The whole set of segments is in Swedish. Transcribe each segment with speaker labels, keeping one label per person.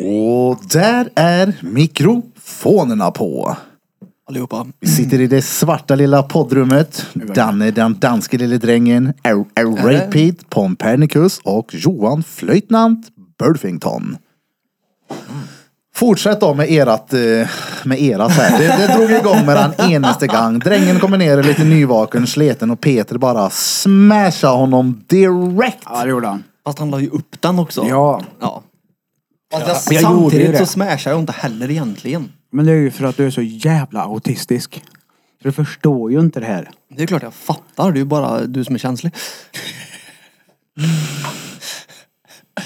Speaker 1: Och där är mikrofonerna på.
Speaker 2: allihopa.
Speaker 1: Vi sitter i det svarta lilla poddrummet. Danne, den danske lille drängen, Ar- Ar- Rapid, Pompernicus och Johan Flöjtnant Burfington. Fortsätt då med erat, eh, med erat här. Det, det drog igång med den enaste gång. Drängen kommer ner lite nyvaken, sleten och Peter bara smashar honom direkt.
Speaker 3: Ja, det gjorde han.
Speaker 2: Fast han la ju upp den också.
Speaker 3: Ja.
Speaker 2: ja. Fast jag,
Speaker 3: Men jag gjorde ju
Speaker 2: samtidigt så
Speaker 3: det.
Speaker 2: smashar jag inte heller egentligen.
Speaker 3: Men det är ju för att du är så jävla autistisk. Så du förstår ju inte det här.
Speaker 2: Det är klart jag fattar. Det är ju bara du som är känslig.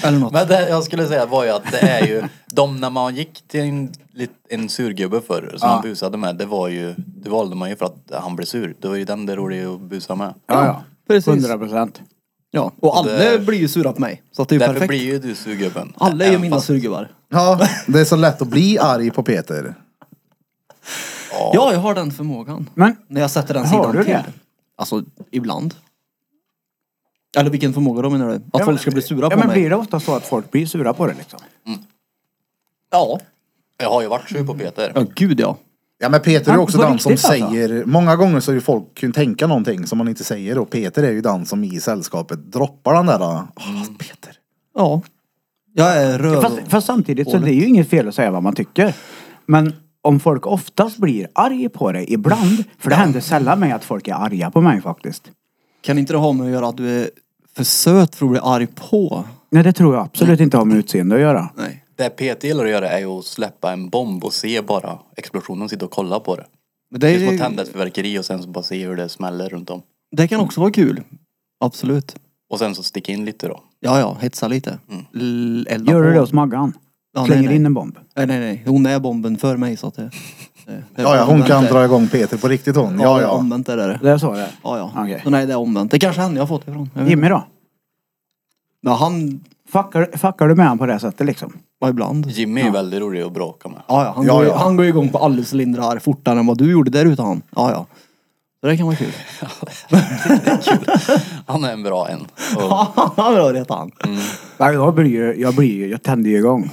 Speaker 2: Eller något.
Speaker 4: Men det jag skulle säga var ju att det är ju, de när man gick till en, lit- en surgubbe förr som man busade med, det var ju, det valde man ju för att han blev sur. Det var ju den det roliga att busa med.
Speaker 3: Ja, ja.
Speaker 2: precis.
Speaker 3: 100 procent.
Speaker 2: Ja. Och alla
Speaker 4: Det-
Speaker 2: blir ju sura på mig. Så att det är ju
Speaker 4: Därför
Speaker 2: perfekt.
Speaker 4: blir ju du surgubben.
Speaker 2: Alla är ju
Speaker 4: Även
Speaker 2: mina
Speaker 4: fast-
Speaker 2: surgubbar.
Speaker 1: Ja, det är så lätt att bli arg på Peter.
Speaker 2: Ja, jag har den förmågan.
Speaker 3: Men
Speaker 2: När jag sätter den
Speaker 3: Har
Speaker 2: sidan
Speaker 3: du
Speaker 2: till.
Speaker 3: det?
Speaker 2: Alltså, ibland. Eller vilken förmåga då menar du? Att
Speaker 3: Ja, men-
Speaker 2: folk ska bli sura
Speaker 3: ja,
Speaker 2: på
Speaker 3: men
Speaker 2: mig?
Speaker 3: blir det ofta så att folk blir sura på det liksom?
Speaker 2: Ja.
Speaker 4: Jag har ju varit sur på Peter.
Speaker 2: Ja, gud ja.
Speaker 1: Ja men Peter är ju
Speaker 3: Ja,
Speaker 1: också
Speaker 3: på
Speaker 1: den som
Speaker 3: riktigt alltså?
Speaker 1: säger, många gånger så är ju folk kan tänka någonting som man inte säger och Peter är ju den som i sällskapet droppar den där, ah, Peter.
Speaker 2: Ja. Jag är röv...
Speaker 3: Fast, fast samtidigt så det är ju inget fel att säga vad man tycker. Men om folk oftast blir arga på dig ibland, för det händer sällan mig att folk är arga på mig faktiskt.
Speaker 2: Kan inte det ha med att göra att du är för söt för att bli arg på?
Speaker 3: Nej, det tror jag absolut inte har med utseende att göra.
Speaker 2: Nej.
Speaker 4: Det Peter gillar att göra är ju att släppa en bomb och se bara explosionen, sitta och kolla på det.
Speaker 2: Men det,
Speaker 4: Det är som att
Speaker 2: är,
Speaker 4: tända ett fyrverkeri och sen så bara se hur det smäller runt om.
Speaker 2: det kan också vara kul. Absolut.
Speaker 4: Och sen så sticka in lite då.
Speaker 2: Ja, ja. Hetsa lite.
Speaker 1: Mm.
Speaker 2: L- elda
Speaker 3: Gör
Speaker 2: på.
Speaker 3: du det hos Maggan?
Speaker 2: Ja,
Speaker 3: Slänger
Speaker 2: nej, nej.
Speaker 3: in en bomb?
Speaker 2: Nej, nej, nej. Hon är bomben för mig så att det... det- det är
Speaker 1: Ja ja, hon
Speaker 2: omvänt
Speaker 1: kan
Speaker 2: där.
Speaker 1: dra igång Peter på riktigt hon. Ja ja.
Speaker 2: Omvänt är det.
Speaker 3: Det är så det är.
Speaker 2: Ja, ja.
Speaker 3: Okej.
Speaker 2: Så nej, det är omvänt. Det är kanske han jag har fått ifrån. Jag vet inte.
Speaker 3: Jimmy då?
Speaker 2: Ja, han...
Speaker 3: Fuckar, fuckar du med honom på det sättet liksom?
Speaker 2: Ja, ibland.
Speaker 4: Jimmy är väldigt rolig att bråka med.
Speaker 2: Ja, ja. Han,
Speaker 1: Ja,
Speaker 2: går,
Speaker 1: ja.
Speaker 2: han går igång på alla cylindrar fortare än vad du gjorde där ute han. Ja, ja. Så det kan vara kul.
Speaker 4: Han är en bra en. Och
Speaker 2: Han har rätt han.
Speaker 3: Ja, Jag blir ju, jag blir ju, jag tänder ju igång.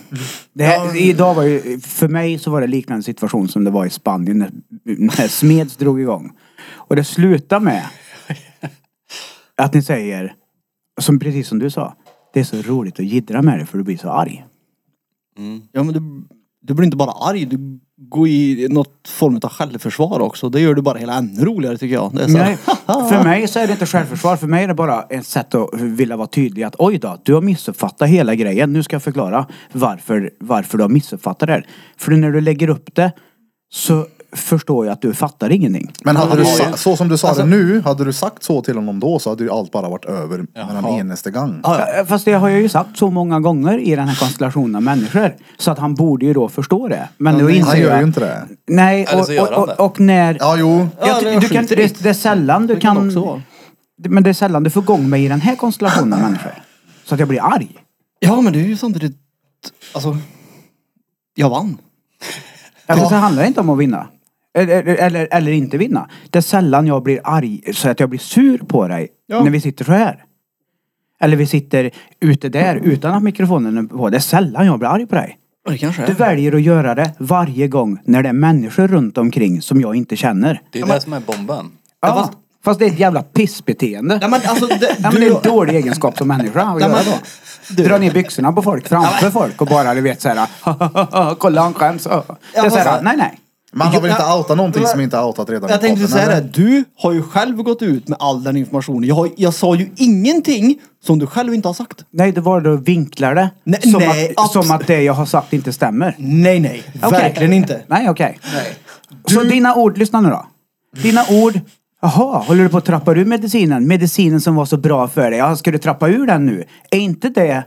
Speaker 3: Det här, Idag var ju, för mig så var det liknande situation som det var i Spanien när, när Smeds drog igång. Och det slutade med att ni säger, som, precis som du sa, det är så roligt att jiddra med dig för du blir så arg.
Speaker 2: Ja, men du, du blir inte bara arg. Du går i något form av självförsvar också. Det gör du bara hela ännu roligare tycker jag. Det är så.
Speaker 3: Nej, Alltså, för mig så är det inte självförsvar. För mig är det bara ett sätt att vilja vara tydlig att oj då, du har missuppfattat hela grejen. Nu ska jag förklara varför, varför du har missuppfattat det. här." För när du lägger upp det så förstår jag att du fattar ingenting.
Speaker 1: Men hade du sa, så som du sa
Speaker 2: Alltså-
Speaker 1: det nu, hade du sagt så till honom då så hade ju allt bara varit över med den enaste gång.
Speaker 3: Ja, Äh, Fast det har jag ju sagt så många gånger i den här konstellationen av människor. Så att han borde ju då förstå det. Men då inser
Speaker 1: Han gör
Speaker 3: jag-
Speaker 1: ju inte det.
Speaker 3: Nej,
Speaker 4: Eller så gör
Speaker 3: och,
Speaker 4: han
Speaker 3: och,
Speaker 4: det.
Speaker 3: och, och när...
Speaker 1: Ja jo.
Speaker 3: Jag,
Speaker 2: eller jag
Speaker 3: du kan,
Speaker 2: skjuter
Speaker 3: det, det är sällan du
Speaker 2: Det kan
Speaker 3: kan...
Speaker 2: också vara.
Speaker 3: men det är sällan du får igång mig i den här konstellationen av människor. Så att jag blir arg.
Speaker 2: Ja, men det är ju samtidigt... Alltså... Jag vann.
Speaker 3: Ja. men Det Alltså, handlar inte om att vinna. Eller, eller, eller inte vinna. Det är sällan jag blir arg så att jag blir sur på dig när vi sitter så här. Eller vi sitter ute där utan att mikrofonen är på. Det är sällan jag blir arg på dig.
Speaker 2: Och det kanske
Speaker 3: Du
Speaker 2: är.
Speaker 3: väljer att göra det varje gång när det är människor runt omkring som jag inte känner.
Speaker 4: det är ju det som är bomben.
Speaker 3: Ja,
Speaker 2: fast-
Speaker 3: fast, det är ett jävla pissbeteende.
Speaker 2: Nej, men alltså... Det,
Speaker 3: Ja, men det är en dålig egenskap som människa att göra då. Dra ner byxorna på folk framför folk och bara du vet såhär, kolla han skäms. Det är
Speaker 2: Ja,
Speaker 3: såhär,
Speaker 2: fast-
Speaker 3: nej nej.
Speaker 1: Man har väl inte
Speaker 2: Jag-
Speaker 1: outat någonting
Speaker 2: Men-
Speaker 1: som inte är outat redan i
Speaker 2: Jag tänkte
Speaker 1: podden,
Speaker 2: säga
Speaker 1: eller?
Speaker 2: det, du har ju själv gått ut med all den informationen. Jag, har, jag sa ju ingenting som du själv inte har sagt.
Speaker 3: Nej, det var då vinklar det.
Speaker 2: Nej,
Speaker 3: som,
Speaker 2: nej,
Speaker 3: att,
Speaker 2: abs-
Speaker 3: som att det jag har sagt inte stämmer.
Speaker 2: Nej, nej.
Speaker 3: Okej.
Speaker 2: Verkligen inte.
Speaker 3: Nej, okej. Så dina ord, lyssna nu då. Dina ord, jaha, håller du på att trappa ur medicinen? Medicinen som var så bra för dig, ja, ska du trappa ur den nu? Är inte det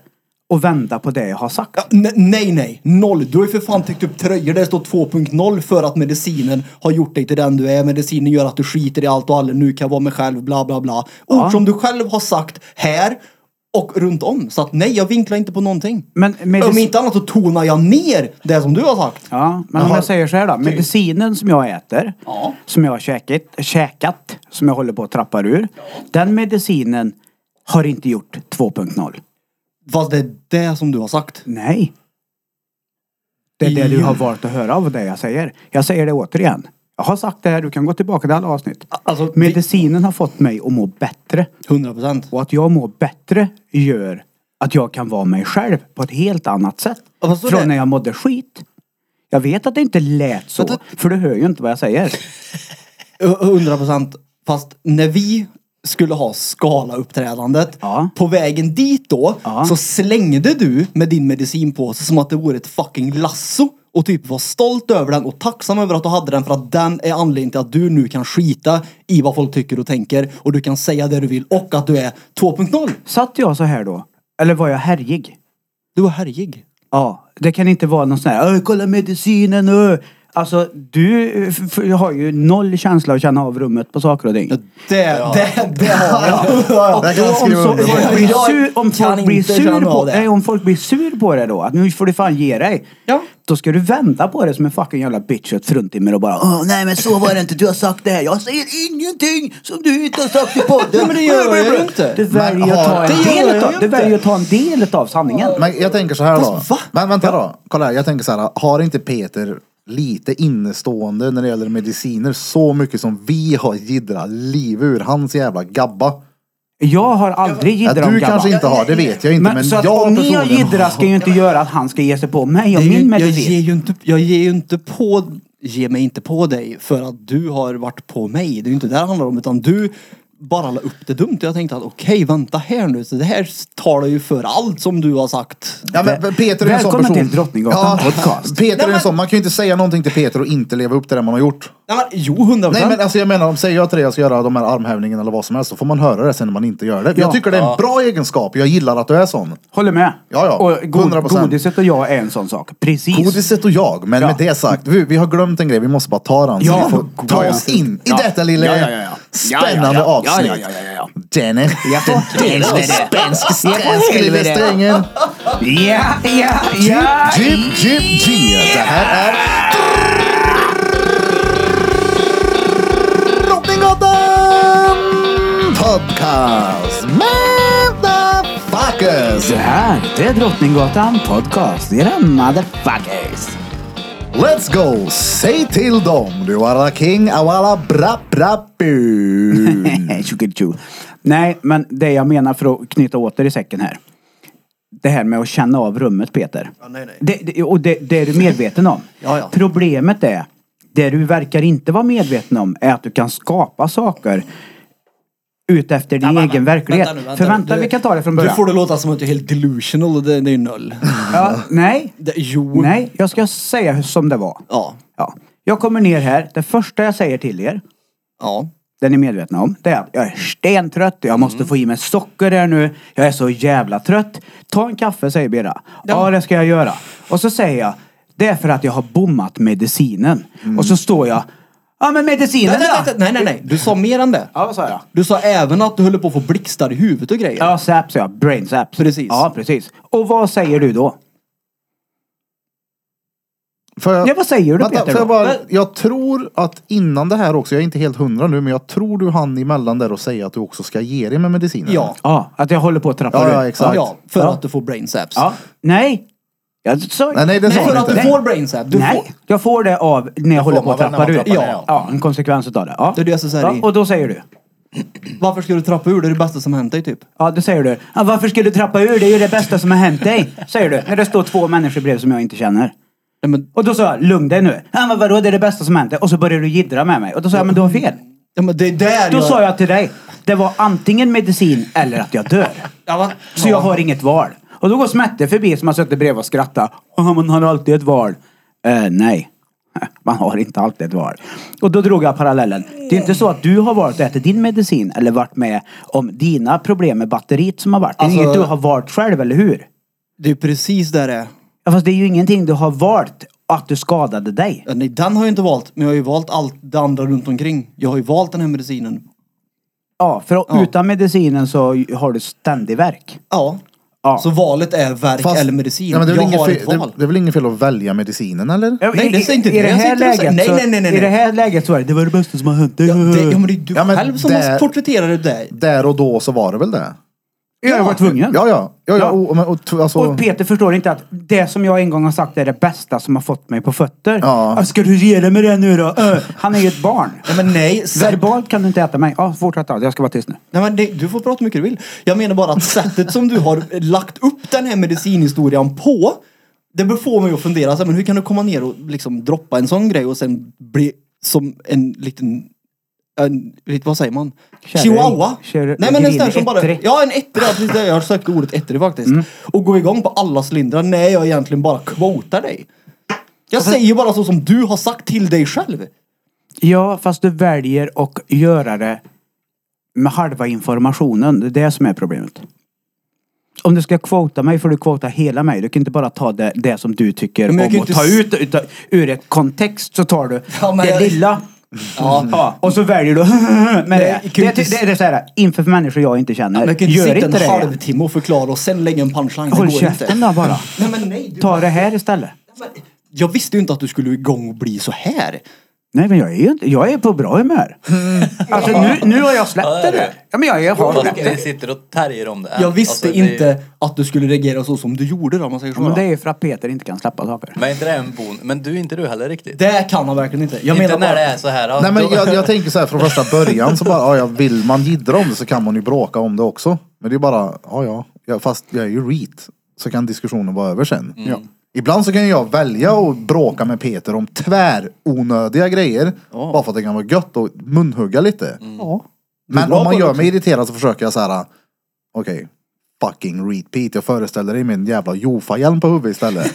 Speaker 3: att vända på det jag har sagt?
Speaker 2: Ja, ne- nej, nej. Noll. Du har ju för fan täckt upp tröjor där det står 2.0 för att medicinen har gjort dig till den du är. Medicinen gör att du skiter i allt och alla. Nu kan jag vara mig själv, bla bla bla. Ord som du själv har sagt här och runt om. Så att nej, jag vinklar inte på någonting.
Speaker 3: Men medic-
Speaker 2: Om inte annat så tonar jag ner det som du har sagt.
Speaker 3: Ja, men om
Speaker 2: Jaha.
Speaker 3: jag säger så här då. Medicinen som jag äter,
Speaker 2: Ja.
Speaker 3: som jag har käkat, käkat, som jag håller på att trappa ur. Den medicinen har inte gjort 2.0.
Speaker 2: Fast det är det som du har sagt.
Speaker 3: Nej. Det är det du har valt att höra av det jag säger. Jag säger det återigen. Jag har sagt det här, du kan gå tillbaka till alla avsnitt.
Speaker 2: Alltså, vi-
Speaker 3: Medicinen har fått mig att må bättre.
Speaker 2: 100 procent.
Speaker 3: Och att jag mår bättre gör att jag kan vara mig själv på ett helt annat sätt.
Speaker 2: Ja, fast så
Speaker 3: Från
Speaker 2: det-
Speaker 3: när jag mådde skit. Jag vet att det inte lät så,
Speaker 2: Vänta.
Speaker 3: för du hör ju inte vad jag säger.
Speaker 2: 100 procent. Fast när vi skulle ha skalauppträdandet.
Speaker 3: Ja.
Speaker 2: På vägen dit då
Speaker 3: Ja.
Speaker 2: så slängde du med din medicinpåse som att det vore ett fucking lasso. Och typ var stolt över den och tacksam över att du hade den för att den är anledningen till att du nu kan skita i vad folk tycker och tänker. Och du kan säga det du vill och att du är 2.0.
Speaker 3: Satt jag så här då? Eller var jag härjig?
Speaker 2: Du var härjig.
Speaker 3: Ja, det kan inte vara någon sån här, "Åh, kolla medicinen nu. Alltså du f- f- har ju noll känsla att känna av rummet på saker och ting.
Speaker 2: Det, det, det har jag.
Speaker 1: Där kan jag
Speaker 3: Om,
Speaker 1: skriva
Speaker 3: så,
Speaker 1: under.
Speaker 3: folk
Speaker 2: Jag
Speaker 3: blir sur, om,
Speaker 2: kan
Speaker 3: folk blir
Speaker 2: inte
Speaker 3: sur
Speaker 2: känna
Speaker 3: på,
Speaker 2: av det.
Speaker 3: nej, om folk blir sur på det då, att nu får du fan ge dig.
Speaker 2: Ja.
Speaker 3: Då ska du vända på det som en fucking jävla bitch och ett fruntimmer och bara Åh, nej men så var det inte, du har sagt det här. Jag säger ingenting som du inte har sagt i podden.
Speaker 2: Nej, men det gör jag ju inte.
Speaker 3: Du väljer att ta
Speaker 1: har-
Speaker 2: Det
Speaker 3: en
Speaker 2: gör
Speaker 3: del
Speaker 2: jag
Speaker 3: utav, du
Speaker 2: inte.
Speaker 3: väljer att ta en del utav sanningen.
Speaker 1: Men jag tänker så här då.
Speaker 2: Fast va?
Speaker 1: Men vänta då. Kolla här, jag tänker så här. Har inte Peter lite innestående när det gäller mediciner så mycket som vi har jiddrat liv ur hans jävla gabba?
Speaker 3: Jag har aldrig
Speaker 1: Ja,
Speaker 3: jiddrat om
Speaker 1: du
Speaker 3: gamla.
Speaker 1: kanske inte har, det vet jag inte. Men,
Speaker 3: Men, så att
Speaker 1: jag
Speaker 3: om ni har
Speaker 1: personligen
Speaker 3: jiddrat ska ju inte göra att han ska ge sig på mig och
Speaker 2: Det är ju-
Speaker 3: min
Speaker 2: jag ger
Speaker 3: medicin.
Speaker 2: ju inte, jag ger ju inte på, ge mig inte på dig för att du har varit på mig. Det är ju inte det det handlar om utan du bara la upp det dumt. Jag tänkte att okej, vänta här nu. Så det här talar ju för allt som du har sagt.
Speaker 1: Ja, men Peter är en sån
Speaker 3: Välkommen
Speaker 1: person.
Speaker 3: till Drottninggatan podcast.
Speaker 1: Peter är
Speaker 2: Nej,
Speaker 1: en
Speaker 2: men-
Speaker 1: sån, man kan ju inte säga någonting till Peter och inte leva upp till det man har gjort.
Speaker 2: Nej, men, jo, hundra
Speaker 1: Nej men
Speaker 2: procent.
Speaker 1: alltså jag menar, om säger jag till dig att jag ska göra de här armhävningarna eller vad som helst, så får man höra det sen när man inte gör det.
Speaker 3: Ja.
Speaker 1: jag tycker det är en bra egenskap, jag gillar att du är sån.
Speaker 3: Håller med.
Speaker 1: Ja, ja.
Speaker 3: Och god,
Speaker 1: 100%.
Speaker 3: godiset och jag är en sån sak. Precis.
Speaker 1: Godiset och jag, men
Speaker 3: Ja.
Speaker 1: med det sagt, vi, vi har glömt en grej, vi måste bara ta den.
Speaker 3: Ja.
Speaker 1: så vi får ta oss in i
Speaker 3: Ja.
Speaker 1: detta lilla
Speaker 3: Ja, ja, ja, ja.
Speaker 1: spännande
Speaker 3: Ja, ja, ja.
Speaker 1: avsnitt.
Speaker 3: Ja, ja, ja, ja,
Speaker 1: Dennis,
Speaker 3: får
Speaker 1: den
Speaker 3: helvete.
Speaker 1: spanske,
Speaker 3: Jag får
Speaker 1: spanske lille
Speaker 3: helvete.
Speaker 1: strängen.
Speaker 3: Ja, ja, ja.
Speaker 1: Jib, jib, jib. Det här är Drottninggatan Podcast. Motherfuckers!
Speaker 3: Det här, det är Drottninggatan podcast. Det är den motherfuckers.
Speaker 1: Let's go! Säg till dem, du är king av alla bra bra bun.
Speaker 3: Tjokitjo. Nej, men det jag menar för att knyta åter i säcken här. Det här med att känna av rummet Peter.
Speaker 2: nej, nej.
Speaker 3: Det, det, och det, det är du medveten om.
Speaker 2: Ja, ja.
Speaker 3: Problemet är, det du verkar inte vara medveten om är att du kan skapa saker utefter din
Speaker 2: men-
Speaker 3: egen verklighet.
Speaker 2: nu,
Speaker 3: för
Speaker 2: nu.
Speaker 3: vänta,
Speaker 2: Du-
Speaker 3: vi kan ta det från
Speaker 2: Du
Speaker 3: början.
Speaker 2: får det låta som att du är helt delusional och det, det är ju noll.
Speaker 3: ja, nej,
Speaker 2: Det, jo.
Speaker 3: nej, jag ska säga hur- som det var.
Speaker 2: Ja.
Speaker 3: Ja. Jag kommer ner här, det första jag säger till er
Speaker 2: Ja.
Speaker 3: det ni är medvetna om, det är att jag är stentrött, jag måste
Speaker 1: Mm.
Speaker 3: få i mig socker där nu, jag är så jävla trött. Ta en kaffe säger Birra. Ja. det ska jag göra. Och så säger jag, det är för att jag har bommat medicinen.
Speaker 1: Mm.
Speaker 3: Och så står jag, ja men medicinen
Speaker 2: Nej, nej,
Speaker 3: då?
Speaker 2: nej, nej, nej, nej. Du sa mer än det.
Speaker 3: Ja vad sa jag?
Speaker 2: Du sa även att du höll på att få blixtar i huvudet och grejer.
Speaker 3: Ja saps ja, brain saps.
Speaker 2: Precis.
Speaker 3: Ja precis. Och vad säger du då?
Speaker 1: Får jag,
Speaker 3: Ja vad säger du
Speaker 1: vänta,
Speaker 3: Peter
Speaker 1: får jag,
Speaker 3: då?
Speaker 1: bara, jag tror att innan det här också, jag är inte helt hundra nu, men jag tror du hann emellan där och säga att du också ska ge dig med medicinen.
Speaker 2: Ja.
Speaker 3: Ja, att jag håller på att trappa
Speaker 1: Ja, ja,
Speaker 3: ur.
Speaker 1: exakt.
Speaker 2: Ja, för
Speaker 3: Ja.
Speaker 2: att du får brain zaps.
Speaker 3: Ja. Nej. Jag sa
Speaker 1: Nej, nej, det sa
Speaker 2: Nej, för
Speaker 1: du
Speaker 2: att
Speaker 1: inte.
Speaker 2: du får brain zaps. Du
Speaker 3: Nej,
Speaker 2: får...
Speaker 3: jag får det av när jag håller på
Speaker 4: man
Speaker 3: att
Speaker 4: väl när
Speaker 3: trappa
Speaker 4: man
Speaker 3: ur.
Speaker 4: trappar ner,
Speaker 3: ja.
Speaker 4: ja.
Speaker 3: ja, en konsekvens utav det. Ja.
Speaker 2: Det är det jag ska säga
Speaker 3: ja,
Speaker 2: i.
Speaker 3: Och då säger du.
Speaker 2: Varför ska du trappa ur? Det är det bästa som hänt dig typ.
Speaker 3: Ja, det säger du. Ja, varför ska du trappa ur? Det är ju det bästa som har hänt dig. Säger du. När det står två människor bredvid som jag inte känner.
Speaker 2: Nej, men,
Speaker 3: Och då sa jag, lugn dig nu. Ja, men vadå, det är det bästa som har hänt dig. Och så börjar du jiddra med mig. Och då sa jag, men du har fel.
Speaker 2: ja, men det är där
Speaker 3: Då sa jag till dig, det var antingen medicin eller att jag dör.
Speaker 2: Ja, va?
Speaker 3: Så jag har inget val. Och då går Smette förbi som har suttit bredvid och skrattat. "Ah, Man har alltid ett val. Eh, nej. Man har inte alltid ett val. Och då drog jag parallellen. Det är inte så att du har valt att äta din medicin eller varit med om dina problem med batteriet som har varit. Det är
Speaker 2: Alltså-
Speaker 3: inget du har valt själv, eller hur?
Speaker 2: Det är precis där det är.
Speaker 3: Ja, fast det är ju ingenting du har valt att du skadade dig.
Speaker 2: Ja, Nej, den har jag inte valt. Men jag har ju valt allt det andra runt omkring. Jag har ju valt den här medicinen.
Speaker 3: Ja, för
Speaker 2: Ja.
Speaker 3: utan medicinen så har du ständig värk.
Speaker 2: Ja.
Speaker 3: Ja.
Speaker 2: Så valet är verk
Speaker 1: Fast-
Speaker 2: eller medicin.
Speaker 1: Ja, men det, är väl
Speaker 2: jag
Speaker 1: inget
Speaker 2: har
Speaker 1: fel,
Speaker 2: ett
Speaker 1: det,
Speaker 2: val.
Speaker 1: det är väl inget fel att välja medicinen eller?
Speaker 2: Nej, det säger inte
Speaker 3: i, i
Speaker 2: du.
Speaker 3: det
Speaker 2: Jag sitter
Speaker 3: här
Speaker 2: och säger-
Speaker 3: läget
Speaker 2: nej,
Speaker 3: så-
Speaker 2: nej, nej, nej,
Speaker 3: I det
Speaker 2: nej.
Speaker 3: här läget så var det, det var det bästa som har hänt dig.
Speaker 2: Ja, det, ja, men det är du
Speaker 1: Ja, men
Speaker 2: själv som
Speaker 1: där-
Speaker 2: porträtterar det där.
Speaker 1: Där och då så var det väl det.
Speaker 3: Jag var tvungen.
Speaker 1: Ja, ja. ja, ja.
Speaker 3: Ja.
Speaker 1: Och, men- och, t- alltså,
Speaker 3: Och Peter förstår inte att det som jag en gång har sagt är det bästa som har fått mig på fötter.
Speaker 1: Ja.
Speaker 3: "Ah, Ska du ge dig med det nu då? Öh." Han är ju ett barn.
Speaker 2: Nej men nej, sätt,
Speaker 3: Verbalt kan du inte äta mig. Ja, fortsätt då. Jag ska vara tyst nu.
Speaker 2: nej men det, du får prata hur mycket du vill. Jag menar bara att sättet som du har lagt upp den här medicinhistorian på. Det bör få mig att fundera, så här, men hur kan du komma ner och liksom droppa en sån grej och sen bli som en liten en, lite- vad säger man?
Speaker 3: Kärring.
Speaker 2: Chihuahua?
Speaker 3: Kär-
Speaker 2: Nej men en sån där som
Speaker 3: grinig
Speaker 2: bara...
Speaker 3: ettrig.
Speaker 2: Ja en ettrig, ja, precis det. jag har sökt ordet ettrig faktiskt.
Speaker 3: Mm.
Speaker 2: Och gå igång på alla cylindrar. Nej jag egentligen bara quotar dig. Jag säger bara så som du har sagt till dig själv.
Speaker 3: Ja, fast du väljer att göra det med halva informationen. Det är det som är problemet. Om du ska quota mig får du quota hela mig. Du kan inte bara ta det, det som du tycker
Speaker 2: Men
Speaker 3: om
Speaker 2: jag kan
Speaker 3: och
Speaker 2: inte
Speaker 3: ta
Speaker 2: s-
Speaker 3: ut utan, ur ett kontext så tar du
Speaker 2: Ja, men
Speaker 3: det
Speaker 2: jag-
Speaker 3: lilla.
Speaker 2: Ja.
Speaker 3: Ja, och så väljer du med det.
Speaker 2: jag kan
Speaker 3: Det,
Speaker 2: inte
Speaker 3: det,
Speaker 2: s-
Speaker 3: det är så här, inför människor jag inte känner.
Speaker 2: Men jag kan inte
Speaker 3: Gör
Speaker 2: sitta
Speaker 3: inte
Speaker 2: en
Speaker 3: det.
Speaker 2: halvtimme och förklara och sen lägga en punchline. Det
Speaker 3: Håll
Speaker 2: går
Speaker 3: käften
Speaker 2: inte.
Speaker 3: då bara.
Speaker 2: Nej men nej. Du,
Speaker 3: Ta det här istället.
Speaker 2: men, jag visste ju inte att du skulle igång och bli så här.
Speaker 3: Nej men jag är ju inte, jag är på bra humör. Alltså nu, nu har jag släppt
Speaker 4: Ja, det
Speaker 3: det.
Speaker 4: är
Speaker 3: där.
Speaker 4: det.
Speaker 3: Ja men jag, jag har
Speaker 4: Fast
Speaker 3: släppt
Speaker 4: Vi
Speaker 3: det.
Speaker 4: sitter och tärjer om det. än.
Speaker 2: Jag visste
Speaker 4: Alltså, det är-
Speaker 2: inte att du skulle reagera så som du gjorde då, om man säger så.
Speaker 3: Ja, men
Speaker 2: då.
Speaker 3: det är ju för att Peter inte kan släppa saker.
Speaker 4: Men inte det är en bon... Men du, inte du heller riktigt.
Speaker 2: det kan han verkligen inte. Jag
Speaker 4: inte
Speaker 2: menar
Speaker 4: när
Speaker 2: bara...
Speaker 4: det är så här. ja,
Speaker 1: Nej men
Speaker 4: då-
Speaker 1: jag, jag tänker så här från första början så bara, ja, ja, vill man jiddra om det så kan man ju bråka om det också. Men det är bara, ja ja, ja fast jag är ju reet. Så kan diskussionen vara över sen. Ja. Ibland så kan jag välja att bråka med Peter om tväronödiga grejer. Bara för att det kan vara gött att munhugga lite.
Speaker 3: Ja.
Speaker 1: Men
Speaker 2: bra
Speaker 1: om man
Speaker 2: på det
Speaker 1: gör
Speaker 2: också.
Speaker 1: mig irriterad så försöker jag så här. okej, fucking repeat. Jag föreställer dig min jävla Jofa-hjälm på huvudet istället.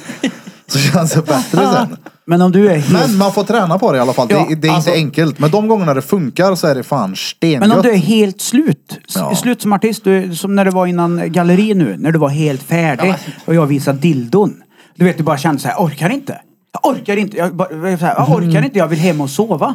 Speaker 1: så känns det bättre sen.
Speaker 3: Men om du är helt,
Speaker 1: Men man får träna på det i alla fall.
Speaker 3: Ja,
Speaker 1: det, det är
Speaker 3: alltså-
Speaker 1: inte enkelt. Men de gångerna det funkar så är det fan stengött.
Speaker 3: men om du är helt slut. s-
Speaker 1: Ja.
Speaker 3: Slut som artist. Du, som när du var innan galleri nu. När du var helt färdig och jag visade dildon. Du vet, du bara kände så här, orkar inte. Jag orkar inte. Jag, bara, jag så här, jag
Speaker 1: Mm.
Speaker 3: orkar inte, jag vill hem och sova.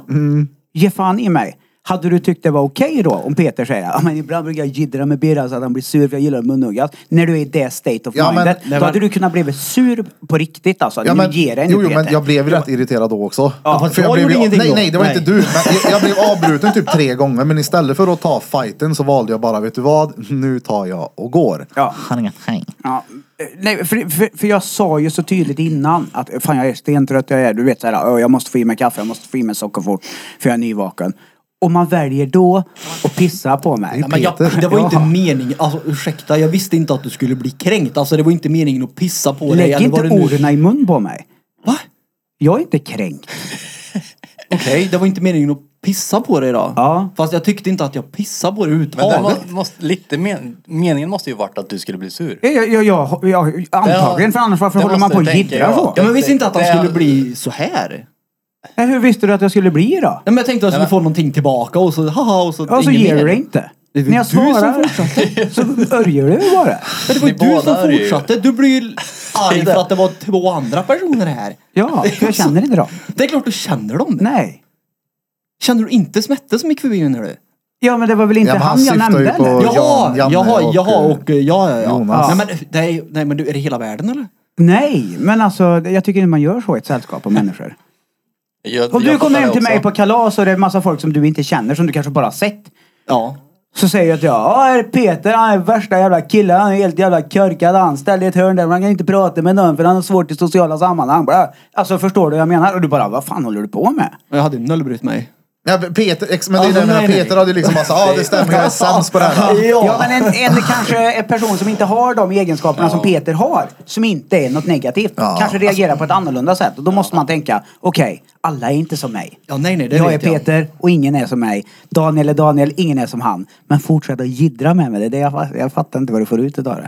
Speaker 3: Ge fan i mig. Hade du tyckt det var okej då om Peter säger ja men ibland brukar jag jiddra med Birra så att han blir sur för jag gillar munhuggas. När du är i det state of
Speaker 1: Ja, men-
Speaker 3: mindet.
Speaker 1: nej,
Speaker 3: då
Speaker 1: men-
Speaker 3: hade du kunnat bli sur på riktigt alltså.
Speaker 1: Ja,
Speaker 3: nu
Speaker 1: men,
Speaker 3: ger det
Speaker 1: jo,
Speaker 3: nu
Speaker 1: jo, men
Speaker 3: Peter.
Speaker 1: jag blev ju rätt irriterad då också.
Speaker 2: Ja, fast jag
Speaker 1: blev
Speaker 2: gjorde
Speaker 1: ju-
Speaker 2: ingenting
Speaker 1: nej,
Speaker 2: då.
Speaker 1: nej, det var
Speaker 2: Nej.
Speaker 1: inte du. Men jag, jag blev avbruten typ tre gånger. Men istället för att ta fighten så valde jag bara, vet du vad? Nu tar jag och går.
Speaker 3: Ja.
Speaker 1: Han är inget häng.
Speaker 3: Ja. eh, Nej, för, för, för jag sa ju så tydligt innan att eh, fan jag är stentrött jag är. Du vet såhär, "Åh, jag måste få i mig kaffe, jag måste få i mig sockerfort. För jag är nyvaken. Och man väljer då att pissa på mig.
Speaker 2: Ja, men jag,
Speaker 1: Peter.
Speaker 2: det var inte
Speaker 3: Ja.
Speaker 2: meningen, alltså ursäkta, jag visste inte att du skulle bli kränkt. Alltså det var inte meningen att pissa på dig.
Speaker 3: Lägg
Speaker 2: eller
Speaker 3: inte
Speaker 2: vad det nu-
Speaker 3: orden i mun på mig.
Speaker 2: Va?
Speaker 3: Jag är inte kränkt.
Speaker 2: Okej, det var inte meningen att pissa på dig då.
Speaker 3: Ja.
Speaker 2: Fast jag tyckte inte att jag pissade på dig
Speaker 4: Men det
Speaker 2: överhuvudtaget.
Speaker 4: må, måste, lite men, meningen måste ju varit att du skulle bli sur.
Speaker 3: Jag, jag, jag, jag, jag, antagligen, för annars varför
Speaker 4: det
Speaker 3: håller man
Speaker 4: måste
Speaker 3: på och
Speaker 4: jag tänka,
Speaker 3: jiddrar
Speaker 4: ja.
Speaker 3: så?
Speaker 2: Ja, men visste inte att han
Speaker 4: Det-
Speaker 2: skulle bli så här. Nej,
Speaker 3: Nej, Hur visste du att jag skulle bli då?
Speaker 2: men jag tänkte att jag skulle få någonting tillbaka och så haha och så
Speaker 3: Ja, så
Speaker 2: ingen
Speaker 3: ger
Speaker 2: mer.
Speaker 3: du det inte.
Speaker 2: Det är
Speaker 3: När jag
Speaker 2: du som
Speaker 3: svarar så örjer du bara.
Speaker 2: Men det var ju
Speaker 4: Ni
Speaker 2: du som
Speaker 4: båda är det ju.
Speaker 2: fortsatte. Du blir ju arg för att det var två andra personer här.
Speaker 3: Ja, för jag känner inte dem.
Speaker 2: Det är klart du känner dem.
Speaker 3: Nej.
Speaker 2: Känner du inte Smette som gick förbi nu? eller?
Speaker 3: Ja, men det var väl inte
Speaker 1: Ja, men han
Speaker 3: han jag
Speaker 1: syftar ju
Speaker 3: nämnde
Speaker 1: på-
Speaker 3: eller?
Speaker 1: Och
Speaker 2: Jaha,
Speaker 1: Jan-
Speaker 2: jaha,
Speaker 1: Janne
Speaker 2: jaha
Speaker 1: och,
Speaker 2: och, och ja, ja, ja.
Speaker 1: Jonas.
Speaker 2: Nej men, det är, nej men du, är det hela världen eller?
Speaker 3: Nej, men alltså det- jag tycker inte man gör så i ett sällskap av människor.
Speaker 4: Jag,
Speaker 3: Om du
Speaker 4: jag
Speaker 3: kommer
Speaker 4: fattar
Speaker 3: hem till
Speaker 4: också.
Speaker 3: mig på kalas och det är en massa folk som du inte känner, som du kanske bara har sett.
Speaker 2: Ja.
Speaker 3: Så säger jag att jag, ja här är Peter, han är värsta jävla killen, han är helt jävla körkad, han ställer ett hörn där, man kan inte prata med någon för han har svårt i sociala sammanhang. Bla. Alltså förstår du vad jag menar? Och du bara, vad fan håller du på med?
Speaker 2: Men jag hade ju noll brytt mig.
Speaker 1: Ja, men Peter, ex, men det är
Speaker 2: Alltså,
Speaker 1: det jag menar.
Speaker 2: nej, nej.
Speaker 1: Peter hade ju liksom bara så, ja det stämmer, jag är sämst på det här.
Speaker 3: Ja, men en, en kanske en person som inte har de egenskaperna som Peter har, som inte är något negativt,
Speaker 1: Ja.
Speaker 3: kanske reagerar på ett annorlunda sätt. Och då måste man tänka, okej, alla är inte som mig.
Speaker 2: Ja nej nej det
Speaker 3: jag är
Speaker 2: vet
Speaker 3: Peter och ingen är som mig. Daniel är Daniel, ingen är som han. Men fortsätt att jiddra med mig. Det är det jag, fa- jag fattar inte vad du får ut utav det.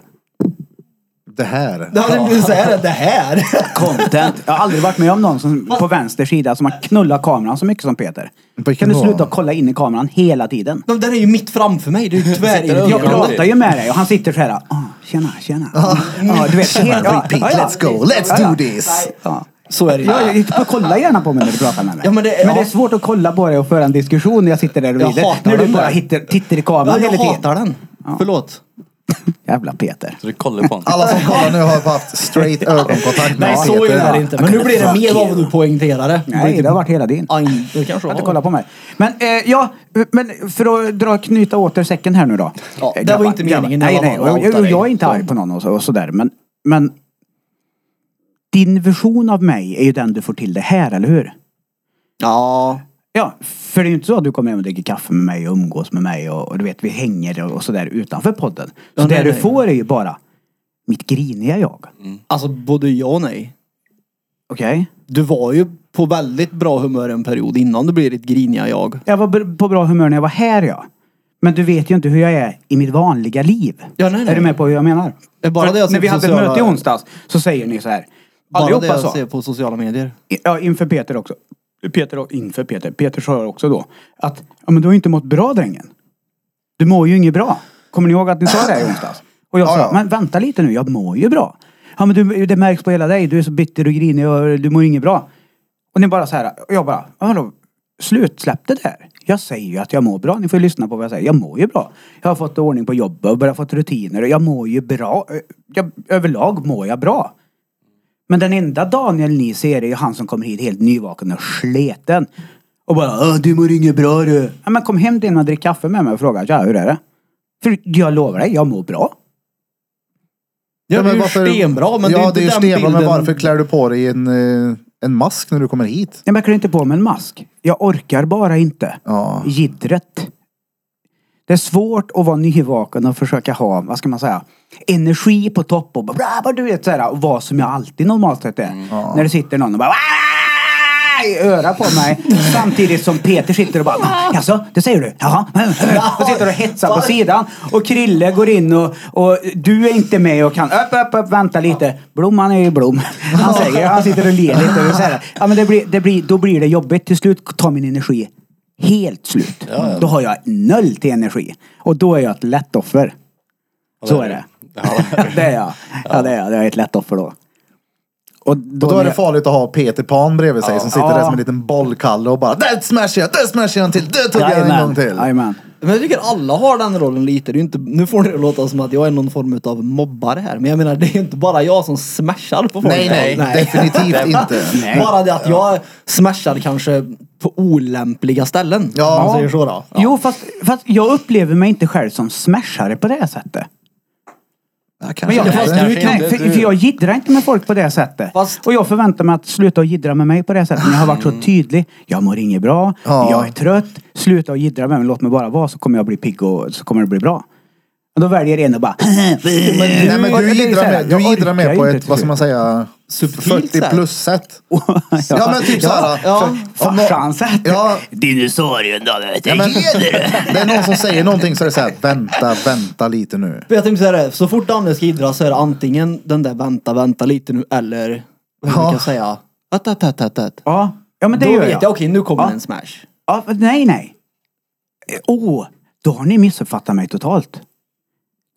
Speaker 1: Det här.
Speaker 2: Jag. Ja, det, är så här, det här.
Speaker 3: Content. Jag har aldrig varit med om någon som, på vänster sida som har knullat kameran så mycket som Peter.
Speaker 1: Vilken
Speaker 3: Kan du
Speaker 1: då?
Speaker 3: sluta kolla in i kameran hela tiden?
Speaker 2: De där är ju mitt framför mig. Det är ju
Speaker 3: Jag
Speaker 2: tvärirriterande.
Speaker 3: pratar ju med dig och han sitter så här. "Ah, tjena, tjena. Ah, du vet,
Speaker 1: Tjena,
Speaker 3: helt- ja,
Speaker 1: repeat,
Speaker 3: ja, ja.
Speaker 1: let's go, let's
Speaker 3: Ja, ja.
Speaker 1: do this.
Speaker 3: Ja.
Speaker 2: Så är det ju.
Speaker 3: Ja, jag, jag kollar gärna på mig när du pratar med mig.
Speaker 2: Ja, men det- ja.
Speaker 3: är svårt att kolla på dig och föra en diskussion när jag sitter där och
Speaker 2: Jag
Speaker 3: vrider.
Speaker 2: hatar
Speaker 3: När du
Speaker 2: den
Speaker 3: bara
Speaker 2: där.
Speaker 3: hittar, tittar i
Speaker 2: Ja,
Speaker 3: kameran
Speaker 2: jag
Speaker 3: hela tiden.
Speaker 2: hatar den. Förlåt.
Speaker 3: Jävla Peter.
Speaker 4: Så du kollar på honom.
Speaker 1: Alla som kollar nu har haft straight ögonkontakt med
Speaker 5: Nej,
Speaker 1: Peter.
Speaker 5: så är det här inte. Men nu blir det mer av vad du poängterade. Du blir
Speaker 3: Nej,
Speaker 5: typ-
Speaker 3: det har varit hela din.
Speaker 5: Aj, det kanske
Speaker 3: Jag har
Speaker 5: var.
Speaker 3: inte kollat på mig. Men eh, ja, men för att dra, knyta åter säcken här nu då.
Speaker 5: Ja,
Speaker 3: Eh,
Speaker 5: det var
Speaker 3: grabbar,
Speaker 5: inte meningen
Speaker 3: grabbar.
Speaker 5: i alla
Speaker 3: Nej, nej.
Speaker 5: fall att
Speaker 3: Och Jag,
Speaker 5: outa
Speaker 3: jag,
Speaker 5: dig.
Speaker 3: jag är inte arg på någon och, så, och sådär. Men, men din version av mig är ju den du får till det här, eller hur?
Speaker 5: Ja.
Speaker 3: Ja, för det är ju inte så att du kommer hem och dricker kaffe med mig och umgås med mig och, och du vet, vi hänger och, och sådär utanför podden. Så
Speaker 5: Ja,
Speaker 3: det
Speaker 5: nej,
Speaker 3: du
Speaker 5: nej.
Speaker 3: får är ju bara mitt griniga jag.
Speaker 5: Alltså både ja och nej.
Speaker 3: Okej?
Speaker 5: Du var ju på väldigt bra humör en period innan du blev ditt griniga jag.
Speaker 3: Jag var br- på bra humör när jag var här, ja. Men du vet ju inte hur jag är i mitt vanliga liv.
Speaker 5: Ja, nej, nej.
Speaker 3: Är du med på hur jag menar?
Speaker 5: Det är bara
Speaker 3: För
Speaker 5: det jag ser
Speaker 3: när vi
Speaker 5: på
Speaker 3: hade ett
Speaker 5: sociala-
Speaker 3: möte i onsdags så säger ni så här.
Speaker 5: Bara det
Speaker 3: Allihopa
Speaker 5: jag
Speaker 1: alltså.
Speaker 3: sa.
Speaker 5: ser på sociala medier.
Speaker 3: I- Ja, inför Peter också. Peter och inför Peter. Peter sa också då att ja, men du har ju inte mått bra drängen. Du mår ju inget bra. Kommer ni ihåg att ni sa det här i onsdags? Och jag sa,
Speaker 1: Ja, ja.
Speaker 3: men vänta lite nu, jag mår ju bra. Ja men du, det märks på hela dig, du är så bitter och grinig och du mår ju inget bra. Och ni bara så här, och jag bara, hallå, slut, släpp det där. Jag säger ju att jag mår bra, ni får ju lyssna på vad jag säger. Jag mår ju bra. Jag har fått ordning på jobbet och börjat fått rutiner och jag mår ju bra. Jag, överlag mår jag bra. Men den enda Daniel ni ser är ju han som kommer hit helt nyvaken och sleten. Och bara "Åh, du mår inget bra du. Ja, men kom hem till mig och drick kaffe med mig och fråga ja, hur är det? För jag lovar dig, jag mår bra.
Speaker 5: Ja, det är ju
Speaker 1: varför-
Speaker 5: stenbra, men det är
Speaker 1: ja,
Speaker 5: inte
Speaker 1: ju
Speaker 5: den
Speaker 1: stenbra, men
Speaker 5: bilden-
Speaker 1: varför klär du på dig en, eh, en mask när du kommer hit?
Speaker 3: Nej, men Jag klär inte på mig en mask. Jag orkar bara inte.
Speaker 1: Ja.
Speaker 3: Jiddret. Det är svårt att vara nyvaken och försöka ha, vad ska man säga, energi på topp och bara, bra, vad du vet såhär, och vad som jag alltid normalt sett är. När det sitter någon och bara "Aah!" i öra på mig samtidigt som Peter sitter och bara Jaså, det säger du? Jaha. Och sitter och hetsar på sidan. Och Krille går in och, och du är inte med och kan upp, upp, upp, vänta lite. Blomman är ju Blom. Han säger, han sitter och ler lite. Och så här. Ja, men det blir, det blir, då blir det jobbigt. Till slut tar min energi helt slut. Då har jag noll till energi. Och då är jag ett lätt offer. Så är det.
Speaker 4: Ja,
Speaker 3: Det är jag. Ja, det är jag. Det är ett lätt offer då. Och då,
Speaker 1: Och då är det
Speaker 3: när jag-
Speaker 1: farligt att ha Peter Pan bredvid sig som sitter
Speaker 3: Ja.
Speaker 1: där som en liten bollkalle och bara Där smashar jag, där smashar jag en till, där tog jag en
Speaker 3: Jajamän.
Speaker 1: gång till.
Speaker 3: Jajamän.
Speaker 5: Men jag tycker alla har den rollen lite. Det är ju inte, nu får det att låta som att jag är någon form av mobbare här. Men jag menar, det är ju inte bara jag som smashar på folk.
Speaker 1: Nej, nej, definitivt inte.
Speaker 3: Nej.
Speaker 5: Bara det att jag smashar kanske på olämpliga ställen.
Speaker 1: Ja.
Speaker 5: Om man säger så då.
Speaker 3: Jo, fast, fast jag upplever mig inte själv som smashare på det här sättet.
Speaker 1: Ja,
Speaker 3: Men
Speaker 1: kanske
Speaker 3: jag,
Speaker 1: inte.
Speaker 4: fast
Speaker 3: nej,
Speaker 4: du kan-
Speaker 3: nej, för, för jag jiddrar inte med folk på det sättet.
Speaker 5: Fast-
Speaker 3: Och jag förväntar mig att sluta att jiddra med mig på det sättet. Men jag har varit så tydlig. Jag mår inget bra.
Speaker 1: Mm. Ja.
Speaker 3: Jag är trött. Sluta att jiddra med mig. Låt mig bara vara så kommer jag bli pigg och så kommer det bli bra. Och då väljer en och bara...
Speaker 1: Nej men
Speaker 3: Och det
Speaker 1: du
Speaker 3: är så
Speaker 1: jiddrar
Speaker 3: här,
Speaker 1: med,
Speaker 3: jag
Speaker 1: du jiddrar
Speaker 3: orkar
Speaker 1: med på
Speaker 3: ju inte
Speaker 1: ett,
Speaker 3: till
Speaker 1: vad ska
Speaker 3: slut.
Speaker 1: man säga,
Speaker 5: Subtilt
Speaker 1: 40
Speaker 5: så här.
Speaker 1: plus sätt.
Speaker 3: ja.
Speaker 1: Ja men typ såhär.
Speaker 5: ja.
Speaker 1: för- om nå-
Speaker 3: Farsan-sätt.
Speaker 1: Ja,
Speaker 6: Dinosaurien då, vet du.
Speaker 1: ja men, det är någon som säger någonting så är det såhär, vänta, vänta lite nu.
Speaker 5: Jag tänkte säga det, så fort Danne ska idra så är det antingen den där vänta, vänta lite nu eller vad
Speaker 1: Ja.
Speaker 5: brukar jag säga? Att, att, att, att, att.
Speaker 3: Ja. ja, men det
Speaker 5: Då
Speaker 3: gör
Speaker 5: vet jag,
Speaker 3: jag.
Speaker 5: okej nu kommer
Speaker 3: Ja.
Speaker 5: en smash.
Speaker 3: Ja, men nej, nej. Eh, Åh, oh, då har ni missuppfattat mig totalt.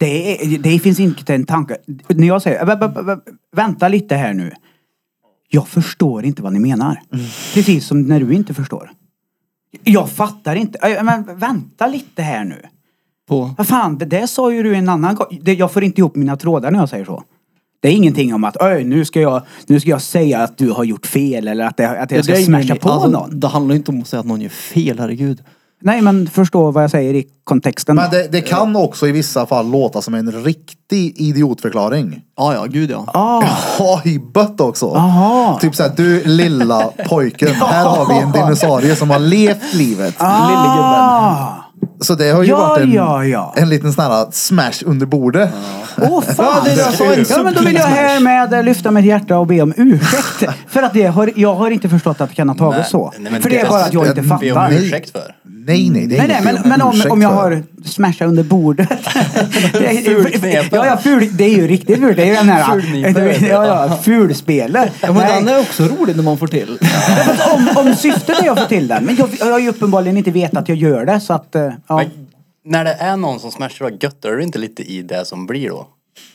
Speaker 3: Det, är, det finns inte en tanke. När jag säger, "Vä- vä- vä- vänta lite här nu. Jag förstår inte vad ni menar. Precis som när du inte förstår. Jag fattar inte. Eh, Men vänta lite här nu.
Speaker 5: På.
Speaker 3: Vad fan, det där sa ju du en annan gång. Det, jag får inte ihop mina trådar när jag säger så. Det är ingenting om att, "Öj, nu ska jag, nu ska jag säga att du har gjort fel eller att, det, att jag ska
Speaker 5: Det är ingen-
Speaker 3: smasha på
Speaker 5: alltså,
Speaker 3: någon.
Speaker 5: Det handlar ju inte om att säga att någon gör fel, herregud.
Speaker 3: Nej, men förstå vad jag säger i kontexten.
Speaker 1: Men det, det kan också i vissa fall låta som en riktig idiotförklaring.
Speaker 5: Ja, ja, gud ja.
Speaker 3: Ah,
Speaker 1: Ja, i bött också.
Speaker 3: Aha.
Speaker 1: Typ såhär, du lilla pojken, här har vi en dinosaurie som har levt livet.
Speaker 3: Ah!
Speaker 1: Så det har ju
Speaker 3: Ja,
Speaker 1: varit en,
Speaker 3: ja, ja.
Speaker 1: en liten sån här smash under bordet.
Speaker 3: Åh oh, fan!
Speaker 5: Ja, det är det jag sa, en
Speaker 3: ja, men då vill jag härmed eh, lyfta mitt hjärta och be om ursäkt. för att det har, jag har inte förstått att det kan ha tagit så.
Speaker 4: Nej, men
Speaker 3: för det är
Speaker 4: det-
Speaker 3: bara att jag inte
Speaker 1: det-
Speaker 4: Be om
Speaker 3: fattar. Nej,
Speaker 4: ursäkt för.
Speaker 1: Nej, nej, det är
Speaker 3: nej,
Speaker 1: inget
Speaker 3: men,
Speaker 1: fel.
Speaker 3: men om,
Speaker 1: Ursäkt
Speaker 3: om jag
Speaker 1: för
Speaker 3: har smashat under bordet. Det är-
Speaker 4: Fulknepen.
Speaker 3: ja, ja, ful, det är ju riktigt fult. Det är ju den här...
Speaker 4: Fulknepen.
Speaker 3: Ja, ja, fulspelet.
Speaker 5: Ja, men den
Speaker 3: Nej.
Speaker 5: är också rolig när man får till.
Speaker 3: Fast Om, om syftet är att få till den. Men jag, jag har ju uppenbarligen inte vetat att jag gör det så att... eh, Ja.
Speaker 4: Men när det är någon som smashar då, göttar du inte lite i det som blir då?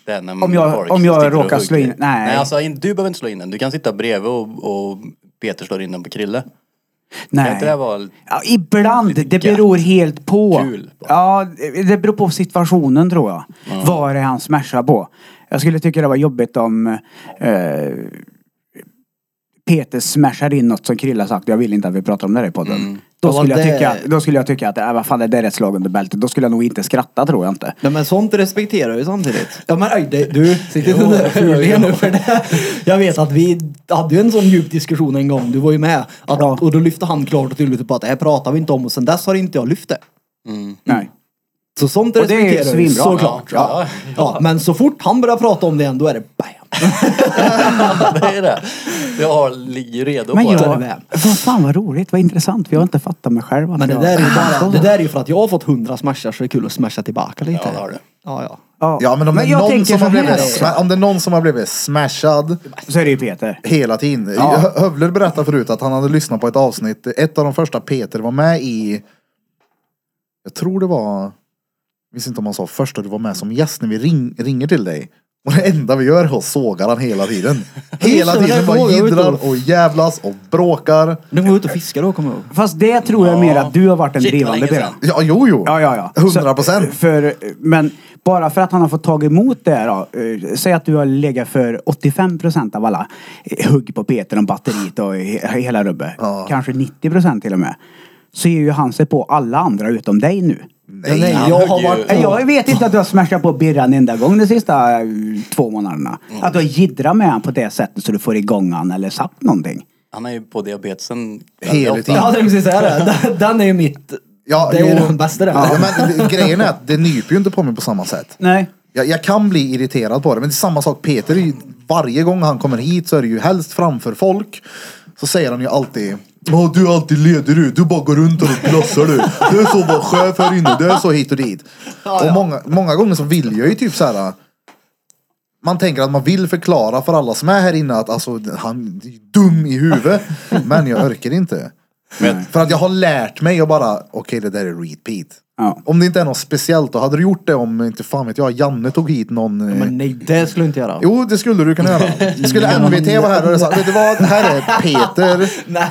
Speaker 4: Det är när
Speaker 3: Om jag-
Speaker 4: folk
Speaker 3: om jag
Speaker 4: sitter och
Speaker 3: råkar
Speaker 4: hugger.
Speaker 3: slå in- nej.
Speaker 4: nej alltså, in- du behöver inte slå in den. Du kan sitta bredvid och, och Peter slår in den på Krille.
Speaker 3: Nej.
Speaker 4: inte det vara-
Speaker 3: ja, ibland. Det
Speaker 4: Lite
Speaker 3: beror
Speaker 4: gött.
Speaker 3: helt på.
Speaker 4: Kul.
Speaker 3: Ja, det beror på situationen tror jag. Vad det är han smashar på. Jag skulle tycka det var jobbigt om eh, Peter smashar in något som Krilla sagt. Jag vill inte att vi pratar om det här i podden. Då,
Speaker 2: Ja,
Speaker 3: skulle jag
Speaker 2: det-
Speaker 3: tycka, då skulle jag tycka att äh, vad fan, det där är ett slag under bältet. Då skulle jag nog inte skratta tror jag inte.
Speaker 7: Nej men sånt respekterar vi samtidigt.
Speaker 2: Ja men aj, det, du, sitt inte där och fula nu för det. Jag vet att vi hade ju en sån djup diskussion en gång, du var ju med. Att, Och då lyfte han klart och tydligt upp att det här pratar vi inte om och sen dess har inte jag lyft det.
Speaker 3: Nej.
Speaker 2: Så sånt
Speaker 3: Och det är ju
Speaker 2: respekterar vi
Speaker 3: svinbra.
Speaker 2: såklart. Ja. Ja, men så fort han börjar prata om det igen, då är det bam.
Speaker 4: det är det. Jag har, ligger redo
Speaker 3: Men
Speaker 4: på
Speaker 3: jag,
Speaker 4: det.
Speaker 3: vad fan vad roligt, vad intressant. Jag har inte fattat mig själv. att
Speaker 2: Men det
Speaker 3: jag-
Speaker 2: där är ju bara, det där är ju för att jag har fått hundra smashar så det är kul att smasha tillbaka lite.
Speaker 4: Ja, det har du.
Speaker 2: Ja, ja.
Speaker 1: Ja men om, det, är
Speaker 3: jag
Speaker 1: någon
Speaker 3: tänker
Speaker 1: som
Speaker 3: så
Speaker 1: har
Speaker 3: här
Speaker 1: blivit,
Speaker 3: också.
Speaker 1: sma- om det är någon som har blivit smashad
Speaker 3: Så är det ju Peter.
Speaker 1: hela tiden.
Speaker 3: Ja.
Speaker 1: Hö- Hövler berättade förut att han hade lyssnat på ett avsnitt. Ett av de första Peter var med i. Jag tror det var. Jag visste inte om han sa första du var med som gäst när vi ring, ringer till dig. Och det enda vi gör är att såga han hela tiden. Hela
Speaker 2: Just det,
Speaker 1: tiden
Speaker 2: det
Speaker 1: bara
Speaker 2: var jag
Speaker 1: jiddrar
Speaker 2: ute
Speaker 1: och jävlas och bråkar.
Speaker 2: Nu går jag ut och fiskar då, kommer jag ihåg.
Speaker 3: Fast det tror jag mer att du har varit en
Speaker 4: Shit, vad
Speaker 3: drivande
Speaker 4: länge
Speaker 3: del.
Speaker 4: sedan.
Speaker 1: Ja, jo, jo.
Speaker 3: Ja, ja, ja.
Speaker 1: Hundra procent.
Speaker 3: Så- För, men bara för att han har fått tag emot det då. eh, Säg att du har legat för 85 procent av alla eh, hugg på Peter om batteriet och he- hela rubbet.
Speaker 1: Ja.
Speaker 3: Kanske 90 procent till och med. Så ger ju han sig på alla andra utom dig nu.
Speaker 1: Nej,
Speaker 2: Nej,
Speaker 4: han
Speaker 2: jag
Speaker 4: högg
Speaker 2: har
Speaker 4: ju-
Speaker 2: varit...
Speaker 3: Nej, Jag vet inte att du har smashat på Birra en enda gång de sista eh, två månaderna. Att du har jiddrat med honom på det sättet så du får igång han eller sagt någonting.
Speaker 4: Han är ju på diabetesen
Speaker 1: Hela
Speaker 4: väldigt
Speaker 1: tiden.
Speaker 4: ofta.
Speaker 2: Ja, jag tänkte precis säga det. Den- Den är ju mitt...
Speaker 1: Ja,
Speaker 2: det är ju
Speaker 1: jo.
Speaker 2: den bästa den.
Speaker 1: Ja, men det- grejen är att det nyper ju inte på mig på samma sätt.
Speaker 3: Nej.
Speaker 1: Jag, jag kan bli irriterad på det, men det är samma sak Peter. är ju- Varje gång han kommer hit så är det ju helst framför folk. Så säger han ju alltid Ja, du är alltid ledig du, du bara går runt och glassar du. Du är så bara chef här inne, du är så hit och dit. Och många, många gånger så vill jag ju typ så här. Man tänker att man vill förklara för alla som är här inne att alltså, han är dum i huvudet. Men jag orkar inte. För att jag har lärt mig att bara, okej det där är repeat.
Speaker 3: Ja.
Speaker 1: Om det inte är något speciellt då, hade du gjort det om, inte fan vet jag, Janne tog hit någon... eh,
Speaker 2: Men nej, det skulle jag inte göra.
Speaker 1: Jo, det skulle du kunna göra. Skulle NVT vara här och sagt, vet du vad, här är Peter.
Speaker 2: Nej,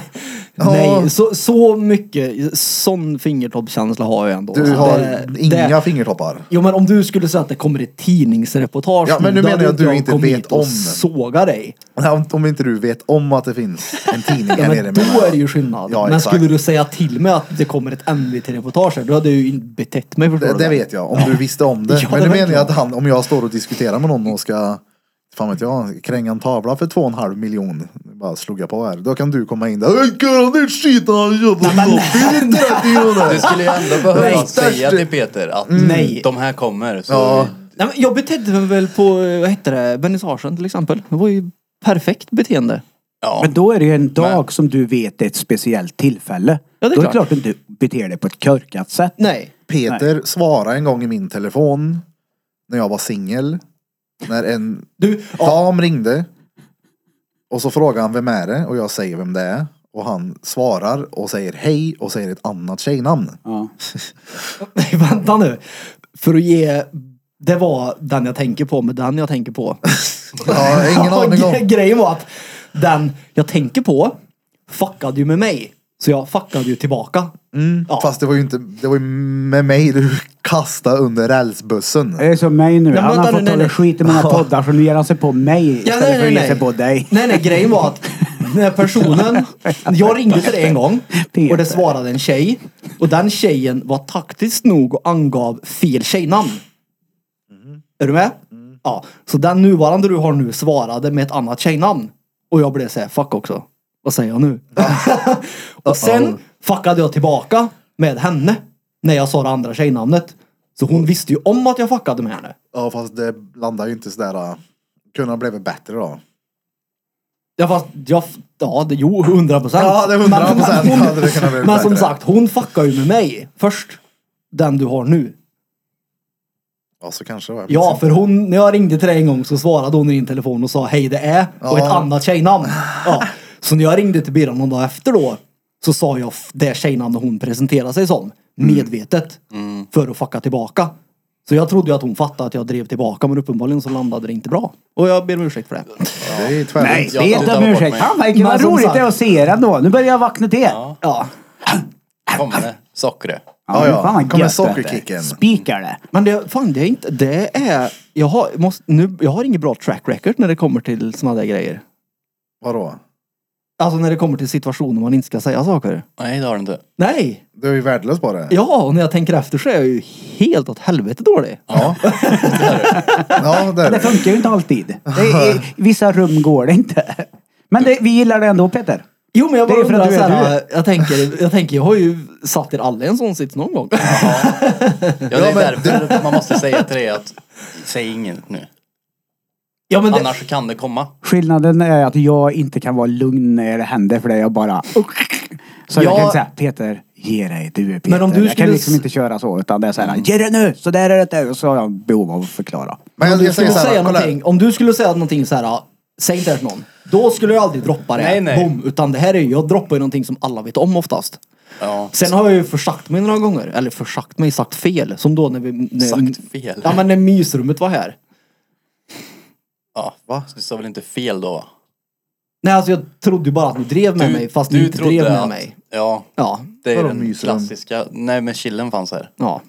Speaker 1: Ja.
Speaker 2: nej så, så mycket, sån fingertoppskänsla har jag ändå.
Speaker 1: Du
Speaker 2: Så
Speaker 1: har
Speaker 2: det-
Speaker 1: inga
Speaker 2: det-
Speaker 1: fingertoppar.
Speaker 2: Jo men om du skulle säga att det kommer ett tidningsreportage
Speaker 1: Ja, men nu
Speaker 2: då
Speaker 1: menar
Speaker 2: hade
Speaker 1: jag att du
Speaker 2: jag
Speaker 1: inte
Speaker 2: kommit
Speaker 1: vet
Speaker 2: hit och
Speaker 1: om.
Speaker 2: såga dig.
Speaker 1: Om, om inte du vet om att det finns en tidning
Speaker 2: Ja,
Speaker 1: här
Speaker 2: men
Speaker 1: nere. menar
Speaker 2: då
Speaker 1: jag.
Speaker 2: är det ju skillnad.
Speaker 1: Ja,
Speaker 2: men
Speaker 1: exakt.
Speaker 2: skulle du säga till mig att det kommer ett NVT-reportage här, då hade jag ju inte betett mig förstår
Speaker 1: Det,
Speaker 2: du.
Speaker 1: det vet jag, om du visste om det.
Speaker 2: Ja,
Speaker 1: men
Speaker 2: det
Speaker 1: nu
Speaker 2: vet
Speaker 1: menar jag
Speaker 2: jag.
Speaker 1: att han, om jag står och diskuterar med någon och ska, fan vet jag, kränga en tavla för två och en halv miljon. Bara slog jag på här. Då kan du komma in där. "Ey, Göran, din skit han jävla loppigt.
Speaker 4: Du skulle ju ändå behöva
Speaker 1: Nej,
Speaker 4: säga
Speaker 1: störst-
Speaker 4: till Peter att
Speaker 2: Nej.
Speaker 4: de här kommer. Så
Speaker 1: Ja.
Speaker 2: Nej, men jag betedde mig väl på, eh, vad heter det, vernissagen till exempel. Det var ju perfekt beteende.
Speaker 4: ja.
Speaker 3: Men då är det ju en dag som du vet är ett speciellt tillfälle.
Speaker 2: Ja, det är
Speaker 3: då är det
Speaker 2: klart.
Speaker 3: klart att du inte beter dig på ett korkat sätt.
Speaker 2: Nej.
Speaker 1: Peter svarade en gång i min telefon när jag var singel. När en
Speaker 2: Du, ja,
Speaker 1: dam ringde. Och så frågade han vem är det och jag säger vem det är. Och han svarar och säger hej och säger ett annat tjejnamn.
Speaker 3: Ja.
Speaker 2: nej, vänta nu. För att ge, det var den jag tänker på med den jag tänker på.
Speaker 1: Jag har ingen
Speaker 2: Ja,
Speaker 1: aning
Speaker 2: gre-
Speaker 1: om.
Speaker 2: Grejen var att den jag tänker på fuckade ju med mig. Så jag fuckade ju tillbaka. Ja.
Speaker 1: Fast det var ju inte, det var ju med mig du kastade under rälsbussen.
Speaker 3: Det är som mig nu.
Speaker 2: men
Speaker 3: han har
Speaker 2: vänta nu,
Speaker 3: fått
Speaker 2: nej,
Speaker 3: hålla
Speaker 2: nej.
Speaker 3: skit i mina poddar så nu ger han sig på mig istället för att ge sig på dig.
Speaker 2: nej, nej, grejen var att den här personen, jag ringde till dig en gång och
Speaker 3: Peter.
Speaker 2: det svarade en tjej. Och den tjejen var taktiskt nog och angav fel tjejnamn. Är du med?
Speaker 3: Mm.
Speaker 2: Ja, så den nuvarande du har nu svarade med ett annat tjejnamn. Och jag blev såhär, fuck också. Vad säger jag nu? och sen fuckade jag tillbaka med henne. När jag sa det andra tjejnamnet. Så hon visste ju om att jag fuckade med henne.
Speaker 1: Ja fast det landar ju inte sådär. äh, Kunde ha blivit bättre då.
Speaker 2: Ja fast, ja, f- ja det, jo 100 procent.
Speaker 1: Ja, det är 100% hade det kunnat bli
Speaker 2: Men som
Speaker 1: bättre.
Speaker 2: sagt, hon fuckar ju med mig först. Den du har nu.
Speaker 1: Ja så kanske det var.
Speaker 2: Ja, för hon, när jag ringde till dig en gång så svarade hon i din telefon och sa hej det är och ett
Speaker 1: Ja.
Speaker 2: annat tjejnamn. Ja. Så när jag ringde till Birra någon dag efter då så sa
Speaker 1: Mm.
Speaker 2: jag f- det tjejnamn hon presenterade sig som medvetet för att fucka tillbaka.
Speaker 5: Så jag trodde ju att hon fattade att jag drev tillbaka men uppenbarligen så landade det inte bra. Och jag ber om ursäkt för det.
Speaker 1: Det är tvärtom.
Speaker 3: Nej,
Speaker 1: Nej.
Speaker 3: det är
Speaker 4: du
Speaker 3: inte om
Speaker 4: tar bort
Speaker 3: ursäkt.
Speaker 4: mig.
Speaker 3: Fan vilken-
Speaker 5: Men
Speaker 3: vad
Speaker 5: som
Speaker 3: roligt
Speaker 5: sagt-
Speaker 3: det är att se er ändå. Nu börjar jag vakna till. Ja,
Speaker 5: Ja.
Speaker 4: Kommer det? Sockret.
Speaker 1: Ja, ja.
Speaker 3: fan vad
Speaker 1: Kommer
Speaker 3: gött det är.
Speaker 1: sockerkicken.
Speaker 3: Spikar det.
Speaker 2: Men det, fan det är inte, det är, jag har, måste, nu, jag har ingen bra track record när det kommer till såna där grejer.
Speaker 1: Vadå?
Speaker 2: Alltså när det kommer till situationer man inte ska säga saker.
Speaker 4: Nej det har du inte.
Speaker 2: Nej!
Speaker 1: Du är ju värdelös på det.
Speaker 2: Ja, och när jag tänker efter så är jag ju helt åt helvete dålig.
Speaker 1: Ja. ja, det är
Speaker 3: Det
Speaker 1: det.
Speaker 3: funkar ju inte alltid. Det är, I vissa rum går det inte. Men det, vi gillar det ändå Peter.
Speaker 2: Jo men jag
Speaker 3: Det är
Speaker 2: bara
Speaker 3: för att
Speaker 2: undrar
Speaker 3: du är
Speaker 2: såhär, jag tänker, jag tänker, jag har ju satt er alla i en sån sits någon gång.
Speaker 4: Ja, det är därför man måste säga till dig att säg inget nu.
Speaker 2: Ja men det,
Speaker 4: Annars så kan det komma.
Speaker 3: Skillnaden är att jag inte kan vara lugn när det händer för det är jag bara... Så jag
Speaker 2: Ja.
Speaker 3: kan inte säga Peter, ge dig, du är Peter.
Speaker 2: Men om du
Speaker 3: jag kan
Speaker 2: skulle
Speaker 3: liksom
Speaker 2: s-
Speaker 3: inte köra så utan det är såhär, ge dig nu! Så där är det där. Och så har jag behov av att förklara.
Speaker 1: Men jag, jag
Speaker 2: skulle
Speaker 1: säger så
Speaker 2: du säga
Speaker 1: här, kolla här.
Speaker 2: någonting, om du skulle säga någonting så här, ja, säg inte det här till någon. Då skulle jag aldrig droppa det.
Speaker 4: Nej, nej.
Speaker 2: Boom. Utan det här är ju, jag droppar ju någonting som alla vet om oftast.
Speaker 4: Ja.
Speaker 2: Sen har jag ju försagt mig några gånger. Eller försagt mig, sagt fel. Som då när vi... När,
Speaker 4: Sagt fel.
Speaker 2: Ja men när mysrummet var här.
Speaker 4: Ja. Va? Du sa väl inte fel då?
Speaker 2: Nej alltså jag trodde ju bara att ni drev med mig fast ni inte drev med mig.
Speaker 4: Ja.
Speaker 2: Ja.
Speaker 4: Det är
Speaker 1: Vadå
Speaker 4: den
Speaker 1: mysrum?
Speaker 4: klassiska. Nej men chillen fanns här.
Speaker 2: Ja.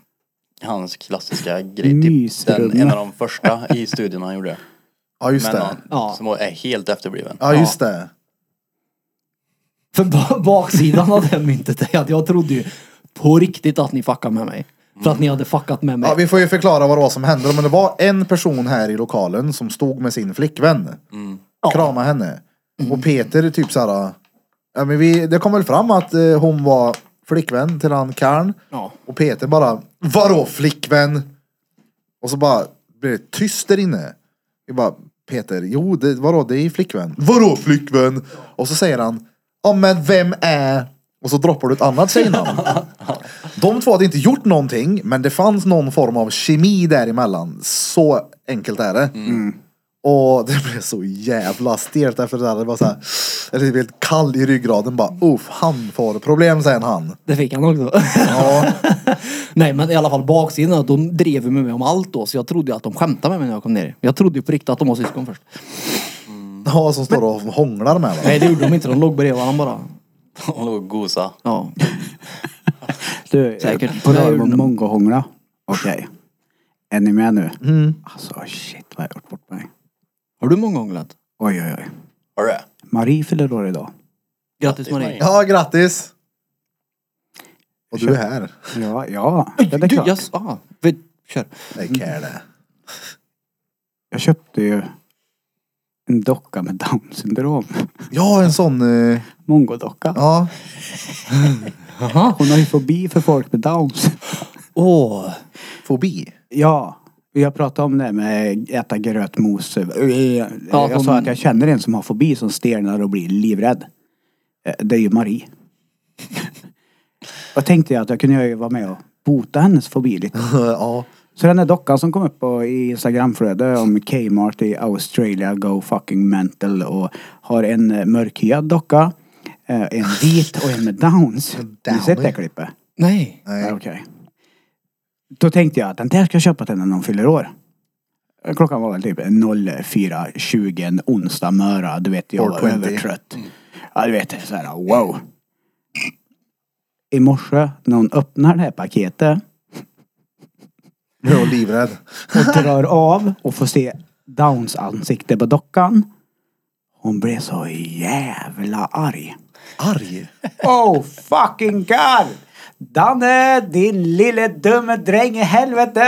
Speaker 4: Hans klassiska grej. Typ
Speaker 3: Mysrum.
Speaker 4: den, en av de första i studion han gjorde.
Speaker 1: Ja, just
Speaker 4: Men
Speaker 1: det.
Speaker 4: han,
Speaker 2: Ja.
Speaker 4: som är helt efterbliven.
Speaker 1: Ja, just det.
Speaker 2: För ba- baksidan av det myntet är att jag trodde ju på riktigt att ni fuckade med mig. För att ni hade fuckat med mig.
Speaker 1: Ja, vi får ju förklara vad det var som hände. Men det var en person här i lokalen som stod med sin flickvän. Krama henne. Och Peter är typ så här. Ja, men vi, det kom väl fram att eh, hon var flickvän till han Karn.
Speaker 2: Ja.
Speaker 1: Och Peter bara, vadå flickvän? Och så bara blir det tyst där inne. Vi bara, Peter, jo, det, vadå, det är flickvän. Vadå flickvän? Och så säger han, ja men vem är... Och så droppar du ett annat tjejnamn. De två hade inte gjort någonting, men det fanns någon form av kemi däremellan. Så enkelt är det.
Speaker 3: Mm.
Speaker 1: Och det blev så jävla stelt efter det där. Det var så här, jag blev helt kall i ryggraden bara. Uff, han får problem sen han.
Speaker 2: Det fick han också. Nej men i alla fall baksidan, de drev ju med mig om allt då. Så jag trodde ju att de skämtade med mig när jag kom ner. Jag trodde ju på riktigt att de var syskon först.
Speaker 1: Ja, som står och hånglar med varandra.
Speaker 2: Nej det gjorde de inte, de låg bredvid varandra bara.
Speaker 4: Hon låg och gosa.
Speaker 2: Ja.
Speaker 3: Du, eh,
Speaker 2: Säkert.
Speaker 3: på tal
Speaker 2: Nej,
Speaker 3: om
Speaker 2: men-
Speaker 3: mongohångla. Okej. Är ni med nu?
Speaker 2: Mm.
Speaker 3: Alltså shit vad jag har gjort bort mig.
Speaker 2: Har du många hånglat?
Speaker 3: Oj oj oj.
Speaker 4: Har du det?
Speaker 3: Marie fyller år idag.
Speaker 2: Grattis
Speaker 4: Grattis,
Speaker 2: Marie.
Speaker 1: Ja, grattis! Och du är här.
Speaker 3: Ja, ja. Det är
Speaker 2: Du,
Speaker 3: klart.
Speaker 2: jag, ah, vi, kör.
Speaker 1: Nej,
Speaker 3: Mm.
Speaker 1: Kalle.
Speaker 3: Jag köpte ju en docka med down syndrom.
Speaker 1: Ja, en sån... eh,
Speaker 3: Mongodocka.
Speaker 1: ja.
Speaker 3: Hon har ju fobi för folk med downs.
Speaker 2: Åh.
Speaker 1: Fobi.
Speaker 3: Ja. Vi har pratat om det med äta grötmos. Eh,
Speaker 2: Ja,
Speaker 3: Jag sa att jag känner en som har fobi som stelnar och blir livrädd. Eh, Det är ju Marie. Jag tänkte att jag kunde ju vara med och bota hennes fobi lite.
Speaker 1: ja.
Speaker 3: Så den där dockan som kom upp på i Instagramflödet om Kmart i Australia Go fucking mental och har en eh, mörkhyad docka, eh, en vit och en med downs. Har Ni sett det klippet?
Speaker 2: Nej.
Speaker 1: Nej.
Speaker 3: Okej. Då tänkte jag att den där ska jag köpa till henne när hon fyller år. Klockan var väl typ 04.20 en onsdag möra. Du vet, jag var
Speaker 1: 420.
Speaker 3: övertrött. Ja, du vet, så här, wow. I morse när hon öppnar det här paketet
Speaker 1: Nu är jag livrädd.
Speaker 3: och drar av och får se Downs ansikte på dockan. Hon blev så jävla arg.
Speaker 1: Arg.
Speaker 3: Oh fucking god! Danne, din lille dumme dräng i helvete!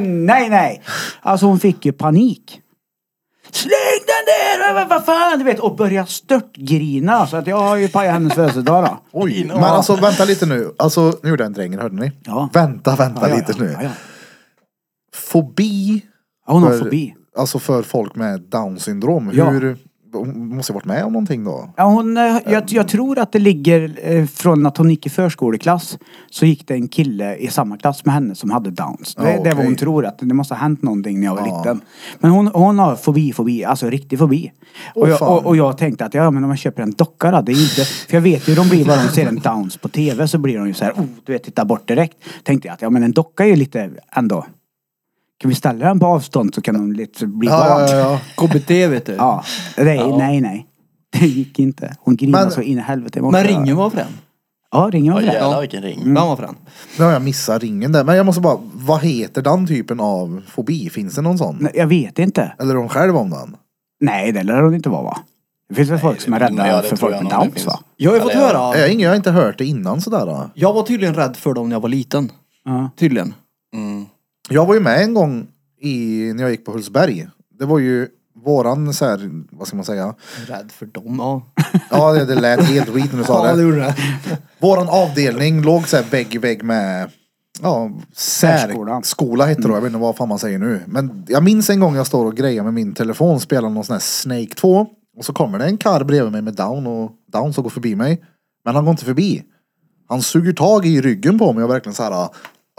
Speaker 3: Nej, nej! Alltså hon fick ju panik. Släng den där! Vad- Vad fan! Du vet, och började störtgrina. Så att jag har ju pajat hennes födelsedag då.
Speaker 1: Oj. Men alltså vänta lite nu. Alltså, nu är den drängen, hörde ni?
Speaker 3: Ja.
Speaker 1: Vänta, vänta
Speaker 3: Ja, ja,
Speaker 1: lite nu.
Speaker 3: ja, ja.
Speaker 1: Fobi.
Speaker 3: Ja, hon har
Speaker 1: för-
Speaker 3: fobi.
Speaker 1: Alltså för folk med down syndrom.
Speaker 3: Ja.
Speaker 1: Hur... Hon måste ju varit med om någonting då.
Speaker 3: Ja, hon, eh, jag,
Speaker 1: Ehm.
Speaker 3: jag tror att det ligger eh, från att hon gick i förskoleklass så gick det en kille i samma klass med henne som hade downs. Det,
Speaker 1: Ja,
Speaker 3: det är vad
Speaker 1: okej.
Speaker 3: hon tror att det måste ha hänt någonting när jag var
Speaker 1: Ja.
Speaker 3: liten. Men hon, hon har fobi, fobi, alltså riktig fobi.
Speaker 1: Åh,
Speaker 3: och, jag,
Speaker 1: fan.
Speaker 3: och, och jag tänkte att ja men om man köper en docka då, det är ju inte... För jag vet ju hur de blir bara de ser en downs på tv så blir de ju så här, oh, du vet titta bort direkt. Tänkte jag att ja men en docka är ju lite ändå Kan vi ställa den på avstånd så kan de lite bli
Speaker 1: Ja,
Speaker 3: vag.
Speaker 1: ja, ja.
Speaker 2: KBT vet du.
Speaker 3: Ja. Nej, nej, nej. Det gick inte. Hon grinade
Speaker 1: Men-
Speaker 3: så in i helvete. i morse.
Speaker 2: Men ringen var frän.
Speaker 3: Ja, ringen var
Speaker 4: Ja,
Speaker 3: det.
Speaker 4: jävlar vilken ring.
Speaker 2: Den var frän.
Speaker 1: Nu har jag missat ringen där. Men jag måste bara, vad heter den typen av fobi? Finns det någon sån?
Speaker 3: Nej, Jag vet inte.
Speaker 1: Eller är de själva om den?
Speaker 3: Nej, det lär hon inte vara va? Det finns väl folk som är
Speaker 4: det- men ja,
Speaker 3: rädda
Speaker 4: det
Speaker 3: för
Speaker 4: tror
Speaker 3: folk med
Speaker 4: nog det
Speaker 3: Downs
Speaker 4: finns.
Speaker 3: va?
Speaker 2: Jag har ju fått
Speaker 4: Eller, ja.
Speaker 1: Jag, har
Speaker 2: höra.
Speaker 1: ingen, jag har inte hört det innan sådär. då.
Speaker 2: Jag var tydligen rädd för dem när jag var liten.
Speaker 3: Ja.
Speaker 2: Tydligen.
Speaker 4: Mm.
Speaker 1: Jag var ju med en gång i, när jag gick på Hultsberg. Det var ju våran så här, vad ska man säga?
Speaker 2: Rädd för dem, ja.
Speaker 1: Ja, det, det lät helt skit när du sa det. Våran avdelning låg så här vägg i vägg med Ja,
Speaker 3: Särskolan.
Speaker 1: särskola hette det då. Jag vet inte vad fan man säger nu. Men jag minns en gång jag står och grejer med min telefon, spelar någon sån här Snake 2. Och så kommer det en karl bredvid mig med down och down som går förbi mig. Men han går inte förbi. Han suger tag i ryggen på mig och verkligen så här.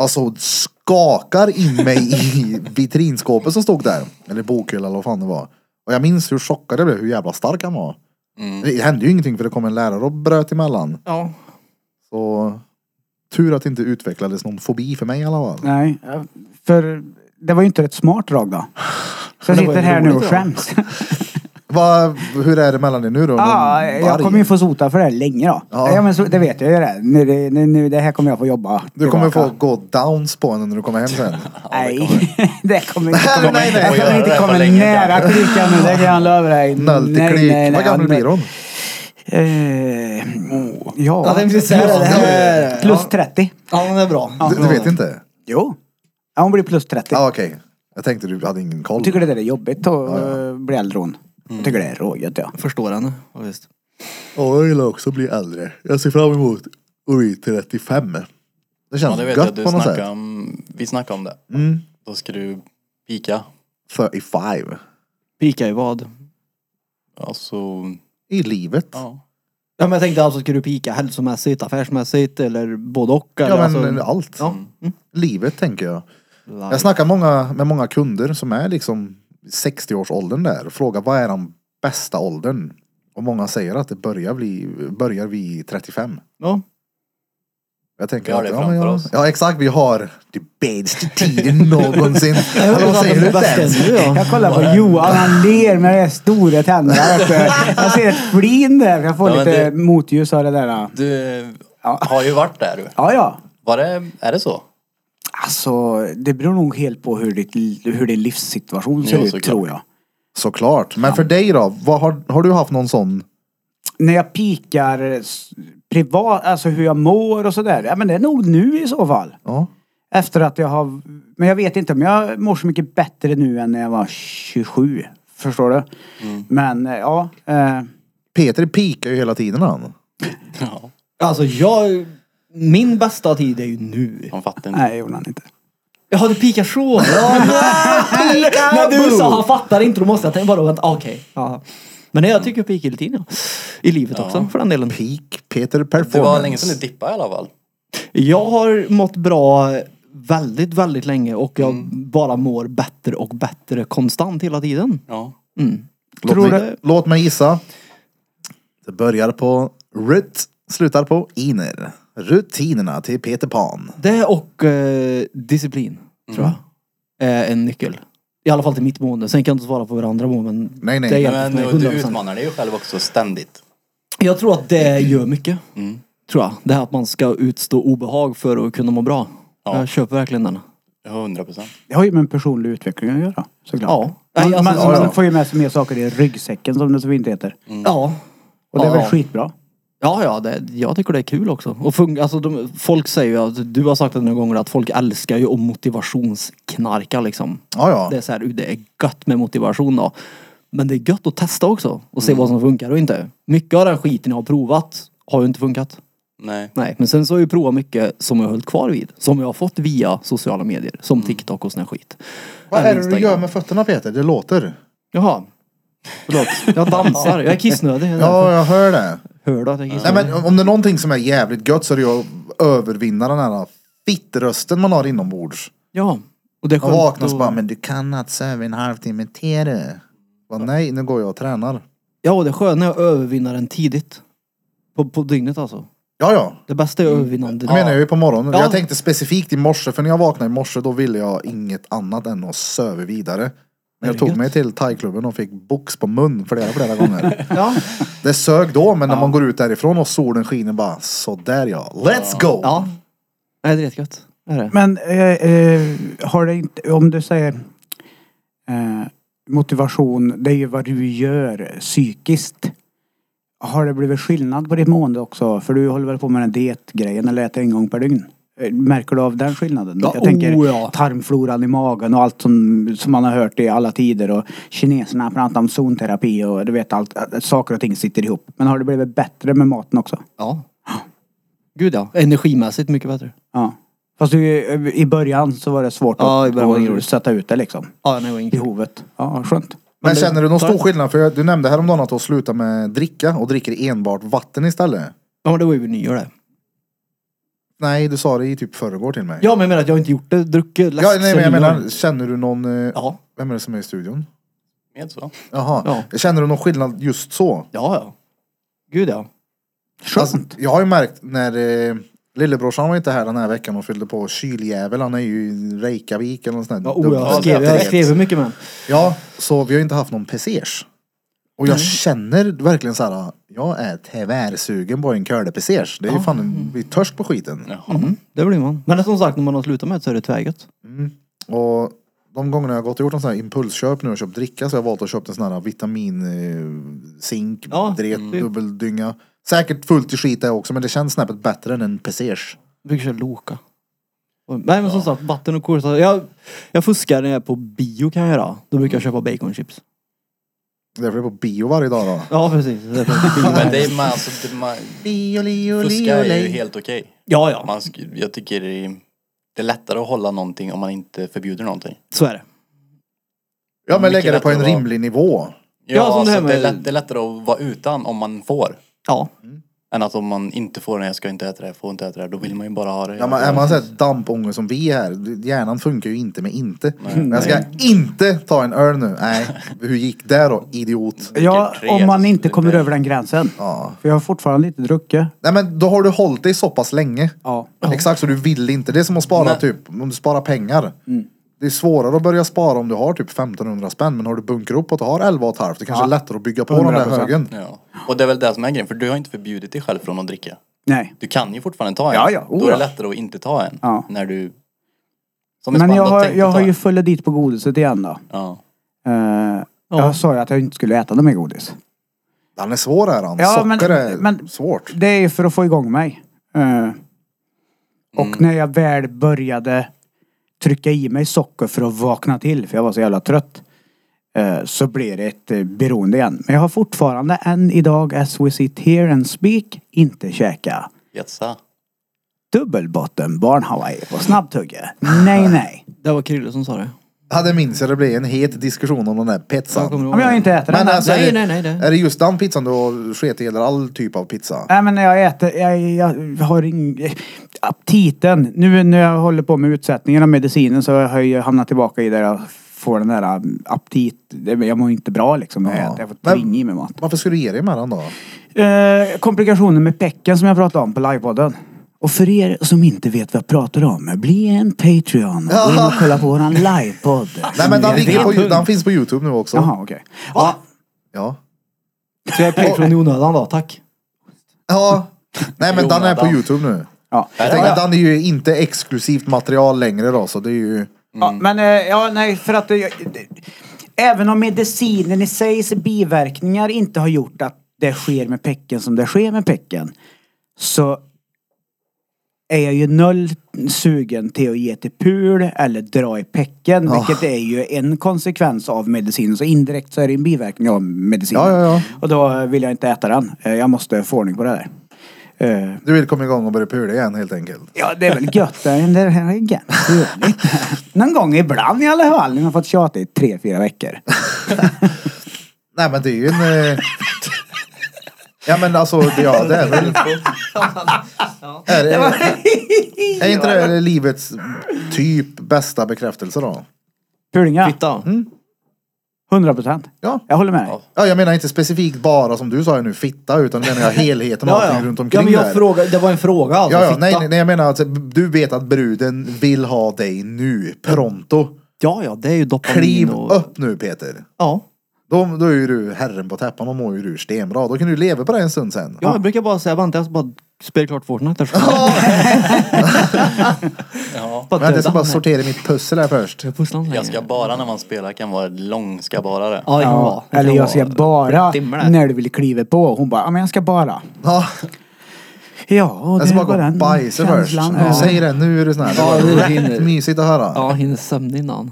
Speaker 1: Alltså skakar in mig i vitrinskåpet som stod där. Eller bokhyllan eller vad fan det var. Och jag minns hur chockad jag blev, hur jävla stark han var. Det hände ju ingenting för det kom en lärare och bröt emellan.
Speaker 2: Ja.
Speaker 1: Så tur att det inte utvecklades någon fobi för mig i alla fall.
Speaker 3: Nej, ja, för det var ju inte ett smart drag då. Så jag
Speaker 2: Men det var
Speaker 3: sitter
Speaker 2: ju
Speaker 3: här nu
Speaker 2: roligt
Speaker 3: och
Speaker 2: då.
Speaker 3: skäms.
Speaker 1: Va, hur är det mellan er nu då?
Speaker 3: Ja,
Speaker 1: Någon
Speaker 3: Ah, jag
Speaker 1: varg?
Speaker 3: kommer ju få sota för det här länge då.
Speaker 1: Ja.
Speaker 3: Ja, men så, det vet jag ju det. Nu, det- nu, nu, det här kommer jag få jobba
Speaker 1: Du kommer få
Speaker 3: tillbaka.
Speaker 1: gå downs på henne när du kommer hem sen.
Speaker 3: Nej, det kommer inte
Speaker 1: Nej,
Speaker 3: komma.
Speaker 1: nej, nej.
Speaker 3: Jag
Speaker 4: Får
Speaker 3: kommer
Speaker 4: göra
Speaker 3: inte
Speaker 4: det
Speaker 3: komma
Speaker 4: för länge,
Speaker 3: nära
Speaker 4: kanske.
Speaker 3: klykan nu. Det kan jag lova dig.
Speaker 1: Nölteklik. Vad gammal blir hon?
Speaker 3: Eh,
Speaker 2: Ja,
Speaker 3: ja,
Speaker 2: det är precis det.
Speaker 3: Plus-
Speaker 2: Ja.
Speaker 3: plus 30.
Speaker 2: Ja, den är bra.
Speaker 1: Du, du
Speaker 3: Alltså,
Speaker 1: vet inte?
Speaker 3: Jo. Ja, hon blir plus 30.
Speaker 1: Ja, okej. Jag tänkte du hade ingen koll.
Speaker 3: Jag tycker det där är jobbigt att eh, bli äldre hon. Jag tycker det är rågött ja.
Speaker 2: Förstår henne. Ja, visst.
Speaker 1: Ja, jag vill också bli äldre. Jag ser fram emot att bli 35. Det
Speaker 4: Ja,
Speaker 1: känns
Speaker 4: det vet jag.
Speaker 1: gött
Speaker 4: Du
Speaker 1: på något
Speaker 4: snackade
Speaker 1: sätt.
Speaker 4: om, vi snackade om det.
Speaker 1: Mm.
Speaker 4: Då ska du pika.
Speaker 1: 35.
Speaker 2: Pika i vad?
Speaker 4: Alltså,
Speaker 1: I livet. Ja,
Speaker 4: ja.
Speaker 2: Ja, men jag tänkte alltså, ska du pika hälsomässigt, affärsmässigt eller både och? Eller,
Speaker 1: men
Speaker 2: alltså,
Speaker 1: allt.
Speaker 2: ja. Mm.
Speaker 1: Livet tänker jag.
Speaker 2: Live.
Speaker 1: Jag snackar många, med många kunder som är liksom 60-årsåldern där och frågar vad är den bästa åldern? Och många säger att det börjar, bli, börjar vid 35.
Speaker 2: Ja.
Speaker 1: Jag tänker
Speaker 4: Vi har
Speaker 1: att,
Speaker 4: det
Speaker 1: ja, men
Speaker 4: framför
Speaker 1: ja,
Speaker 4: oss.
Speaker 1: ja exakt, vi har den bästa tiden någonsin. Eller vad säger du
Speaker 2: Bäst
Speaker 1: Dennis?
Speaker 2: ändå, ja.
Speaker 3: Jag kollar på Johan, han ler med de här stora tänderna. där uppe. Jag ser ett flin där, för jag får
Speaker 4: Ja, men
Speaker 3: lite
Speaker 4: det-
Speaker 3: motljus av det där. Ja,
Speaker 4: Du har ju varit där du.
Speaker 3: ja.
Speaker 4: Var det, är det så?
Speaker 3: Alltså, det beror nog helt på hur, ditt, hur din livssituation ser
Speaker 4: Jo,
Speaker 3: ut,
Speaker 4: såklart.
Speaker 3: tror jag.
Speaker 1: Såklart. Men för dig då? Vad har, har du haft någon sån?
Speaker 3: När jag pikar eh, s- privat, alltså hur jag mår och sådär. Ja, men det är nog nu i så fall.
Speaker 1: Ja.
Speaker 3: Efter att jag har... Men jag vet inte om jag mår så mycket bättre nu än när jag var 27. Förstår du? Men eh, ja. Eh,
Speaker 1: Peter pikar ju hela tiden han.
Speaker 4: Ja.
Speaker 2: Alltså jag... Min bästa tid är ju nu.
Speaker 4: Man fattar inte.
Speaker 3: nej, det gjorde han inte.
Speaker 2: Jaha, du pikar så. Ja, När du sa han fattar inte, då måste jag tänka bara vänta, ah, okej. Ja. Men jag tycker pika hela tiden. ja. I livet också för den delen.
Speaker 1: Peak Peter
Speaker 4: Det
Speaker 1: Performance.
Speaker 4: var länge sedan du dippade i alla fall.
Speaker 2: Jag har mått bra väldigt, väldigt länge och jag bara mår bättre och bättre konstant hela tiden.
Speaker 4: Ja.
Speaker 1: låt,
Speaker 3: Tror
Speaker 1: mig,
Speaker 3: du-
Speaker 1: låt mig gissa. Det börjar på rut, slutar på iner. Rutinerna till Peter Pan.
Speaker 2: Det och eh, disciplin, tror jag, är en nyckel. I alla fall till mitt mående. Sen kan jag inte svara på hur andra mår, men
Speaker 1: Nej, nej.
Speaker 2: det hjälper
Speaker 4: Men
Speaker 2: mig
Speaker 4: och du
Speaker 2: 100%.
Speaker 4: utmanar dig ju själv också ständigt.
Speaker 2: Jag tror att det gör mycket. Tror jag. Det här att man ska utstå obehag för att kunna må bra.
Speaker 4: Ja.
Speaker 2: Jag köper verkligen den.
Speaker 4: Ja, 100 procent.
Speaker 3: Det har ju med en personlig utveckling att göra. Såklart.
Speaker 2: Ja.
Speaker 3: Man,
Speaker 2: Nej, alltså,
Speaker 3: man,
Speaker 2: ja,
Speaker 3: man
Speaker 2: ja.
Speaker 3: får ju med sig mer saker i ryggsäcken som det så fint heter.
Speaker 2: Ja.
Speaker 3: Och det är
Speaker 2: Ja,
Speaker 3: väl
Speaker 2: ja.
Speaker 3: skitbra.
Speaker 2: Ja, ja, det, jag tycker det är kul också. Och fun- alltså, de, folk säger ju, att, du har sagt det några gånger, att folk älskar ju att motivationsknarka liksom.
Speaker 1: Ja, ja.
Speaker 2: Det är så här, "Uh, det är gött med motivation då. Men det är gött att testa också och se vad som funkar och inte. Mycket av den skiten jag har provat har ju inte funkat.
Speaker 4: Nej.
Speaker 2: Nej, men sen så har jag ju provat mycket som jag har hållit kvar vid. Som jag har fått via sociala medier. Som TikTok och sån här skit.
Speaker 1: Vad är
Speaker 2: Även
Speaker 1: det du
Speaker 2: Instagram.
Speaker 1: gör med fötterna Peter? Det låter.
Speaker 2: Jaha. Förlåt. Jag dansar. Jag är kissnödig.
Speaker 1: Ja, jag hör det.
Speaker 2: Hör du att jag är
Speaker 1: Nej,
Speaker 2: kissnödig?
Speaker 1: men om det är någonting som är jävligt gött så är det ju att övervinna den här fittrösten man har inombords.
Speaker 2: Ja. Och det är
Speaker 1: Man
Speaker 2: skönt
Speaker 1: vaknar och så
Speaker 2: att-
Speaker 1: bara, men du kan att sova en halvtimme till du. Bara, nej, nu går jag och tränar.
Speaker 2: Ja, och det sköna är att övervinna den tidigt. På, på dygnet alltså.
Speaker 1: Ja, ja.
Speaker 2: Det bästa är övervinnande.
Speaker 1: Det Mm. menar jag ju på morgonen.
Speaker 2: Ja.
Speaker 1: Jag tänkte specifikt i morse, för när jag vaknade i morse då ville jag inget annat än att söva vidare. Men jag tog mig till thaiklubben och fick box på mun flera, flera gånger.
Speaker 2: Ja.
Speaker 1: Det sög då, men när man går ut därifrån och solen skiner bara, sådär ja. Let's go!
Speaker 2: ja. Nej, det är rätt gött. Det är det.
Speaker 3: Men eh, eh, har det inte, om du säger eh, motivation, det är ju vad du gör psykiskt. Har det blivit skillnad på ditt mående också? För du håller väl på med den dietgrejen eller äter en gång per dygn? Eh, Märker du av den skillnaden?
Speaker 5: Ja,
Speaker 3: Jag tänker
Speaker 5: oh, ja.
Speaker 3: tarmfloran i magen och allt som, som man har hört i alla tider och kineserna pratar om zonterapi och du vet allt, att saker och ting sitter ihop. Men har det blivit bättre med maten också?
Speaker 2: Ja. Gud ja. Energimässigt mycket bättre.
Speaker 3: Ja. Fast du, i början så var det svårt
Speaker 2: Ja, i
Speaker 3: att
Speaker 2: början var det
Speaker 3: att
Speaker 2: roligt.
Speaker 3: sätta ut det liksom.
Speaker 2: Ja, den är ingen kul.
Speaker 3: Behovet. Ja, skönt.
Speaker 1: Men känner du någon stor skillnad? För jag- du nämnde häromdagen att du har slutat med dricka och dricker enbart vatten istället.
Speaker 2: Ja, men det var ju vid nyår det.
Speaker 1: Nej, du sa det i typ förrgår till mig.
Speaker 2: Ja, men jag menar att jag har inte gjort det. Druckit läsk
Speaker 1: Ja, nej, men jag
Speaker 2: sen nyår.
Speaker 1: menar, känner du någon... eh,
Speaker 2: Ja.
Speaker 1: Vem är det som är i studion?
Speaker 4: Med så.
Speaker 1: Jaha. Känner du någon skillnad just så?
Speaker 2: Ja, ja. Gud ja.
Speaker 1: Alltså, jag har ju märkt när eh, lillebrorsan var inte här den här veckan och fyllde på kyljävel. Han är ju i Reykjavik eller något sånt där.
Speaker 2: Ja, oh,
Speaker 1: Dubbel-
Speaker 2: jag skrev, jag skrev ju mycket med honom.
Speaker 1: Ja, så vi har ju inte haft någon pesers. Och jag känner verkligen så här. jag är tvärsugen på en kördepesers. Det är ju fan, en, vi är törst på skiten.
Speaker 4: Jaha.
Speaker 2: Mm, Det blir man. Men som sagt, när man har slutat med det så är det tvärgött.
Speaker 1: Och de gångerna jag har gått och gjort en sån här impulsköp nu och köpt dricka så har jag valt att köpa en sån här vitamin, eh, zink,
Speaker 2: Ja,
Speaker 1: dret,
Speaker 2: typ.
Speaker 1: dubbeldynga. Säkert fullt i skit det också men det känns snäppet bättre än en pesers.
Speaker 2: Brukar köra Loka. Och- Nej men som sagt, vatten och kolsyra. Jag, jag fuskar när jag är på bio kan jag göra. Då brukar jag köpa baconchips.
Speaker 1: Därför är jag på bio varje dag då.
Speaker 2: Ja precis. Det är på bio.
Speaker 4: Men det är man, alltså, det, man,
Speaker 1: Bio, lio,
Speaker 4: fuska
Speaker 1: lio,
Speaker 4: är ju
Speaker 1: lej.
Speaker 4: helt okej.
Speaker 2: ja ja,
Speaker 4: Man sk- Jag tycker det är, det är lättare att hålla någonting om man inte förbjuder någonting.
Speaker 2: så är det.
Speaker 1: Ja men lägga det
Speaker 4: Mycket
Speaker 1: på en
Speaker 4: lättare att
Speaker 1: rimlig nivå.
Speaker 4: Ja,
Speaker 2: Ja, som det här
Speaker 4: alltså, det, är
Speaker 2: med-
Speaker 4: lätt, det är lättare att vara utan om man får.
Speaker 2: Ja.
Speaker 4: Än att om man inte får det, jag ska inte äta det, jag får inte äta det, då vill man ju bara ha det.
Speaker 1: Ja, men är man såhär dampånger som vi är, hjärnan funkar ju inte med inte. Men jag ska inte ta en öl nu. Nej, hur gick det då idiot?
Speaker 3: Ja,
Speaker 4: tre,
Speaker 3: om man
Speaker 4: så
Speaker 3: inte
Speaker 4: det
Speaker 3: kommer
Speaker 4: blir-
Speaker 3: över den gränsen.
Speaker 1: Ja.
Speaker 3: För jag har fortfarande inte druckit.
Speaker 1: Nej men då har du hållit dig så pass länge.
Speaker 3: Ja.
Speaker 1: Exakt, så du vill inte. Det är som att spara
Speaker 4: Men-
Speaker 1: typ, om du sparar pengar.
Speaker 4: Mm.
Speaker 1: Det är svårare att börja spara om du har typ 1500 spänn. Men har du bunkrat upp och du har 11 och ett halvt, det kanske är lättare att bygga på den där
Speaker 3: 100%.
Speaker 1: högen.
Speaker 4: Ja. Och det är väl det som är grejen, för du har inte förbjudit dig själv från att dricka.
Speaker 3: Nej.
Speaker 4: Du kan ju fortfarande ta en.
Speaker 3: Ja, Oh, ja,
Speaker 4: Då är det
Speaker 3: oja.
Speaker 4: lättare att inte ta en.
Speaker 3: Ja.
Speaker 4: När du... Som
Speaker 3: Men jag
Speaker 4: ett band, då
Speaker 3: har,
Speaker 4: tänkte
Speaker 3: jag
Speaker 4: ta
Speaker 3: har ju
Speaker 4: en.
Speaker 3: följt dit på godiset igen då.
Speaker 4: Ja.
Speaker 3: Eh,
Speaker 2: Ja.
Speaker 3: Jag sa ju att jag inte skulle äta något mer godis.
Speaker 1: Den är svår är han.
Speaker 3: Ja, men-
Speaker 1: Socker är
Speaker 3: men-
Speaker 1: svårt.
Speaker 3: Det är ju för att få igång mig. Eh, och när jag väl började trycka i mig socker för att vakna till, för jag var så jävla trött. eh, Så blir det ett eh, beroende igen. Men jag har fortfarande än idag, as we sit here and speak, inte käka
Speaker 4: Jetsa.
Speaker 3: dubbelbotten barn Hawaii på snabbtugge. Nej, nej.
Speaker 2: Det var Krille som sa det.
Speaker 1: Ja, det minns jag. Det blev en het diskussion om den där
Speaker 2: Jag kommer
Speaker 1: pizzan.
Speaker 3: Om
Speaker 2: ihåg.
Speaker 3: jag
Speaker 2: det.
Speaker 3: inte äter den.
Speaker 1: Men
Speaker 3: här-
Speaker 1: alltså,
Speaker 2: nej,
Speaker 1: är det,
Speaker 2: nej, nej, det-
Speaker 1: Är det just den pizzan du har sket i eller all typ av pizza?
Speaker 3: Nej men när jag äter, jag, jag har ingen... Aptiten. Nu när jag håller på med utsättningen av medicinen så har jag ju hamnat tillbaka i där jag får den där um, aptit... Jag mår inte bra liksom när jag
Speaker 1: Ja.
Speaker 3: äter. Jag får
Speaker 1: Men-
Speaker 3: tvinga i mig mat.
Speaker 1: Varför ska du ge dig med den då?
Speaker 3: Eh, komplikationer med pecken som jag pratade om på livepodden. Och för er som inte vet vad jag pratar om, bli en Patreon och gå in och kolla på våran livepodd.
Speaker 1: Nej men den, ligger på, den finns på youtube nu också.
Speaker 3: Jaha, okej.
Speaker 2: Va?
Speaker 1: Ja.
Speaker 2: Så jag är Patreon i onödan då, tack.
Speaker 1: ja. Nej men den är på
Speaker 4: Jonathan.
Speaker 1: youtube nu.
Speaker 3: Ja.
Speaker 1: Jag tänker att den är ju inte exklusivt material längre då så det är ju...
Speaker 3: Ja,
Speaker 1: Mm.
Speaker 3: men eh, ja, nej, för att... eh, jag- det- även om medicinen i sig, biverkningar, inte har gjort att det sker med pecken som det sker med pecken. Så är jag ju noll sugen till att ge till pul eller dra i pecken.
Speaker 1: Ah.
Speaker 3: Vilket är ju en konsekvens av medicin. Så indirekt så är det en biverkning av medicinen.
Speaker 1: Ja, ja, ja.
Speaker 3: Och då vill jag inte äta den. Eh, Jag måste få ordning på det där. Eh,
Speaker 1: Du vill komma igång och börja pula igen helt enkelt.
Speaker 3: Ja, det är väl gött. Det här är ganska trevligt. Någon gång ibland i alla fall. Nu har jag fått tjata i tre, fyra veckor.
Speaker 1: Nej men det är ju en... eh, Ja men alltså, det- ja det är väl... Är, är, är inte det livets typ bästa bekräftelse då?
Speaker 3: Pulingar.
Speaker 2: Fitta.
Speaker 3: 100 procent.
Speaker 1: Ja.
Speaker 3: Jag håller med dig.
Speaker 4: Ja.
Speaker 1: Ja, jag menar inte specifikt bara som du sa nu, fitta, utan jag menar helheten och allting runt omkring
Speaker 5: ja, men
Speaker 1: där.
Speaker 5: jag fråga, Det var en fråga alltså.
Speaker 1: ja, ja,
Speaker 5: fitta.
Speaker 1: nej, nej, jag menar att du vet att bruden vill ha dig nu, pronto.
Speaker 2: Ja, ja, det är ju dopamin
Speaker 1: Kliv
Speaker 2: och...
Speaker 1: upp nu Peter.
Speaker 2: Ja.
Speaker 1: Då, då är ju du herren på täppan, då mår ju du stenbra. Då kan du leva på det en stund sen.
Speaker 2: ja, jag brukar bara säga Vante, jag ska bara spela klart Fortnite. där."
Speaker 4: Ja.
Speaker 2: bara
Speaker 1: Men jag
Speaker 2: döda
Speaker 1: ska bara
Speaker 2: han här.
Speaker 1: sortera mitt pussel här först.
Speaker 2: Jag pusslar inte
Speaker 4: Jag
Speaker 2: längre.
Speaker 4: ska bara när man spelar kan vara långskabarare.
Speaker 2: Ja, det kan vara.
Speaker 3: Ja,
Speaker 2: Det kan
Speaker 3: eller jag ska
Speaker 2: vara.
Speaker 3: bara
Speaker 2: timmar.
Speaker 3: när du vill kliva på. Hon bara, ja men jag ska bara.
Speaker 1: Ja,
Speaker 3: Ja, och
Speaker 1: jag
Speaker 3: det
Speaker 1: ska bara
Speaker 3: var
Speaker 1: gå och
Speaker 3: den
Speaker 1: bajsa först.
Speaker 3: känslan.
Speaker 1: Ja. Säg det, nu är du sån här.
Speaker 2: Ja,
Speaker 1: det
Speaker 2: nu
Speaker 1: var
Speaker 2: hinner.
Speaker 1: rätt mysigt att höra.
Speaker 2: Ja, hinner sömn innan.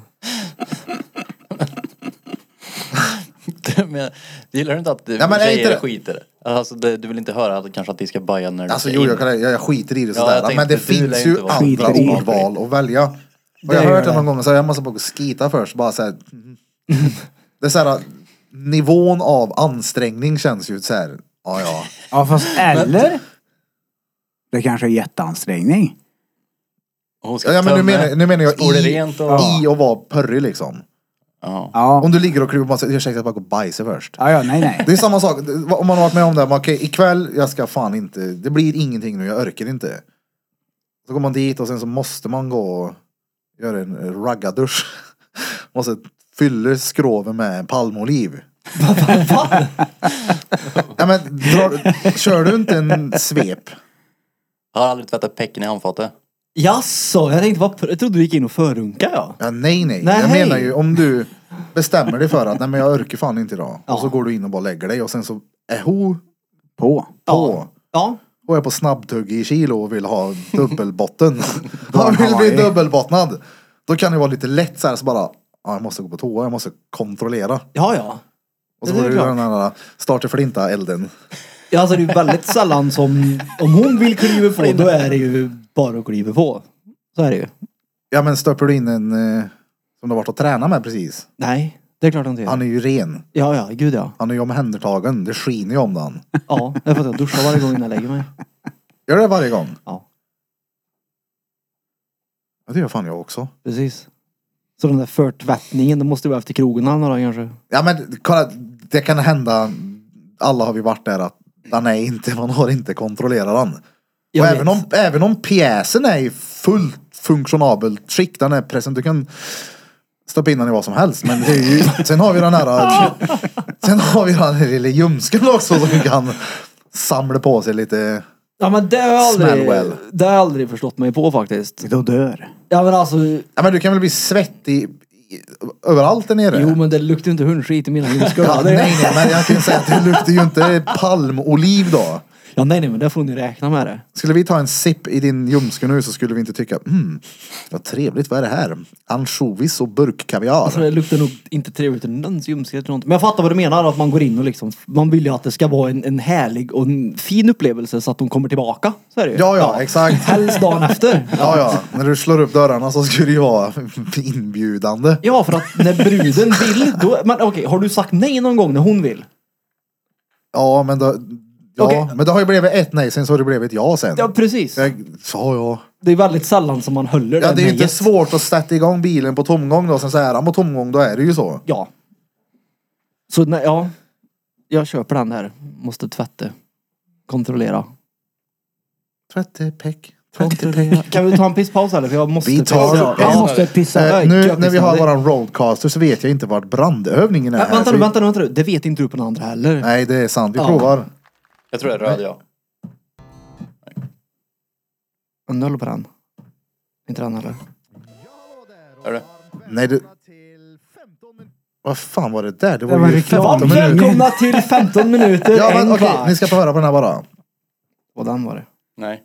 Speaker 4: men, gillar du inte att
Speaker 1: men är
Speaker 4: tjejer
Speaker 1: inte det-
Speaker 4: skiter? Alltså, det, du vill inte höra att, kanske att de ska baja när du
Speaker 1: Alltså
Speaker 4: ska
Speaker 1: jo,
Speaker 4: in.
Speaker 1: jag, kan, jag, jag skiter i det
Speaker 4: Ja, jag
Speaker 1: sådär.
Speaker 4: tänkte,
Speaker 1: men det
Speaker 4: du
Speaker 1: finns
Speaker 4: lär inte
Speaker 1: ju
Speaker 4: vara-
Speaker 1: andra
Speaker 3: Skiter i det.
Speaker 1: ordval att välja. Och
Speaker 3: Det
Speaker 1: jag har
Speaker 3: gör
Speaker 1: hört det någon
Speaker 3: det.
Speaker 1: gång, så jag måste bara skita först. Bara såhär. Det är såhär, nivån av ansträngning känns ju såhär, ja ja.
Speaker 3: Ja, fast eller? Det kanske är jätteansträngning.
Speaker 4: Hon ska
Speaker 1: ja, ja men nu
Speaker 4: tömma.
Speaker 1: menar, nu menar jag
Speaker 4: Står det
Speaker 1: i,
Speaker 4: rent och...
Speaker 1: i att vara pörrig liksom.
Speaker 4: Ja.
Speaker 3: Ja,
Speaker 1: Om du ligger och kliver på man säger, ursäkta jag bara går och bajsar först.
Speaker 3: ja, ja nej nej.
Speaker 1: Det är samma sak, om man har varit med om det, man, okej ikväll, jag ska fan inte, det blir ingenting nu, jag orkar inte. Så går man dit och sen så måste man gå och göra en raggardusch. Måste fylla skroven med palmoliv. ja, men, drar, kör du inte en svep?
Speaker 4: Har aldrig tvättat pecken i handfatet.
Speaker 2: Jaså, jag tänkte vad... Jag trodde du gick in och förrunkade ja.
Speaker 1: Ja, nej, nej,
Speaker 2: Nej.
Speaker 1: Jag menar ju om du bestämmer dig för att nej men jag orkar fan inte idag. Och så går du in och bara lägger dig och sen så är ho
Speaker 3: På.
Speaker 1: på.
Speaker 2: Ja.
Speaker 1: och är på snabbtugg i kilo och vill ha dubbelbotten. Han
Speaker 3: Hawaii.
Speaker 1: vill bli dubbelbottnad. Då kan det vara lite lätt så här så bara, ja, jag måste gå på toa, jag måste kontrollera.
Speaker 2: Ja, ja.
Speaker 1: Och så
Speaker 2: Det är
Speaker 1: får du
Speaker 2: klart.
Speaker 1: den här starta flinta elden.
Speaker 2: Ja, alltså det är ju väldigt sällan som... Om hon vill kliva på, då är det ju bara att kliva på. Så är det ju.
Speaker 1: Ja men stöper du in en eh, som du har varit och tränat med precis.
Speaker 2: Nej, det är klart hon inte gör.
Speaker 1: Han är ju ren.
Speaker 2: Ja, ja, gud ja.
Speaker 1: Han är ju omhändertagen. Det skiner ju om den.
Speaker 2: Ja, det är för att jag duschar varje gång innan jag lägger mig.
Speaker 1: Gör det varje gång?
Speaker 2: Ja.
Speaker 1: Ja det gör fan jag också.
Speaker 2: Precis. Så den där förtvättningen, det måste vara efter krogen eller några kanske.
Speaker 1: Ja men kolla, det kan hända, alla har vi varit där att den är inte, man har inte kontrollerat den.
Speaker 2: Jag
Speaker 1: och
Speaker 2: vet.
Speaker 1: även om, även om pjäsen är i fullt funktionabelt skick, den är present, du kan stoppa in den i vad som helst. Men det är ju, sen har vi den här, sen har vi den här lilla ljumsken också som kan samla på sig lite.
Speaker 2: Ja men det har jag aldrig,
Speaker 1: Smell well.
Speaker 2: det har jag aldrig förstått mig på faktiskt.
Speaker 3: Då dör.
Speaker 2: Ja men alltså,
Speaker 1: Ja men du kan väl bli svettig i- överallt där nere?
Speaker 2: jo men det luktar ju inte hundskit i mina ljumskar.
Speaker 1: Ja, nej, nej, men jag kan ju säga att det luktar ju inte palmoliv då.
Speaker 2: ja nej nej men det får ni räkna med det.
Speaker 1: Skulle vi ta en sipp i din ljumske nu så skulle vi inte tycka, mm, vad trevligt, vad är det här? Ansjovis och burkkaviar.
Speaker 2: Alltså det luktar nog inte trevligt ur någons ljumske eller något. Men jag fattar vad du menar att man går in och liksom, man vill ju att det ska vara en, en härlig och en fin upplevelse så att de kommer tillbaka. Så är det ju.
Speaker 1: Ja, ja, exakt.
Speaker 2: Helst dagen efter.
Speaker 1: Ja, ja. När du slår upp dörrarna så ska det ju vara inbjudande.
Speaker 2: Ja, för att när bruden vill, då... Men okej, har du sagt nej någon gång när hon vill?
Speaker 1: Ja, men då... Ja,
Speaker 2: Okej.
Speaker 1: men det har ju blivit ett nej, sen så har det blivit ett ja sen.
Speaker 2: Ja, precis.
Speaker 1: Jag sa ja.
Speaker 2: Det är väldigt sällan som man håller
Speaker 1: Ja, det är ju inte
Speaker 2: nejet.
Speaker 1: svårt att sätta igång bilen på tomgång då, sen så är han på tomgång, då är det ju så.
Speaker 2: Ja. Så nej, ja. Jag köper den här. Måste tvätta. Kontrollera.
Speaker 1: Tvättepeck, tvättepeck.
Speaker 2: Kan vi ta en pisspaus eller? För jag måste...
Speaker 1: Vi tar-
Speaker 2: Ja,
Speaker 3: Jag
Speaker 4: Ja.
Speaker 3: måste pissa.
Speaker 1: Eh,
Speaker 2: Oj,
Speaker 1: nu
Speaker 2: jag
Speaker 1: när vi
Speaker 2: missade
Speaker 1: har
Speaker 2: det.
Speaker 1: våran roadcaster så vet jag inte vart brandövningen är.
Speaker 2: liksom. Vä-
Speaker 1: här, så
Speaker 2: vänta nu,
Speaker 1: alltså vi-
Speaker 2: vänta nu, vänta nu. Det vet inte du på den andra heller.
Speaker 1: Nej, det är sant. Vi
Speaker 2: Ja.
Speaker 1: provar.
Speaker 4: Jag tror det är röd ja.
Speaker 2: En noll på den. Inte den heller.
Speaker 4: Är det?
Speaker 1: Nej, du... Vad fan var det där? Det var,
Speaker 3: Det var
Speaker 1: ju
Speaker 3: reklam.
Speaker 1: 15 eh, minuter.
Speaker 2: Välkomna till 15 minuter,
Speaker 1: Ja, men
Speaker 2: en
Speaker 1: okej,
Speaker 2: kvart.
Speaker 1: ni ska få höra på den här bara.
Speaker 2: Och den var det.
Speaker 4: Nej.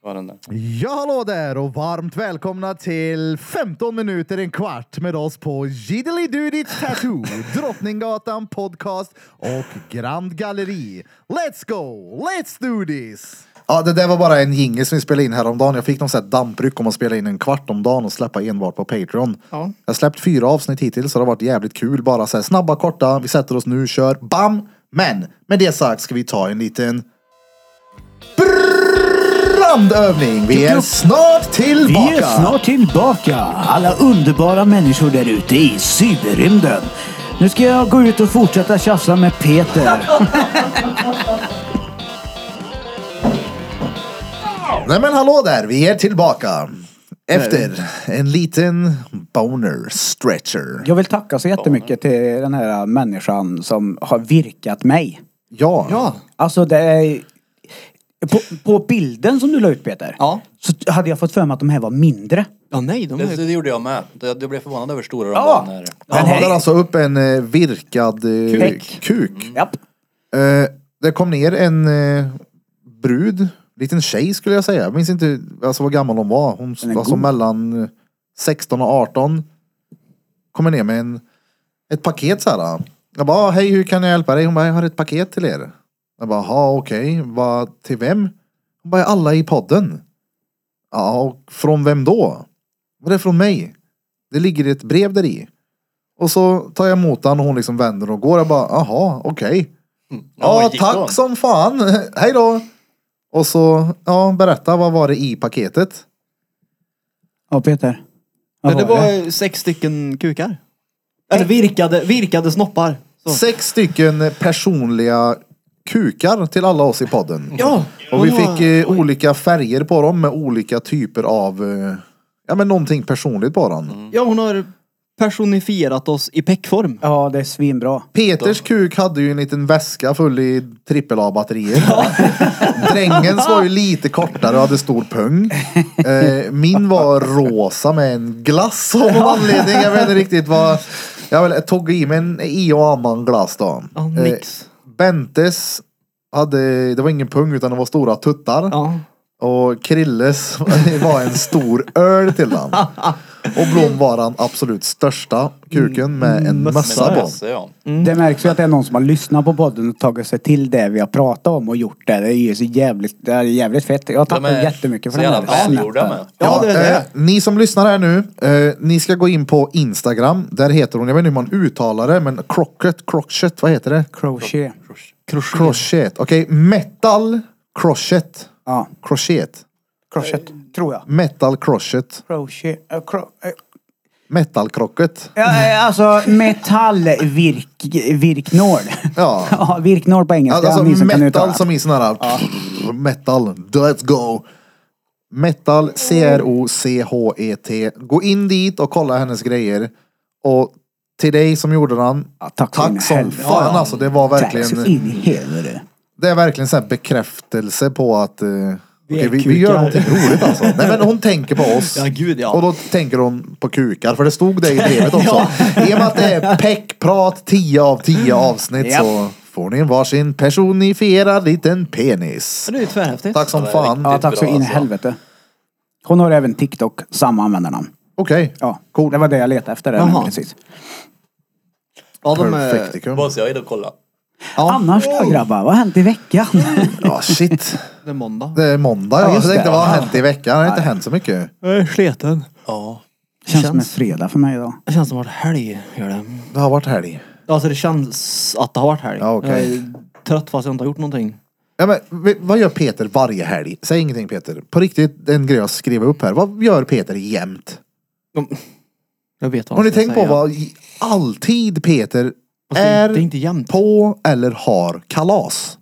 Speaker 4: Det var den där.
Speaker 1: Ja, hallå där och varmt välkomna till 15 minuter, en kvart med oss på Jiddly Dudy Tattoo, Drottninggatan Podcast och Grand Galleri. Let's go, let's do this! Ja, det där var bara en jingle som vi spelade in häromdagen. Jag fick någon sån här dampryck om att spela in en kvart om dagen och släppa enbart på Patreon.
Speaker 2: Ja.
Speaker 1: Jag har släppt fyra avsnitt hittills så det har varit jävligt kul. Bara så här snabba, korta, vi sätter oss nu, kör, bam! Men med det sagt ska vi ta en liten brandövning. Vi är snart
Speaker 3: Typ Vi
Speaker 1: tillbaka!
Speaker 3: är snart tillbaka, alla underbara människor där ute i cyberrymden. Nu ska jag gå ut och fortsätta tjafsa med Peter.
Speaker 1: Nej men hallå där, vi är tillbaka. Efter en liten boner stretcher.
Speaker 3: Jag vill tacka så jättemycket till den här människan som har virkat mig.
Speaker 1: Ja.
Speaker 3: Alltså det är... På, på bilden som du la ut Peter.
Speaker 5: Ja.
Speaker 3: Så hade jag fått för mig att de här var mindre.
Speaker 2: Ja, nej, de
Speaker 4: Det,
Speaker 2: är...
Speaker 4: det gjorde jag med. Jag jag blev förvånad över hur stora de
Speaker 3: Ja.
Speaker 4: var. När...
Speaker 1: Han
Speaker 3: här-
Speaker 1: håller alltså upp en eh, virkad eh,
Speaker 3: Kuk.
Speaker 1: kuk.
Speaker 3: Japp.
Speaker 1: Eh, det kom ner en eh, brud, liten tjej skulle jag säga. Jag minns inte alltså, vad gammal hon var. Hon
Speaker 3: är
Speaker 1: var som
Speaker 3: god.
Speaker 1: mellan eh, 16 och 18. Kommer ner med en, ett paket så här. Jag bara, "Ah, hej hur kan jag hjälpa dig? Hon bara, jag har ett paket till er. Jag bara, jaha okej, vad till vem? Hon bara, alla i podden. Ja, och från vem då? Och det är från mig. Det ligger ett brev där i. Och så tar jag emot den och hon liksom vänder och går. Jag bara, jaha okej. Ja,
Speaker 4: gick
Speaker 1: tack
Speaker 4: då?
Speaker 1: som fan. Hej då. Och så, ja, berätta vad var det i paketet?
Speaker 3: Ja Peter. Vad
Speaker 2: Men det
Speaker 3: var det?
Speaker 2: var sex stycken kukar. Eller Alltså, virkade, virkade snoppar. Så.
Speaker 1: Sex stycken personliga kukar till alla oss i podden.
Speaker 2: Ja!
Speaker 1: Och vi fick eh, olika färger på dem med olika typer av, eh, ja men någonting personligt på dem.
Speaker 2: Ja, hon har personifierat oss i peckform.
Speaker 3: Ja det är svinbra.
Speaker 1: Peters kuk hade ju en liten väska full i trippel A-batterier. Drängens var ju lite kortare och hade stor pung. Eh, min var rosa med en glass av någon anledning. Jag vet inte riktigt vad. Jag väl- tog i mig en i och annan glass då. Eh,
Speaker 2: Ja, nix.
Speaker 1: Bentes hade, det var ingen pung utan det var stora tuttar.
Speaker 2: Ja.
Speaker 1: Och Krilles var en stor öl till den. Och Blom var den absolut största kuken med en mössa på.
Speaker 4: Massa, ja.
Speaker 3: Det märks ju att det är någon som har lyssnat på podden och tagit sig till det vi har pratat om och gjort det. Det är ju så jävligt, det är jävligt fett. Jag tackar
Speaker 4: är
Speaker 3: jättemycket för
Speaker 4: så
Speaker 3: den
Speaker 4: jävla
Speaker 3: här
Speaker 4: välgjorda
Speaker 3: snappen.
Speaker 4: med.
Speaker 2: Ja, det är det.
Speaker 1: Eh, ni som lyssnar här nu, eh, ni ska gå in på Instagram. Där heter hon, jag vet inte hur man uttalar det, men Crocket, Crochet, vad heter det?
Speaker 3: Crochet.
Speaker 1: Crochet. Okej, metal crochet.
Speaker 3: Ja.
Speaker 1: Crochet.
Speaker 3: Crochet. Tror jag.
Speaker 1: Metal crochet.
Speaker 3: Crochet. eh, cro- eh,
Speaker 1: Metal crocket.
Speaker 3: Ja, eh, alltså metallvirk... Virknål.
Speaker 1: Ja.
Speaker 3: Ja, virknål på engelska.
Speaker 1: Alltså
Speaker 3: ni som kan
Speaker 1: metal
Speaker 3: uttala.
Speaker 1: som i sån här... Metal. Let's go. Metal C-R-O-C-H-E-T. E Gå in dit och kolla hennes grejer. Och till dig som gjorde den.
Speaker 3: Ja, tack så in i
Speaker 1: tack som
Speaker 3: helvete.
Speaker 1: fan alltså. Det var
Speaker 3: Tack så
Speaker 1: verkligen...
Speaker 3: in i helvete.
Speaker 1: Det är verkligen så här bekräftelse på att... eh, okej,
Speaker 2: Vi är
Speaker 1: vi, vi
Speaker 2: kukar.
Speaker 1: gör någonting roligt alltså. Nej men hon tänker på oss.
Speaker 2: Ja, gud, ja.
Speaker 1: Och då tänker hon på kukar. För det stod det i brevet också. I och med att det är peckprat 10 av 10 avsnitt
Speaker 3: Japp.
Speaker 1: så får ni en varsin personifierad liten penis.
Speaker 2: Det är ju tvärhäftigt.
Speaker 1: Tack som
Speaker 4: det är
Speaker 1: fan.
Speaker 3: Ja,
Speaker 1: Okej.
Speaker 3: tack så
Speaker 4: bra,
Speaker 3: in i
Speaker 4: alltså.
Speaker 3: helvete. Hon har även TikTok, samma användarnamn. Ja,
Speaker 1: Cool.
Speaker 3: det var det jag letade efter. där
Speaker 2: Jaha.
Speaker 3: nu precis.
Speaker 2: Ja, de eh, är-
Speaker 1: Perfecticum.
Speaker 4: Måste jag in och kolla.
Speaker 3: Annars då grabbar, vad har hänt i veckan?
Speaker 1: Ja shit.
Speaker 2: Det är måndag.
Speaker 1: Det är måndag ja.
Speaker 3: just
Speaker 1: jag tänkte
Speaker 3: det.
Speaker 1: vad har hänt i veckan? Det har inte hänt så mycket.
Speaker 2: Jag är sleten.
Speaker 4: Ja.
Speaker 3: Känns som en
Speaker 2: Känns-
Speaker 3: fredag för mig idag.
Speaker 2: Det känns som att det har varit helg, gör det.
Speaker 1: Det har varit helg.
Speaker 2: Alltså det känns att det har varit helg.
Speaker 1: Ja, okej.
Speaker 2: Jag är trött fast jag inte har gjort någonting.
Speaker 1: Ja, men, v- vad gör Peter varje helg? Säg ingenting Peter. På riktigt, det är en grej jag skrev upp här. Vad gör Peter jämt?
Speaker 2: Jag vet vad
Speaker 1: Har ni
Speaker 2: jag ska
Speaker 1: tänkt på
Speaker 2: säga.
Speaker 1: vad i- alltid Peter
Speaker 2: Alltså,
Speaker 1: är
Speaker 2: Det är inte jämnt.
Speaker 1: på eller har kalas?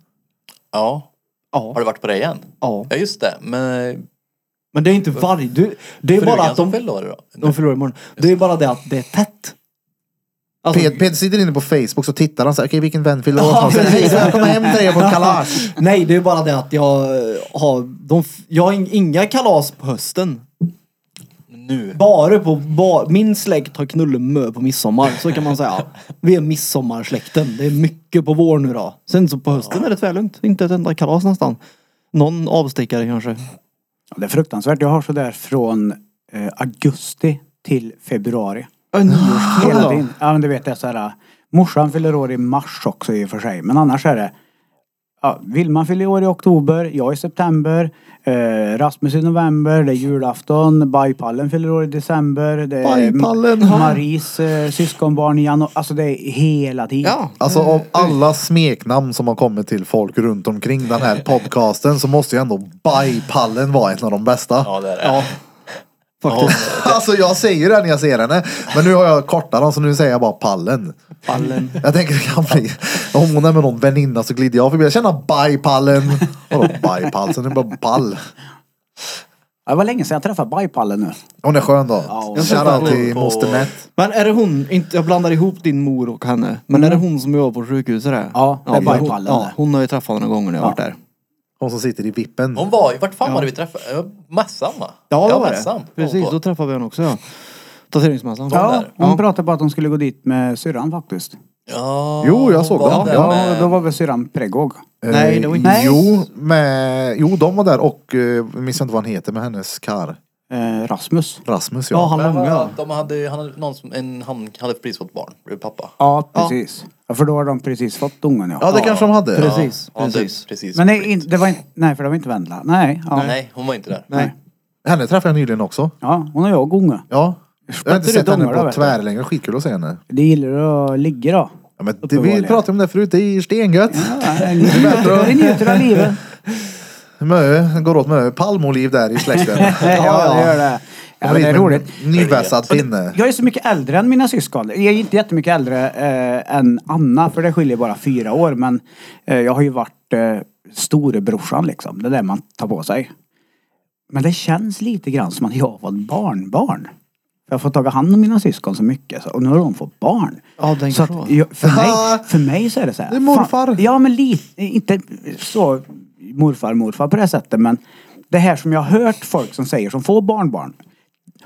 Speaker 4: ja.
Speaker 2: Ja.
Speaker 4: Har du varit på det igen?
Speaker 2: Ja.
Speaker 4: Ja just det. Men
Speaker 2: Men det är inte varje... Du, det är bara
Speaker 4: frugan
Speaker 2: att
Speaker 4: som
Speaker 2: de...
Speaker 4: fyllde år idag.
Speaker 2: De förlorar imorgon. Det är bara det att det är tätt. Alltså,
Speaker 1: Peter, Peter sitter inne på Facebook så tittar han så här, okej vilken vän fyller år? Och så, Hej, välkommen hem till dig på kalas.
Speaker 2: Nej, det är bara det att jag har... De, f- jag har in- inga kalas på hösten.
Speaker 4: Nu.
Speaker 2: Bara på... Ba, min släkt har knullemö på midsommar. Så kan man säga. Vi är midsommarsläkten. Det är mycket på vår nu då. Sen så på hösten är det tvärlugnt. Inte ett enda kalas nästan. Någon avstickare kanske.
Speaker 3: Ja, Det är fruktansvärt. Jag har sådär från eh, augusti till februari.
Speaker 2: En nyårskväll
Speaker 3: Hela
Speaker 2: då.
Speaker 3: tiden. Ja men du vet det är såhär. Morsan fyller år i mars också i och för sig. Men annars är det. Ja, Vilma fyller år i oktober. Jag i september. Eh, Rasmus i november. Det är julafton. Bajpallen fyller år i december. Det är
Speaker 1: Bajpallen,
Speaker 3: M-
Speaker 1: ja.
Speaker 3: Maries eh, syskonbarn i januari. Alltså det är hela tiden.
Speaker 2: Ja.
Speaker 1: Alltså av alla smeknamn som har kommit till folk runt omkring den här podcasten så måste ju ändå Bajpallen vara ett av de bästa.
Speaker 4: Ja det är det.
Speaker 2: Faktiskt.
Speaker 1: Alltså jag säger det när jag ser henne. Men nu har jag kortat den så nu säger jag bara pallen.
Speaker 2: Pallen.
Speaker 1: Jag tänker det kan bli. Om hon är med någon väninna så glider jag förbi. Jag känner bajpallen. Vadå bajpall? Sen är det bara pall.
Speaker 3: Ja, Det var länge sedan jag träffade Bajpallen nu.
Speaker 1: Hon är skön då.
Speaker 3: Ja,
Speaker 1: Shoutout
Speaker 2: träffade
Speaker 1: till moster Nett.
Speaker 2: Men är det hon, inte, jag blandar ihop din mor och henne, men är det hon som jobbar på sjukhuset? Där?
Speaker 3: Ja, det är
Speaker 2: men hon,
Speaker 3: bypallen
Speaker 2: ja,
Speaker 3: där.
Speaker 2: hon har jag träffat några gånger när jag har varit där.
Speaker 1: Hon som sitter i vippen.
Speaker 4: Mm. Hon var ju, vart fan var det vi träffade? Eh, Mässan va?
Speaker 2: Ja, det var
Speaker 4: mässan
Speaker 2: det.
Speaker 4: var
Speaker 2: Precis,
Speaker 4: hon
Speaker 2: då
Speaker 4: på.
Speaker 2: träffade vi henne också ja. Tatueringsmässan.
Speaker 3: Ja,
Speaker 4: där.
Speaker 3: hon pratade bara att hon skulle gå dit med syrran faktiskt.
Speaker 4: Ja,
Speaker 1: Jo, jag
Speaker 4: hon
Speaker 1: såg
Speaker 4: var
Speaker 1: dem.
Speaker 4: där
Speaker 3: Ja,
Speaker 4: med-
Speaker 3: då var väl syrran prägog.
Speaker 2: Nej, det var inte-
Speaker 1: Eh, Jo, med, jo, de var där och eh, minns inte vad han heter med hennes kar.
Speaker 3: Eh, Rasmus.
Speaker 1: Rasmus
Speaker 2: Ja,
Speaker 1: ja.
Speaker 2: han
Speaker 4: Men vad-
Speaker 2: långa.
Speaker 4: De hade, ju- han hade någon som, en, han hade precis fått barn, blev pappa.
Speaker 3: Ja, precis. Ja, för då har de precis fått ungen ja.
Speaker 1: Ja det kanske de hade.
Speaker 2: Precis.
Speaker 4: Ja, det-
Speaker 2: precis.
Speaker 4: precis.
Speaker 3: Men nej, in, det var inte, nej för det var inte Vendela. Nej. Ja,
Speaker 4: Nej, hon var inte där.
Speaker 2: Nej.
Speaker 1: Henne träffade jag nyligen också.
Speaker 3: ja hon och jag unge.
Speaker 1: Ja. Jag har inte
Speaker 3: Sprätter
Speaker 1: sett
Speaker 3: du
Speaker 1: henne
Speaker 3: ungar då,
Speaker 1: på
Speaker 3: vet du?
Speaker 1: tvärlänge. Skitkul att se henne.
Speaker 3: Det gillar att ligga då.
Speaker 1: Ja, men det, vi
Speaker 3: Uppenbarligen.
Speaker 1: pratade om det förut. Det är stengött.
Speaker 3: Ja, ni njuter- ni njuter av livet.
Speaker 1: Mö, går åt mö. Palmoliv där i släkten.
Speaker 3: Ja, ja, det gör det. Ja, men det är roligt.
Speaker 1: Nyvässad pinne.
Speaker 3: Jag är så mycket äldre än mina syskon. Jag är inte jättemycket äldre eh, än Anna, för det skiljer bara fyra år. Men eh, jag har ju varit eh, storebrorsan liksom. Det där man tar på sig. Men det känns lite grann som att jag var ett barnbarn. Jag har fått ta hand om mina syskon så mycket så, och nu har de fått barn.
Speaker 2: Ja, den
Speaker 3: så
Speaker 2: krav.
Speaker 3: att, jag, för, mig, för mig så är det så här.
Speaker 1: Det är morfar.
Speaker 3: Fan, ja men lite, inte så morfar morfar på det här sättet men det här som jag har hört folk som säger som får barnbarn.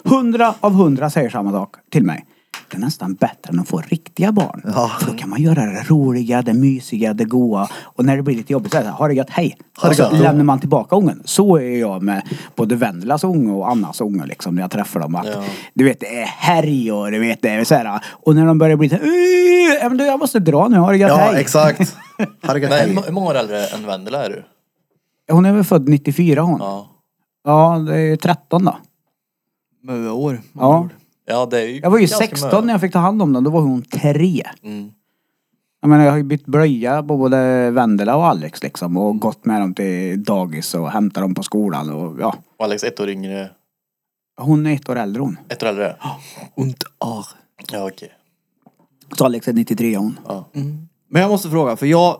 Speaker 3: Hundra av hundra säger samma sak till mig. Det är nästan bättre än att få riktiga barn. För då kan man göra det roliga, det mysiga, det goa. Och när det blir lite jobbigt så är det så här, har det gött, hej.
Speaker 1: det
Speaker 3: Och så
Speaker 1: gött, då.
Speaker 3: lämnar man tillbaka ungen. Så är jag med både Vendelas unge och Annas unge liksom när jag träffar dem. Att, Du vet det är helg och du vet det är så här. Och när de börjar bli så här, "Åh, ja, men du, jag måste dra nu, har det gött,
Speaker 1: Ja
Speaker 3: hej.
Speaker 1: exakt. Har det gött,
Speaker 4: Men
Speaker 1: hej.
Speaker 4: hur- hur många år äldre än Vendela är du?
Speaker 3: Hon är väl född 94 hon. Ja,
Speaker 4: Ja.
Speaker 3: det är 13 då.
Speaker 2: Möa år.
Speaker 3: Ja.
Speaker 4: Ja, det är ju
Speaker 3: Jag var ju
Speaker 4: ganska
Speaker 3: 16 när
Speaker 4: mycket.
Speaker 3: jag fick ta hand om den, då var hon 3.
Speaker 4: Mm.
Speaker 3: Jag menar jag har ju bytt blöja på både Vendela och Alex liksom och gått med dem till dagis och hämtat dem på skolan och ja.
Speaker 4: Och Alex ett år yngre,
Speaker 3: Hon är ett år äldre hon.
Speaker 4: ett år äldre?
Speaker 2: Und ar.
Speaker 4: Ja, okej.
Speaker 3: Så Alex är 93 hon.
Speaker 2: Men jag måste fråga, för jag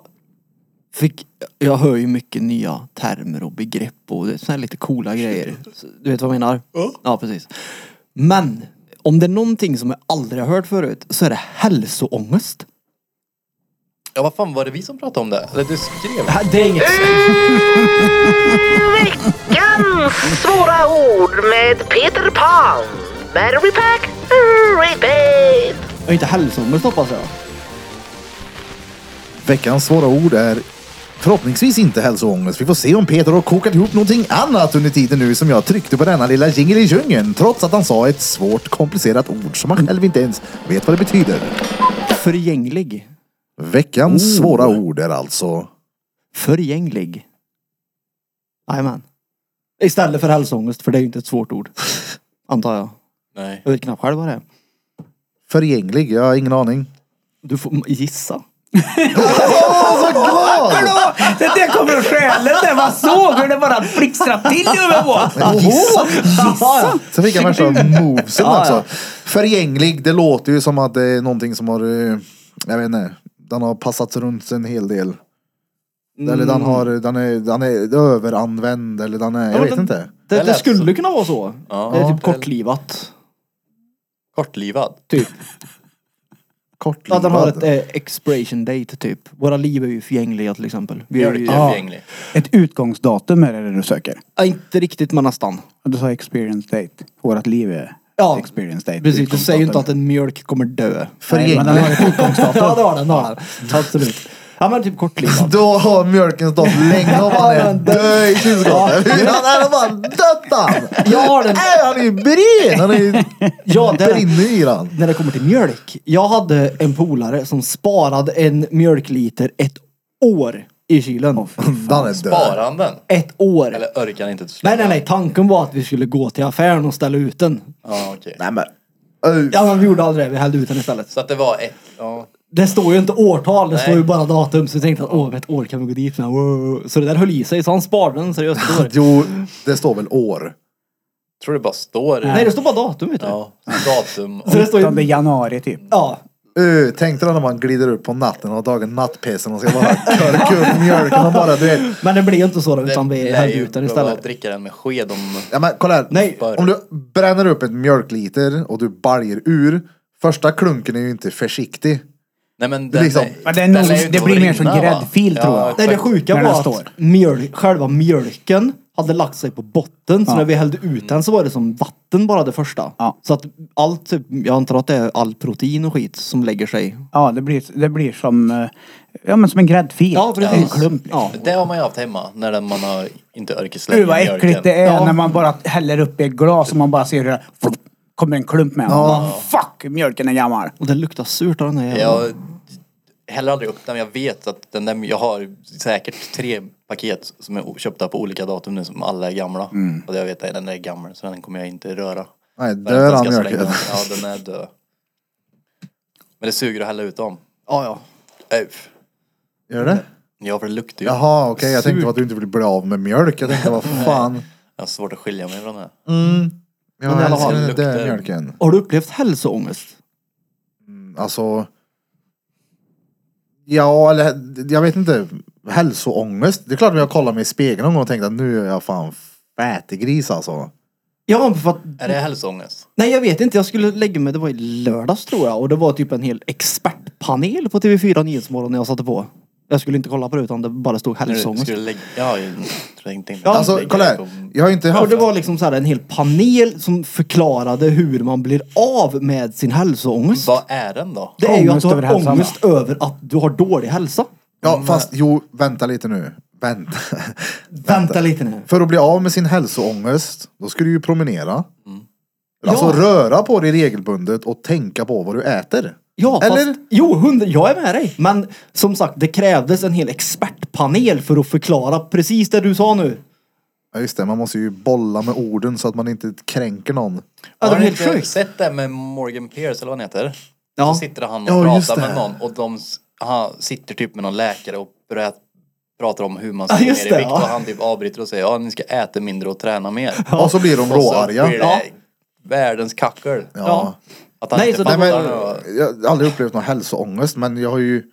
Speaker 2: fick, jag hör ju mycket nya termer och begrepp och sådana här lite coola grejer. Så, Du vet vad jag menar? Ja, precis. Men, om det är någonting som jag aldrig har hört förut så är det hälsoångest.
Speaker 4: Ja, vad fan var det vi som pratade om det? Eller du skrev?
Speaker 2: Det är inget...
Speaker 8: Veckans svåra ord med Peter Pan. Battery pack, repeat.
Speaker 2: Jag är inte hälsoångest hoppas jag.
Speaker 1: Veckans svåra ord är förhoppningsvis inte hälsoångest. Vi får se om Peter har kokat ihop någonting annat under tiden nu som jag tryckte på denna lilla jingle i djungeln. Trots att han sa ett svårt komplicerat ord som han själv inte ens vet vad det betyder.
Speaker 2: Förgänglig.
Speaker 1: Veckans
Speaker 3: Oh.
Speaker 1: svåra ord är alltså...
Speaker 2: Förgänglig. Jajamän. Istället för hälsoångest, för det är ju inte ett svårt ord. Antar jag.
Speaker 4: Nej.
Speaker 2: Jag vet knappt själv vad det är.
Speaker 1: Förgänglig, jag har ingen aning.
Speaker 2: Du får gissa.
Speaker 3: Alltså, Det där kommer skälet det var så hur det bara blixtrade till i huvudet på oss.
Speaker 1: Gissa! Så fick jag värsta movesen
Speaker 2: Ja,
Speaker 1: också.
Speaker 2: ja.
Speaker 1: Förgänglig, det låter ju som att det är någonting som har... eh, Jag vet inte. Den har passats runt en hel del.
Speaker 2: Mm.
Speaker 1: Eller den, har, den, är, den är överanvänd eller den är... Jag vet inte.
Speaker 2: Det,
Speaker 4: Det
Speaker 2: det
Speaker 4: lät
Speaker 2: skulle kunna vara så.
Speaker 4: Ja.
Speaker 2: det är typ
Speaker 4: Ja.
Speaker 2: kortlivat.
Speaker 4: Kortlivad?
Speaker 2: Typ.
Speaker 1: Kortlivad.
Speaker 2: Att den har ett eh, expiration date typ. Våra liv är ju förgängliga till exempel. Vi
Speaker 4: Gör
Speaker 2: är
Speaker 4: det
Speaker 2: ju,
Speaker 4: inte
Speaker 2: ja.
Speaker 4: förgänglig.
Speaker 3: Ett utgångsdatum är det du söker.
Speaker 2: Inte riktigt men nästan.
Speaker 3: Och Du sa experience date. Vårat liv är
Speaker 2: Ja.
Speaker 3: experience date. Liksom.
Speaker 2: Precis, du säger ju inte att
Speaker 3: det...
Speaker 2: en mjölk kommer dö.
Speaker 3: Nej, men
Speaker 1: Förgänglig.
Speaker 3: den har ett
Speaker 2: ja
Speaker 3: utgångsdatum.
Speaker 2: det har den, det har den. Absolut. Ja men typ kortlivad.
Speaker 1: Då har mjölken stått länge och han är död i kylskåpet. Han är bara dött han!
Speaker 2: Jag har den.
Speaker 1: Nej, han är ju bred! Han är ju...
Speaker 2: Ja, det är den.
Speaker 1: brinner i den.
Speaker 2: När det kommer till mjölk. Jag hade en polare som sparade en mjölkliter ett år i kylen.
Speaker 1: Den är död.
Speaker 4: Sparar han den?
Speaker 2: Ett år.
Speaker 4: Eller orkar han inte till slut?
Speaker 2: Nej nej nej, tanken var att vi skulle gå till affären och ställa ut den.
Speaker 4: Ja, okej.
Speaker 1: Nej men. Uh,
Speaker 2: Ja men vi gjorde aldrig det, vi hällde ut den istället.
Speaker 4: Så att det var ett, ja.
Speaker 2: Det står ju inte årtal, det
Speaker 4: Nej.
Speaker 2: står ju bara datum. Så vi tänkte att åh, om ett år kan vi gå dit med. Wow. Så det där höll i sig, så han sparade den seriöst ett år.
Speaker 1: Jo, det står väl år.
Speaker 4: Tror det bara står.
Speaker 2: Nej, det står bara datum vet du.
Speaker 4: Ja, datum.
Speaker 2: Så det står ju...
Speaker 3: 8 januari typ.
Speaker 2: Ja.
Speaker 1: Uh, tänk dig när man glider upp på natten och har dragit nattpissen och ska bara körka upp mjölken och bara du vet.
Speaker 2: Men det blir ju inte så då, utan
Speaker 4: Det
Speaker 2: vi
Speaker 4: lär
Speaker 2: hällde
Speaker 4: ju
Speaker 2: ut den
Speaker 4: prova att
Speaker 2: istället.
Speaker 4: dricka den med sked om...
Speaker 1: Ja men kolla här.
Speaker 2: Nej.
Speaker 1: Om du bränner upp ett mjölkliter och du baljer ur. Första klunken är ju inte försiktig.
Speaker 4: Nej men den,
Speaker 1: Liksom.
Speaker 4: är-
Speaker 3: Men det är nog-
Speaker 4: lär ju
Speaker 3: det
Speaker 4: gå
Speaker 3: blir
Speaker 4: att
Speaker 3: mer som
Speaker 4: rinna, va?
Speaker 3: gräddfil, tror jag.
Speaker 2: Nej, det
Speaker 4: exakt.
Speaker 2: sjuka
Speaker 3: När
Speaker 2: var
Speaker 3: den
Speaker 2: att
Speaker 3: står.
Speaker 2: mjöl, själva mjölken hade lagt sig på botten. Så när vi hällde ut den så var det som vatten bara det första.
Speaker 3: Ja.
Speaker 2: Så att allt, typ, jag antar att det är all protein och skit som lägger sig.
Speaker 3: Ja, det blir, det blir som, eh, ja, men som en gräddfil.
Speaker 2: Ja, precis.
Speaker 3: En klump. liksom.
Speaker 2: Ja.
Speaker 4: Det har man ju haft hemma när den- man har inte orkat slänga
Speaker 3: Gud vad äckligt det är
Speaker 2: Ja.
Speaker 3: när man bara häller upp i ett glas och man bara ser hur det fuck, kommer en klump med. Ja. Bara, fuck, mjölken är gammal.
Speaker 2: Och det luktar surt av den här jäveln.
Speaker 4: Jag häller aldrig upp den. Jag vet att den där, jag har säkert tre paket som är o- köpta på olika datum nu som alla är gamla.
Speaker 3: Mm.
Speaker 4: Och jag vet att den där är gammal så den kommer jag inte röra.
Speaker 1: Nej,
Speaker 4: För att
Speaker 1: dör
Speaker 4: den
Speaker 1: han
Speaker 4: ska slänga
Speaker 1: mjölken.
Speaker 4: den. Ja, den är död. Men det suger att hälla ut dem.
Speaker 2: Ja, ja.
Speaker 4: Uff.
Speaker 1: Gör det?
Speaker 4: Ja, för det luktar ju.
Speaker 1: Jaha okej jag tänkte att du inte vill bli av med mjölk. Jag tänkte vad fan.
Speaker 4: Jag har svårt att skilja mig från det.
Speaker 1: Jag
Speaker 2: Men i alla
Speaker 1: älskar
Speaker 2: fall,
Speaker 1: den där
Speaker 4: luktar-
Speaker 1: döda mjölken.
Speaker 2: Har du upplevt hälsoångest?
Speaker 1: Alltså. Ja, eller jag vet inte. Hälsoångest. Det är klart att jag kollade mig i spegeln någon gång och tänkte att nu är jag fan fätegris alltså.
Speaker 2: Ja, för att
Speaker 4: Är det hälsoångest?
Speaker 2: Nej jag vet inte, jag skulle lägga mig, det var i lördags tror jag och det var typ en hel expertpanel på TV4 Nyhetsmorgon när jag satte på. Jag skulle inte kolla på det utan det bara stod
Speaker 4: När du
Speaker 2: hälsoångest.
Speaker 4: skulle lägga... Ja, jag tror inte...
Speaker 2: Ja,
Speaker 1: Alltså kolla här. Jag har inte
Speaker 2: Och
Speaker 1: haft.
Speaker 2: det var liksom så här en hel panel som förklarade hur man blir av med sin hälsoångest.
Speaker 4: Vad är den då?
Speaker 2: Det är ju att du
Speaker 3: Ångest över
Speaker 2: har
Speaker 3: hälsan,
Speaker 2: ångest över att du har dålig hälsa.
Speaker 1: Ja fast jo vänta lite nu. Vänta.
Speaker 2: Vänta lite nu.
Speaker 1: För att bli av med sin hälsoångest. Då ska du ju promenera. Alltså röra på dig regelbundet och tänka på vad du äter.
Speaker 2: Ja,
Speaker 1: Eller?
Speaker 2: fast, jo, hundra, jag är med dig. Men som sagt, det krävdes en hel expertpanel för att förklara precis det du sa nu.
Speaker 1: Ja just det, man måste ju bolla med orden så att man inte kränker någon.
Speaker 2: Ja, det
Speaker 4: har
Speaker 2: var
Speaker 4: ni
Speaker 2: helt
Speaker 4: inte
Speaker 2: sjukt.
Speaker 4: sett det med Morgan Pierce eller vad han heter?
Speaker 2: Ja.
Speaker 4: Så sitter han och
Speaker 1: Ja, just
Speaker 4: pratar med
Speaker 1: det.
Speaker 4: någon och de s- han sitter typ med någon läkare och börjar pratar om hur man ska
Speaker 2: Ja,
Speaker 4: gå ner i
Speaker 2: just
Speaker 4: vikt
Speaker 2: det, ja.
Speaker 4: och han typ avbryter och säger ja ni ska äta mindre och träna mer.
Speaker 1: Och så blir de
Speaker 4: Och så
Speaker 1: råarga.
Speaker 4: blir det världens kackel.
Speaker 1: ja.
Speaker 4: Att han
Speaker 2: Nej,
Speaker 4: inte
Speaker 2: så de-
Speaker 1: Nej, men,
Speaker 4: fattar och-
Speaker 1: jag har aldrig upplevt någon hälsoångest men jag har ju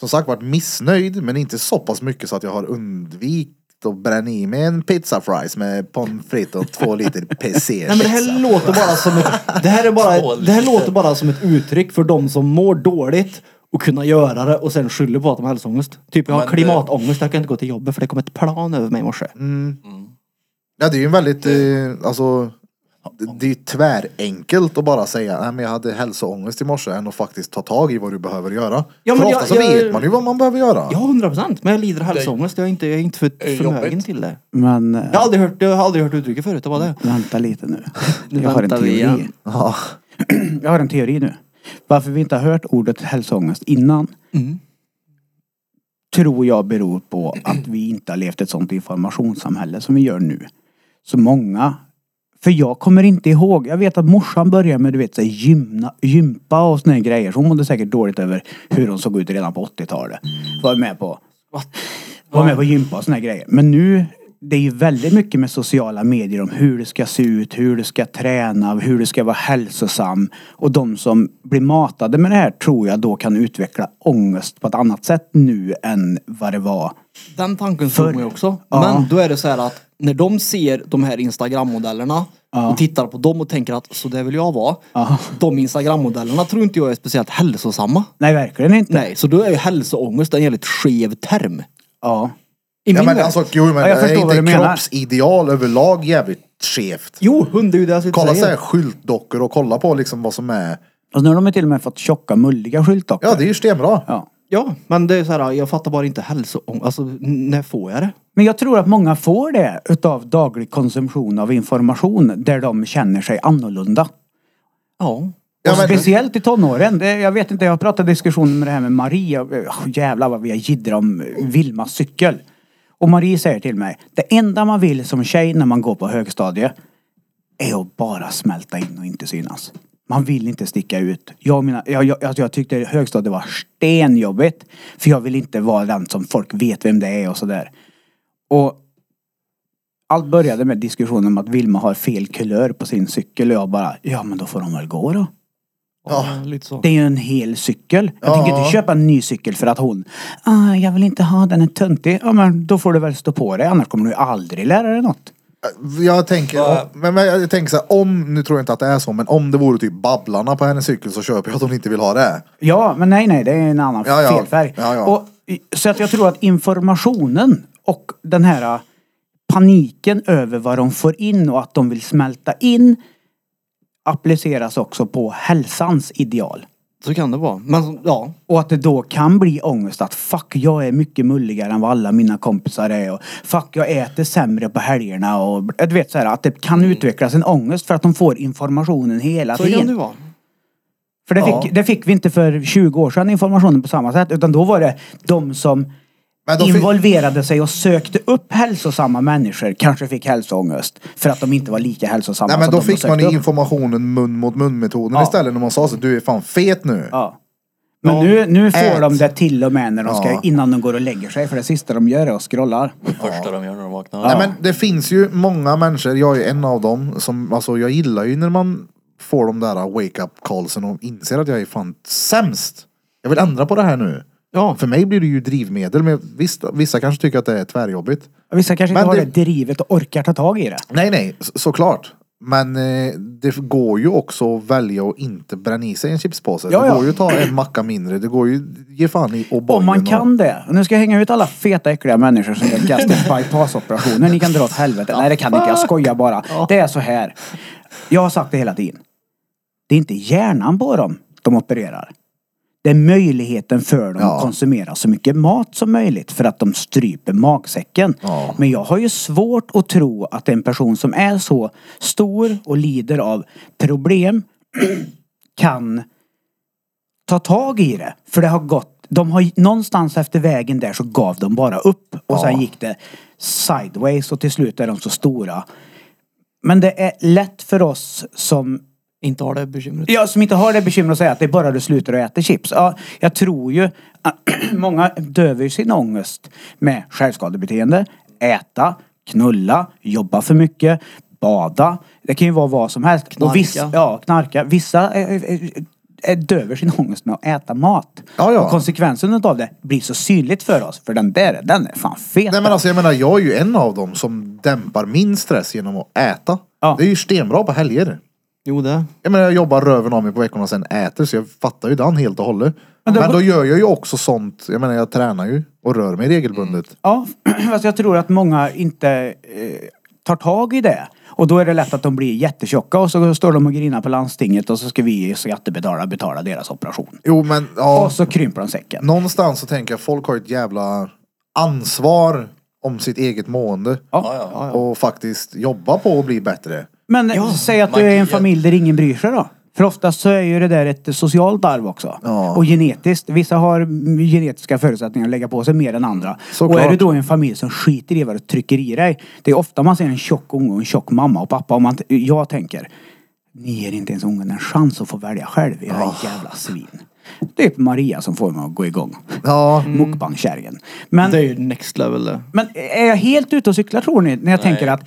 Speaker 1: som sagt varit missnöjd men inte så pass mycket så att jag har undvikit att bränna i mig en pizza fries med pommes frites och två liter PC.
Speaker 2: Nej men det här låter bara som ett, det här, är bara, det här låter bara som ett uttryck för de som mår dåligt och kunna göra det och sen skyller på att de har hälsoångest. Typ jag har
Speaker 4: Men det-
Speaker 2: klimatångest, jag kan inte gå till jobbet för det kom ett plan över mig i morse.
Speaker 1: Ja det är ju en väldigt, eh, alltså det- det är ju tvärenkelt att bara säga nej men jag hade hälsoångest i morse än att faktiskt ta tag i vad du behöver göra.
Speaker 2: Ja,
Speaker 1: För
Speaker 2: men
Speaker 1: ofta
Speaker 2: jag-
Speaker 1: så
Speaker 2: jag-
Speaker 1: vet man ju vad man behöver göra.
Speaker 2: Ja, hundra procent. Men jag lider av hälsoångest. Jag är inte, jag är inte för
Speaker 4: är
Speaker 2: förmögen
Speaker 4: jobbigt.
Speaker 2: till det.
Speaker 3: Men eh,
Speaker 2: Jag har aldrig hört, jag har aldrig hört uttrycket förut, det var det.
Speaker 3: vänta lite nu.
Speaker 2: Nu
Speaker 3: jag har en
Speaker 2: väntar vi
Speaker 3: teori.
Speaker 2: igen.
Speaker 1: Ja.
Speaker 3: Jag har en teori nu. Varför vi inte har hört ordet hälsoångest innan.
Speaker 2: Mm.
Speaker 3: Tror jag beror på att vi inte har levt ett sånt informationssamhälle som vi gör nu. Så många. För jag kommer inte ihåg. Jag vet att morsan började med du vet, så här, gymna, gympa och såna här grejer. Så hon mådde säkert dåligt över hur hon såg ut redan på 80-talet. Var med på var med på gympa och såna här grejer. Men nu, det är ju väldigt mycket med sociala medier om hur du ska se ut, hur du ska träna, hur du ska vara hälsosam. Och de som blir matade med det här tror jag då kan utveckla ångest på ett annat sätt nu än vad det var.
Speaker 2: Den tanken slog mig också.
Speaker 3: Ja.
Speaker 2: Men då är det så här att när de ser de här Instagram-modellerna och tittar på dem och tänker att så där vill jag vara.
Speaker 3: Ja.
Speaker 2: De Instagram-modellerna tror inte jag är speciellt hälsosamma.
Speaker 3: Nej, verkligen inte.
Speaker 2: Nej, så då är ju hälsoångest en jävligt skev term. I
Speaker 3: Ja.
Speaker 1: Ja,
Speaker 2: min
Speaker 1: men
Speaker 2: värld.
Speaker 1: alltså, jo, men
Speaker 3: Ja, jag
Speaker 1: är
Speaker 3: förstår
Speaker 1: inte
Speaker 3: vad du menar.
Speaker 1: kroppsideal överlag jävligt skevt?
Speaker 2: Jo, hund är ju det jag sitter och
Speaker 1: Kolla så här
Speaker 2: säger.
Speaker 1: skyltdockor och kolla på liksom vad som är.
Speaker 3: Och nu har de ju till och med fått tjocka mulliga skyltdockor.
Speaker 1: Ja det är ju stenbra.
Speaker 3: ja.
Speaker 2: Ja, men det är så här, jag fattar bara inte hälsoångest. Alltså, n- när får jag det?
Speaker 3: Men jag tror att många får det utav daglig konsumtion av information där de känner sig annorlunda.
Speaker 2: Ja.
Speaker 1: Ja,
Speaker 3: och
Speaker 1: men-
Speaker 3: speciellt i tonåren. Det, jag vet inte, jag pratade diskussioner med det här med Marie. och, eh, jävlar vad vi har jiddrat om eh, Vilmas cykel. Och Marie säger till mig, det enda man vill som tjej när man går på högstadiet är att bara smälta in och inte synas. Man vill inte sticka ut. Jag, och mina, jag, jag, alltså jag tyckte högstadiet var stenjobbigt. För jag vill inte vara den som folk vet vem det är och sådär. Och allt började med diskussionen om att Vilma har fel kulör på sin cykel och jag bara, ja men då får de väl gå då.
Speaker 2: Ja, lite så.
Speaker 3: Det är ju en hel cykel. Jag
Speaker 1: Ja.
Speaker 3: tänker inte köpa en ny cykel för att hon, ah, jag vill inte ha den, är töntig. Ja men då får du väl stå på dig annars kommer du aldrig lära dig något.
Speaker 1: Jag tänker,
Speaker 4: Vad-
Speaker 1: men, men jag tänker så här, om, nu tror jag inte att det är så, men om det vore typ Babblarna på hennes cykel så köper jag att hon inte vill ha det.
Speaker 3: Ja, men nej, nej, det är en annan
Speaker 1: Ja, ja.
Speaker 3: felfärg.
Speaker 1: Ja, ja.
Speaker 3: Och, så att jag tror att informationen och den här äh, paniken över vad de får in och att de vill smälta in appliceras också på hälsans ideal.
Speaker 2: Så kan det vara. Men ja,
Speaker 3: Och att det då kan bli ångest att fuck, jag är mycket mulligare än vad alla mina kompisar är och fuck, jag äter sämre på helgerna och du vet så här att det kan
Speaker 1: Mm.
Speaker 3: utvecklas en ångest för att de får informationen hela
Speaker 2: så
Speaker 3: tiden.
Speaker 2: kan det vara.
Speaker 3: För det fick, det fick vi inte för 20 år sedan informationen på samma sätt. Utan då var det de som
Speaker 1: Men de fick-
Speaker 3: involverade sig och sökte upp hälsosamma människor. Kanske fick hälsoångest. För att de inte var lika hälsosamma
Speaker 1: Nej men
Speaker 3: som
Speaker 1: då
Speaker 3: de alltså de
Speaker 1: fick man
Speaker 3: sökte upp.
Speaker 1: informationen mun mot mun metoden
Speaker 3: Ja.
Speaker 1: istället när man sa så, du är fan fet nu.
Speaker 3: Ja. Men nu, nu får
Speaker 1: ät.
Speaker 3: de det till och med när de ska,
Speaker 1: Ja.
Speaker 3: innan de går och lägger sig. För det sista de gör är att scrollar.
Speaker 4: Första de gör när de vaknar.
Speaker 1: Nej men det finns ju många människor, jag är en av dem, som alltså jag gillar ju när man får de där wake up callsen och inser att jag är fan sämst. Jag vill ändra på det här nu.
Speaker 2: Ja.
Speaker 1: För mig blir det ju drivmedel, men visst, vissa kanske tycker att det är tvärjobbigt.
Speaker 3: Vissa kanske
Speaker 1: Men
Speaker 3: inte har
Speaker 1: det-
Speaker 3: det drivet och orkar ta tag i det.
Speaker 1: Nej, nej, så- såklart. Men eh, det går ju också att välja att inte bränna i sig en chipspåse.
Speaker 3: Ja,
Speaker 1: det
Speaker 3: ja.
Speaker 1: går ju att ta en macka mindre. Det går ju ge fan i O'boyen
Speaker 3: Om man kan det. Nu ska jag hänga ut alla feta äckliga människor som gör gastric bypass-operationer. Ni kan dra åt helvete. Nej det kan ni inte. Jag skojar bara. Det är så här. Jag har sagt det hela tiden. Det är inte hjärnan på dem de opererar. Det är möjligheten för dem
Speaker 1: Ja.
Speaker 3: att konsumera så mycket mat som möjligt för att de stryper magsäcken.
Speaker 1: Ja.
Speaker 3: Men jag har ju svårt att tro att en person som är så stor och lider av problem kan ta tag i det. För det har gått, de har, någonstans efter vägen där så gav de bara upp. Och sen gick det sideways och till slut är de så stora. Men det är lätt för oss som
Speaker 2: Inte har det bekymret.
Speaker 3: jag som inte har det bekymret att säga att det är bara du slutar att äta chips. Ja, jag tror ju att många döver sin ångest med självskadebeteende, äta, knulla, jobba för mycket, bada. Det kan ju vara vad som helst. Och vissa,
Speaker 2: Knarka.
Speaker 3: ja, knarka. Vissa eh, eh, eh, döver sin ångest med att äta mat.
Speaker 1: Ja, ja.
Speaker 3: Och konsekvensen av det blir så synligt för oss. För den där, den är fan fet.
Speaker 1: Nej men alltså jag menar, jag är ju en av dem som dämpar min stress genom att äta.
Speaker 3: Ja.
Speaker 1: Det är ju stenbra på helger.
Speaker 2: Jo det.
Speaker 1: Jag menar jag jobbar röven av mig på veckorna och sen äter så jag fattar ju den helt och hållet. Men, då gör jag ju också sånt, jag menar jag tränar ju och rör mig regelbundet.
Speaker 3: Ja, fast jag tror att många inte eh, tar tag i det. Och då är det lätt att de blir jättetjocka och så står de och grinar på landstinget och så ska vi skattebetalare betala deras operation.
Speaker 1: Jo men ja.
Speaker 3: Och så krymper de säcken.
Speaker 1: någonstans så tänker jag folk har ett jävla ansvar om sitt eget mående.
Speaker 4: Ja, ja.
Speaker 1: Och faktiskt jobba på att bli bättre.
Speaker 3: Men säg att
Speaker 4: man
Speaker 3: du är
Speaker 4: kan
Speaker 3: i en
Speaker 4: hjälpa.
Speaker 3: familj där ingen bryr sig då. För oftast så är ju det där ett socialt arv också.
Speaker 1: Ja.
Speaker 3: Och genetiskt. Vissa har mm, genetiska förutsättningar att lägga på sig mer än andra.
Speaker 1: Såklart.
Speaker 3: Och är du då i en familj som skiter i vad du trycker i dig. Det är ofta man ser en tjock unge och en tjock mamma och pappa. Och man, t- jag tänker, ni ger inte ens ungen en chans att få välja själv, era
Speaker 1: Ah.
Speaker 3: jävla svin. Det är typ Maria som får mig att gå igång.
Speaker 1: Ja,
Speaker 3: Mukbang-kärringen. Men
Speaker 2: Det är ju next level det.
Speaker 3: men är jag helt ute och cyklar tror ni? När jag tänker att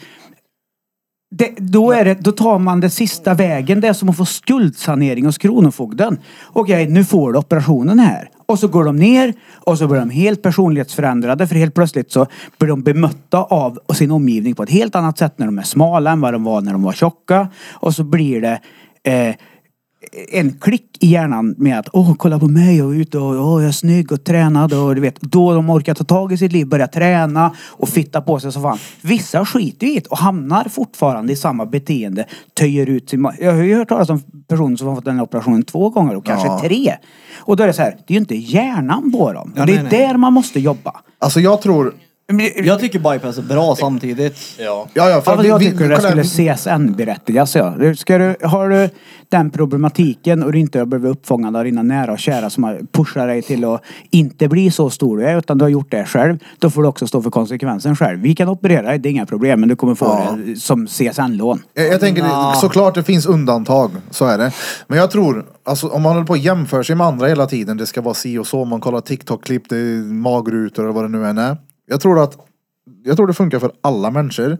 Speaker 3: det, då, är det, då tar man den sista vägen. Det är som att få skuldsanering hos Kronofogden. Okej, nu får du operationen här. Och så går de ner och så blir de helt personlighetsförändrade för helt plötsligt så blir de bemötta av sin omgivning på ett helt annat sätt när de är smala än vad de var när de var tjocka. Och så blir det eh, en klick i hjärnan med att åh, kolla på mig och ut och åh, jag är snygg och tränad och du vet. Då de orkar ta tag i sitt liv, börja träna och fitta på sig så fan. Vissa skiter i det och hamnar fortfarande i samma beteende. Töjer ut sin ma- Jag har ju hört talas om personer som har fått den här operationen två gånger och kanske
Speaker 1: Ja.
Speaker 3: tre. Och då är det så här, det är ju inte hjärnan på dem.
Speaker 2: Ja,
Speaker 3: det är
Speaker 2: nej, nej. eh,
Speaker 3: där man måste jobba.
Speaker 1: alltså jag tror...
Speaker 2: Jag tycker bypass är bra samtidigt.
Speaker 4: ja.
Speaker 1: Ja, ja,
Speaker 3: Ja,
Speaker 1: för
Speaker 3: men jag
Speaker 1: vi- vi-
Speaker 3: tycker det
Speaker 1: kolla här,
Speaker 3: skulle CSN-berättigas. Ja. Du- Ska du, har du den problematiken och du inte har blivit uppfångad av dina nära och kära som har pushar dig till att inte bli så stor du är utan du har gjort det själv. Då får du också stå för konsekvensen själv. Vi kan operera dig, det är inga problem men du kommer få
Speaker 1: Ja. Eh.
Speaker 3: det som CSN-lån.
Speaker 1: Jag, jag tänker såklart det finns undantag, så är det. Men jag tror, alltså, om man håller på och jämför sig med andra hela tiden, det ska vara si och så, om man kollar TikTok-klipp, det är magrutor eller vad det nu än är. Jag tror att jag tror det funkar för alla människor.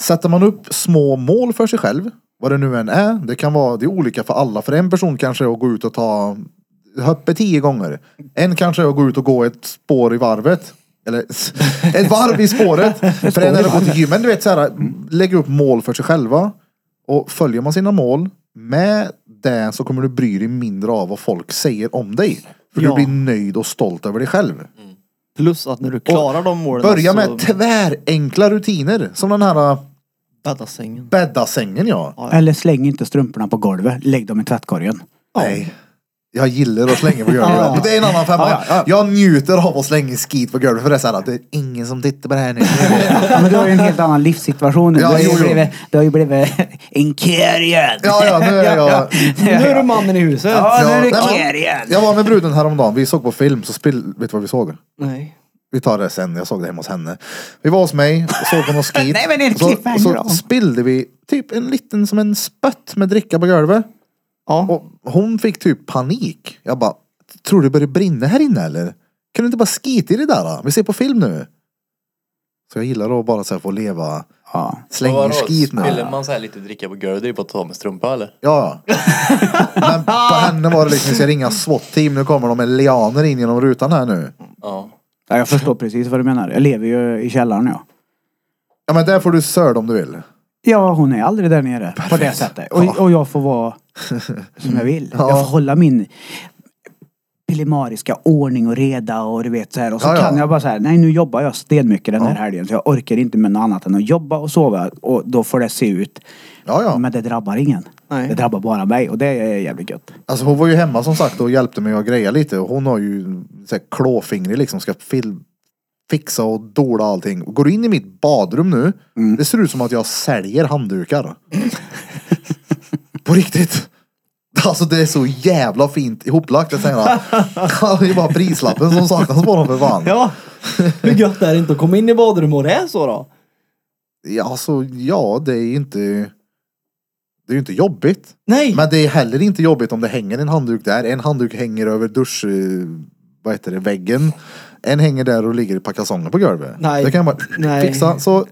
Speaker 1: Sätter man upp små mål för sig själv, vad det nu än är. Det kan vara, det är olika för alla. För en person kanske är att gå ut och ta hoppe tio gånger. En kanske är att gå ut och gå ett spår i varvet. Eller s- ett varv i spåret. För en är att gå till gymmen. Du vet så här, lägga upp mål för sig själva. Och följer man sina mål med det så kommer du bry dig mindre av vad folk säger om dig. För du
Speaker 2: Ja.
Speaker 1: blir nöjd och stolt över dig själv.
Speaker 2: Plus att när du klarar de målen
Speaker 1: Börja med
Speaker 2: så...
Speaker 1: tvärenkla rutiner. Som den här äh,
Speaker 2: Bädda sängen.
Speaker 1: bäddasängen ja.
Speaker 3: Eller släng inte strumporna på golvet. Lägg dem i tvättkorgen.
Speaker 1: Nej. Jag gillar att slänga på golvet. Men det är en annan femma. Jag njuter av att slänga skit på golvet. För det är så här, att det är ingen som tittar på det här nu.
Speaker 3: Ja, men du har ju en helt annan livssituation nu.
Speaker 1: Ja,
Speaker 3: du, har ju
Speaker 1: jo, jo.
Speaker 3: Blivit, du har ju blivit en kär igen.
Speaker 1: Ja, ja, nu är jag...
Speaker 2: Nu är du mannen i huset.
Speaker 3: Ja, nu är du
Speaker 1: Ja, nej,
Speaker 3: kär
Speaker 1: men-
Speaker 3: igen.
Speaker 1: Jag var med bruden häromdagen. Vi såg på film. Så spill... Vet du vad vi såg?
Speaker 2: Nej.
Speaker 1: Vi tar det sen. Jag såg det hemma hos henne. Vi var hos mig. och Såg på någon skit.
Speaker 3: Nej, men det är en
Speaker 1: så,
Speaker 3: cliffhanger
Speaker 1: så
Speaker 3: då.
Speaker 1: spillde vi typ en liten som en spött med dricka på golvet.
Speaker 2: Ja.
Speaker 1: Och hon fick typ panik. Jag bara, tror du det börjar brinna här inne eller? Kan du inte bara skita i det där? Då? Vi ser på film nu. Så jag gillar att bara så här få leva,
Speaker 3: Ja.
Speaker 1: slänga in skit nu.
Speaker 4: Ville
Speaker 1: Ja,
Speaker 4: man så här lite dricka på girl, det är bara att ta med strumpa eller?
Speaker 1: ja. Men på henne var det liksom, vi ska ringa SWAT-team, nu kommer de med lianer in genom rutan här nu.
Speaker 4: Ja.
Speaker 3: Ja, jag förstår precis vad du menar. Jag lever ju i källaren ja.
Speaker 1: Ja men där får du sörd om du vill.
Speaker 3: Ja, hon är aldrig där nere på det sättet. Och, och jag får vara som jag vill. Jag får hålla min pilimariska ordning och reda och du vet så här. Och så
Speaker 1: Ja, ja.
Speaker 3: kan jag bara så här, nej nu jobbar jag stenmycket den här helgen. Så jag orkar inte med något annat än att jobba och sova. Och då får det se ut.
Speaker 1: Ja ja.
Speaker 3: Men det drabbar ingen.
Speaker 2: Nej.
Speaker 3: Det drabbar bara mig och det är jävligt gött.
Speaker 1: Alltså hon var ju hemma som sagt och hjälpte mig att greja lite. Och Hon har ju så här klåfingrig liksom. Ska fil- fixa och dola allting. Och Går du in i mitt badrum nu. Det ser ut som att jag säljer handdukar. På riktigt. Alltså det är så jävla fint ihoplagt. Jag säger det. Alltså, det är bara prislappen som saknas på dem för fan. Ja.
Speaker 2: Ja. Hur gött är det inte att komma in i badrummet och det är så då?
Speaker 1: Alltså ja, det är ju inte. Det är ju inte jobbigt.
Speaker 2: Nej.
Speaker 1: Men det är heller inte jobbigt om det hänger en handduk där. En handduk hänger över dusch... eh, Vad heter det? Väggen. En hänger där och ligger i ett par kalsonger på golvet.
Speaker 2: Nej.
Speaker 1: Det kan man
Speaker 2: Nej.
Speaker 1: fixa. Så,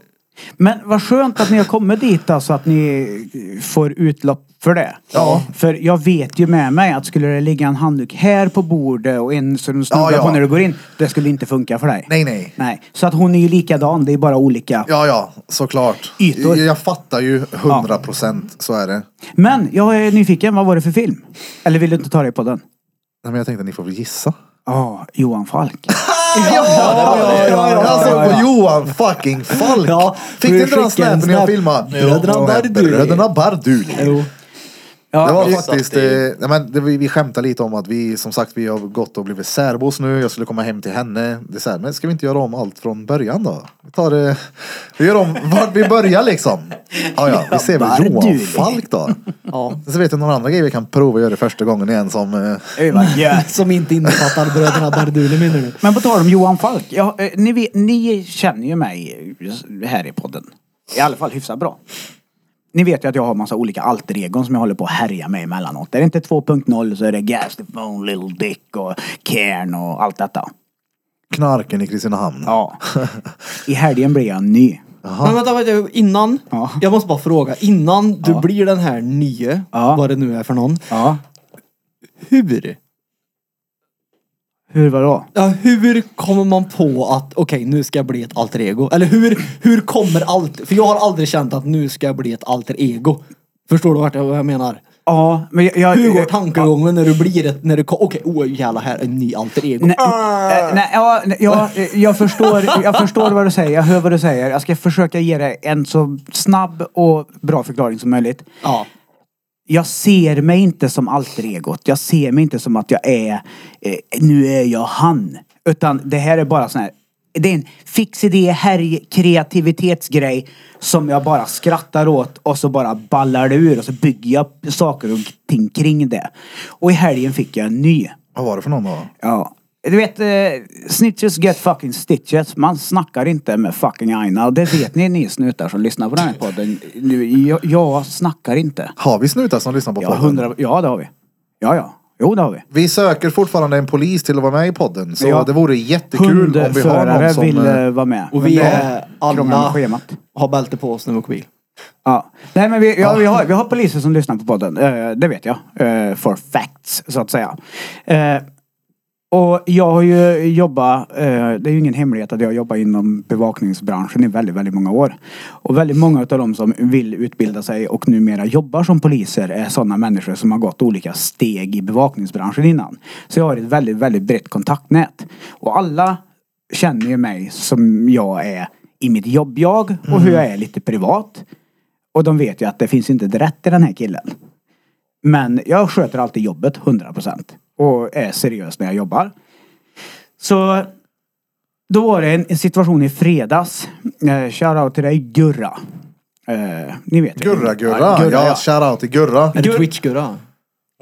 Speaker 3: Men vad skönt att ni har kommit dit då, så att ni får utlopp för det.
Speaker 1: Ja.
Speaker 3: För jag vet ju med mig att skulle det ligga en handduk här på bordet och en som du snubblar
Speaker 1: Ja, ja.
Speaker 3: på när du går in. Det skulle inte funka för dig.
Speaker 1: nej, nej.
Speaker 3: Nej. Så att hon är ju likadan, det är bara olika.
Speaker 1: Ja, ja. Såklart.
Speaker 3: Ytor.
Speaker 1: Jag fattar ju. 100 procent. Så är det.
Speaker 3: Men jag är nyfiken, vad var det för film? Eller vill du inte ta det på den?
Speaker 1: Nej, men jag tänkte att ni får väl gissa.
Speaker 3: Ja, Johan Falk.
Speaker 1: Ja, jag såg på Alltså, Johan fucking Falk.
Speaker 2: Ja,
Speaker 1: Fick
Speaker 2: vi
Speaker 1: du inte den snappen
Speaker 2: skickade en
Speaker 1: när jag
Speaker 2: snap.
Speaker 1: filmade?
Speaker 2: Bröderna
Speaker 1: Jo.
Speaker 2: Barduli.
Speaker 1: Bröderna Barduli.
Speaker 2: Jo.
Speaker 3: Ja,
Speaker 1: Det var
Speaker 4: vi-
Speaker 1: faktiskt, eh, nej, men det, vi, vi skämtade lite om att vi som sagt vi har gått och blivit särbos nu. Jag skulle komma hem till henne. Det är så här, men ska vi inte göra om allt från början då? Vi, tar, det- vi gör om vart vi börjar liksom. Ja, ja, vi ser väl Johan Falk då.
Speaker 2: Ja.
Speaker 1: Så vet jag några andra grejer vi kan prova att göra första gången igen som... eh,
Speaker 3: det var gött.
Speaker 2: Som inte innefattar bröderna Barduli menar du?
Speaker 3: Men på tal om Johan Falk. Ja, eh, ni, vet, ni känner ju mig här i podden. I alla fall hyfsat bra. Ni vet ju att jag har massa olika alter egon som jag håller på att härja med emellanåt. Är det inte 2.0 så är det Gas the Phone, Little Dick och Cairn och allt detta.
Speaker 1: Knarken i Kristinehamn.
Speaker 3: Ja. I helgen blir jag ny.
Speaker 2: Men vänta, vänta, innan.
Speaker 3: Ja.
Speaker 2: Jag måste bara fråga. Innan du blir den här nye,
Speaker 3: Ja.
Speaker 2: vad det nu är för någon.
Speaker 3: Ja.
Speaker 2: Hur?
Speaker 3: Hur var då?
Speaker 2: Ja, hur kommer man på att okej, nu ska jag bli ett alter ego? Eller hur, hur kommer allt? För jag har aldrig känt att nu ska jag bli ett alter ego. Förstår du vart jag, vad jag menar?
Speaker 3: Ja, men jag... jag
Speaker 2: Hur går tankegången när du blir ett, när du ko- okej, oh jävlar här, är en ny alter ego.
Speaker 3: Nej, eh, nej, ja, nej, ja, eh, jag, förstår, jag förstår vad du säger, jag hör vad du säger. Jag ska försöka ge dig en så snabb och bra förklaring som möjligt.
Speaker 2: Ja.
Speaker 3: Jag ser mig inte som alter egot. Jag ser mig inte som att jag är, eh, nu är jag han. Utan det här är bara sån här, det är en fix idé, härj, kreativitetsgrej som jag bara skrattar åt och så bara ballar det ur och så bygger jag saker och ting kring det. Och i helgen fick jag en ny.
Speaker 1: Vad var det för någon då?
Speaker 3: Ja. Du vet, eh, snitches get fucking stitches. Man snackar inte med fucking aina. Och det vet ni, ni snutar som lyssnar på den här podden. Nu, Jag, jag snackar inte.
Speaker 1: Har vi snutar som lyssnar på
Speaker 3: Ja,
Speaker 1: podden?
Speaker 3: hundra, ja, det har vi. Ja, ja. Jo, det har vi.
Speaker 1: Vi söker fortfarande en polis till att vara med i podden. Så
Speaker 3: Ja.
Speaker 1: det vore jättekul om vi har
Speaker 3: Hundförare
Speaker 1: någon som...
Speaker 3: vill
Speaker 1: eh,
Speaker 3: eh, vara med.
Speaker 2: Och vi
Speaker 3: Men det
Speaker 2: är
Speaker 3: krånglar med
Speaker 2: alla
Speaker 3: schemat.
Speaker 2: har bälte på oss när vi åker bil.
Speaker 3: Ja. Nej, men vi, ja, vi, har, vi har poliser som lyssnar på podden. Eh, det vet jag. Eh, for facts, så att säga. Eh, och jag har ju jobbat, eh, det är ju ingen hemlighet att jag har jobbat inom bevakningsbranschen i väldigt, väldigt många år. Och väldigt många av de som vill utbilda sig och numera jobbar som poliser är sådana människor som har gått olika steg i bevakningsbranschen innan. Så jag har ett väldigt, väldigt brett kontaktnät. Och alla känner ju mig som jag är i mitt jobb-jag och hur jag är lite privat. Och de vet ju att det finns inte ett rätt i den här killen. Men jag sköter alltid jobbet 100% och är seriös när jag jobbar. Så då var det en situation i fredags. Eh, Shoutout till dig Gurra. Eh, ni vet
Speaker 1: Gurra, gurra.
Speaker 3: Ja, Gurra,
Speaker 1: ja,
Speaker 3: ja.
Speaker 1: shoutout till Gurra.
Speaker 2: Är det Twitch-gurra?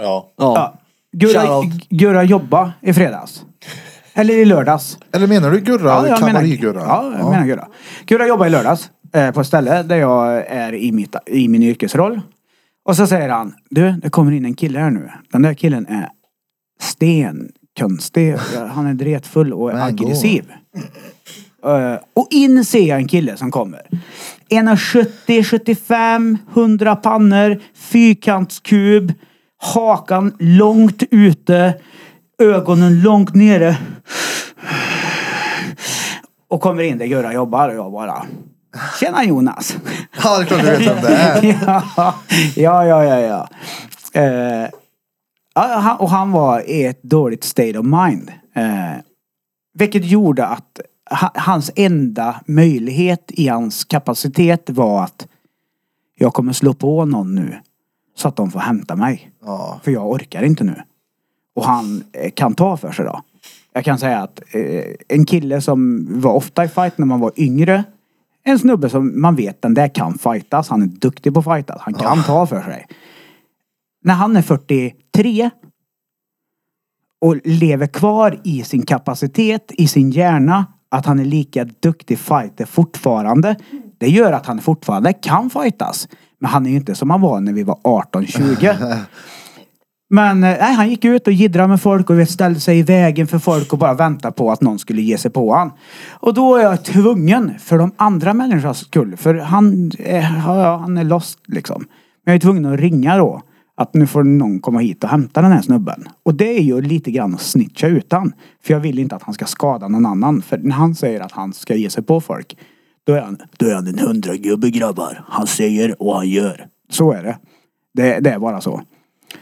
Speaker 4: Ja.
Speaker 3: Ja. Gurra,
Speaker 2: Shoutout.
Speaker 3: Gurra jobba i fredags. Eller i lördags.
Speaker 1: Eller menar du Gurra? eller Kamarigurra?
Speaker 3: Ja, jag menar Gurra. Gurra jobbar i lördags eh, på ett ställe där jag är i, mitt, i min yrkesroll. Och så säger han, du det kommer in en kille här nu. Den där killen är stenkonstig. Han är dretfull och
Speaker 1: Men gå.
Speaker 3: aggressiv. Eh, och in ser jag en kille som kommer. 1,70, 75, 100 pannor, fyrkantskub, hakan långt ute, ögonen långt nere. Och kommer in där Gurra jobbar och jag bara. Tjena Jonas!
Speaker 1: Ja, det är klart du vet vem det är.
Speaker 3: ja, ja, ja, ja. ja. Eh, ja, han- och han var i ett dåligt state of mind. Eh, vilket gjorde att ha, hans enda möjlighet i hans kapacitet var att jag kommer slå på någon nu. Så att de får hämta mig.
Speaker 1: Ja.
Speaker 3: För jag orkar inte nu. Och han eh, kan ta för sig då. Jag kan säga att eh, en kille som var ofta i fight när man var yngre. En snubbe som man vet den där kan fightas. Han är duktig på att fightas. Han kan ta för sig. När han är 43 och lever kvar i sin kapacitet, i sin hjärna, att han är lika duktig fighter fortfarande. Det gör att han fortfarande kan fightas. Men han är ju inte som han var när vi var 18-20. Men eh, nej, han gick ut och jiddrade med folk och vet, ställde sig i vägen för folk och bara väntade på att någon skulle ge sig på han. Och då är jag tvungen för de andra människornas skull. För han, eh, ja, ja, han är lost liksom. Men jag är tvungen att ringa då. Att nu får någon komma hit och hämta den här snubben. Och det är ju lite grann att snitcha utan. För jag vill inte att han ska skada någon annan. För när han säger att han ska ge sig på folk. Då är han, då är han en hundragubbe grabbar. Han säger och han gör. Så är det. Det, det är bara så.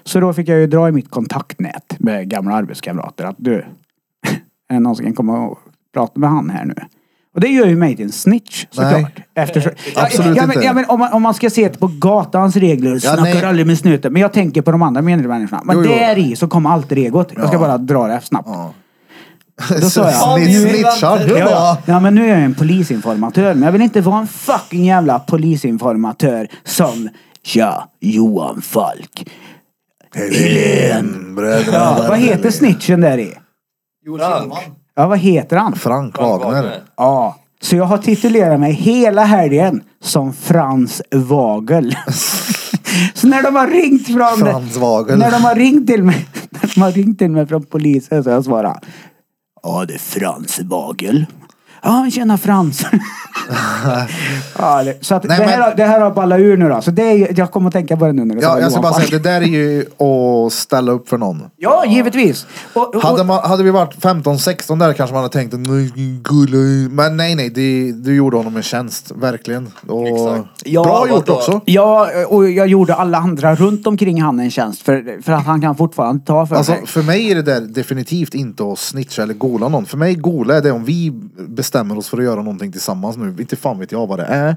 Speaker 3: Så då fick jag ju dra i mitt kontaktnät med gamla arbetskamrater att du, är det någon som kan komma och prata med han här nu? Och det gör ju mig till en snitch såklart. Eftersom,
Speaker 1: absolut
Speaker 3: ja, men,
Speaker 1: inte.
Speaker 3: ja, men om, man, om man ska se det på gatans regler, snackar
Speaker 1: nej.
Speaker 3: aldrig med snuten. Men jag tänker på de andra medmänniskorna. Men
Speaker 1: Jo, jo.
Speaker 3: där i så kommer alltid egot. Jag ska bara dra det snabbt. Då sa jag.
Speaker 1: Snitt-
Speaker 5: Ja, nu-
Speaker 1: Snitchar.
Speaker 5: Ja,
Speaker 1: Ja.
Speaker 3: Ja, ja, men nu är jag en polisinformatör. Men jag vill inte vara en fucking jävla polisinformatör som Tja, Johan Falk. Ja, vad heter snitchen där i?
Speaker 4: Frank.
Speaker 3: Ja, vad heter han?
Speaker 1: Frank Wagner.
Speaker 3: Ja. Så jag har titulerat mig hela helgen som Frans Vagel. Så när de har ringt från...
Speaker 1: Frans Vagel.
Speaker 3: När de har ringt till mig, när de har ringt till mig från polisen så har jag svarat. Ja, det är Frans Vagel. Ja, men tjena Frans. ja, det, så att
Speaker 1: Nej,
Speaker 3: det, här,
Speaker 1: men-
Speaker 3: har- det här har ballat ur nu då. Så det är, ju- jag kommer att tänka på det nu när du sa
Speaker 1: Ja, jag ska
Speaker 3: Johan
Speaker 1: bara
Speaker 3: Falk.
Speaker 1: säga, det där är ju att ställa upp för någon.
Speaker 3: Ja, givetvis. Och, och,
Speaker 1: Hade, man, hade vi varit 15-16 där kanske man hade tänkt "Nej, gulle." Men nej, nej, det, du gjorde honom en tjänst. Verkligen. Och
Speaker 4: Exakt.
Speaker 3: Ja,
Speaker 1: bra
Speaker 4: vad
Speaker 1: gjort
Speaker 4: då?
Speaker 1: också.
Speaker 3: Ja, och jag gjorde alla andra runt omkring han en tjänst för, för att han kan fortfarande ta för
Speaker 1: Alltså,
Speaker 3: sig.
Speaker 1: för mig är det där definitivt inte att snitcha eller gola någon. För mig gola är det om vi bestämmer oss för att göra någonting tillsammans nu. Inte fan vet jag vad det är.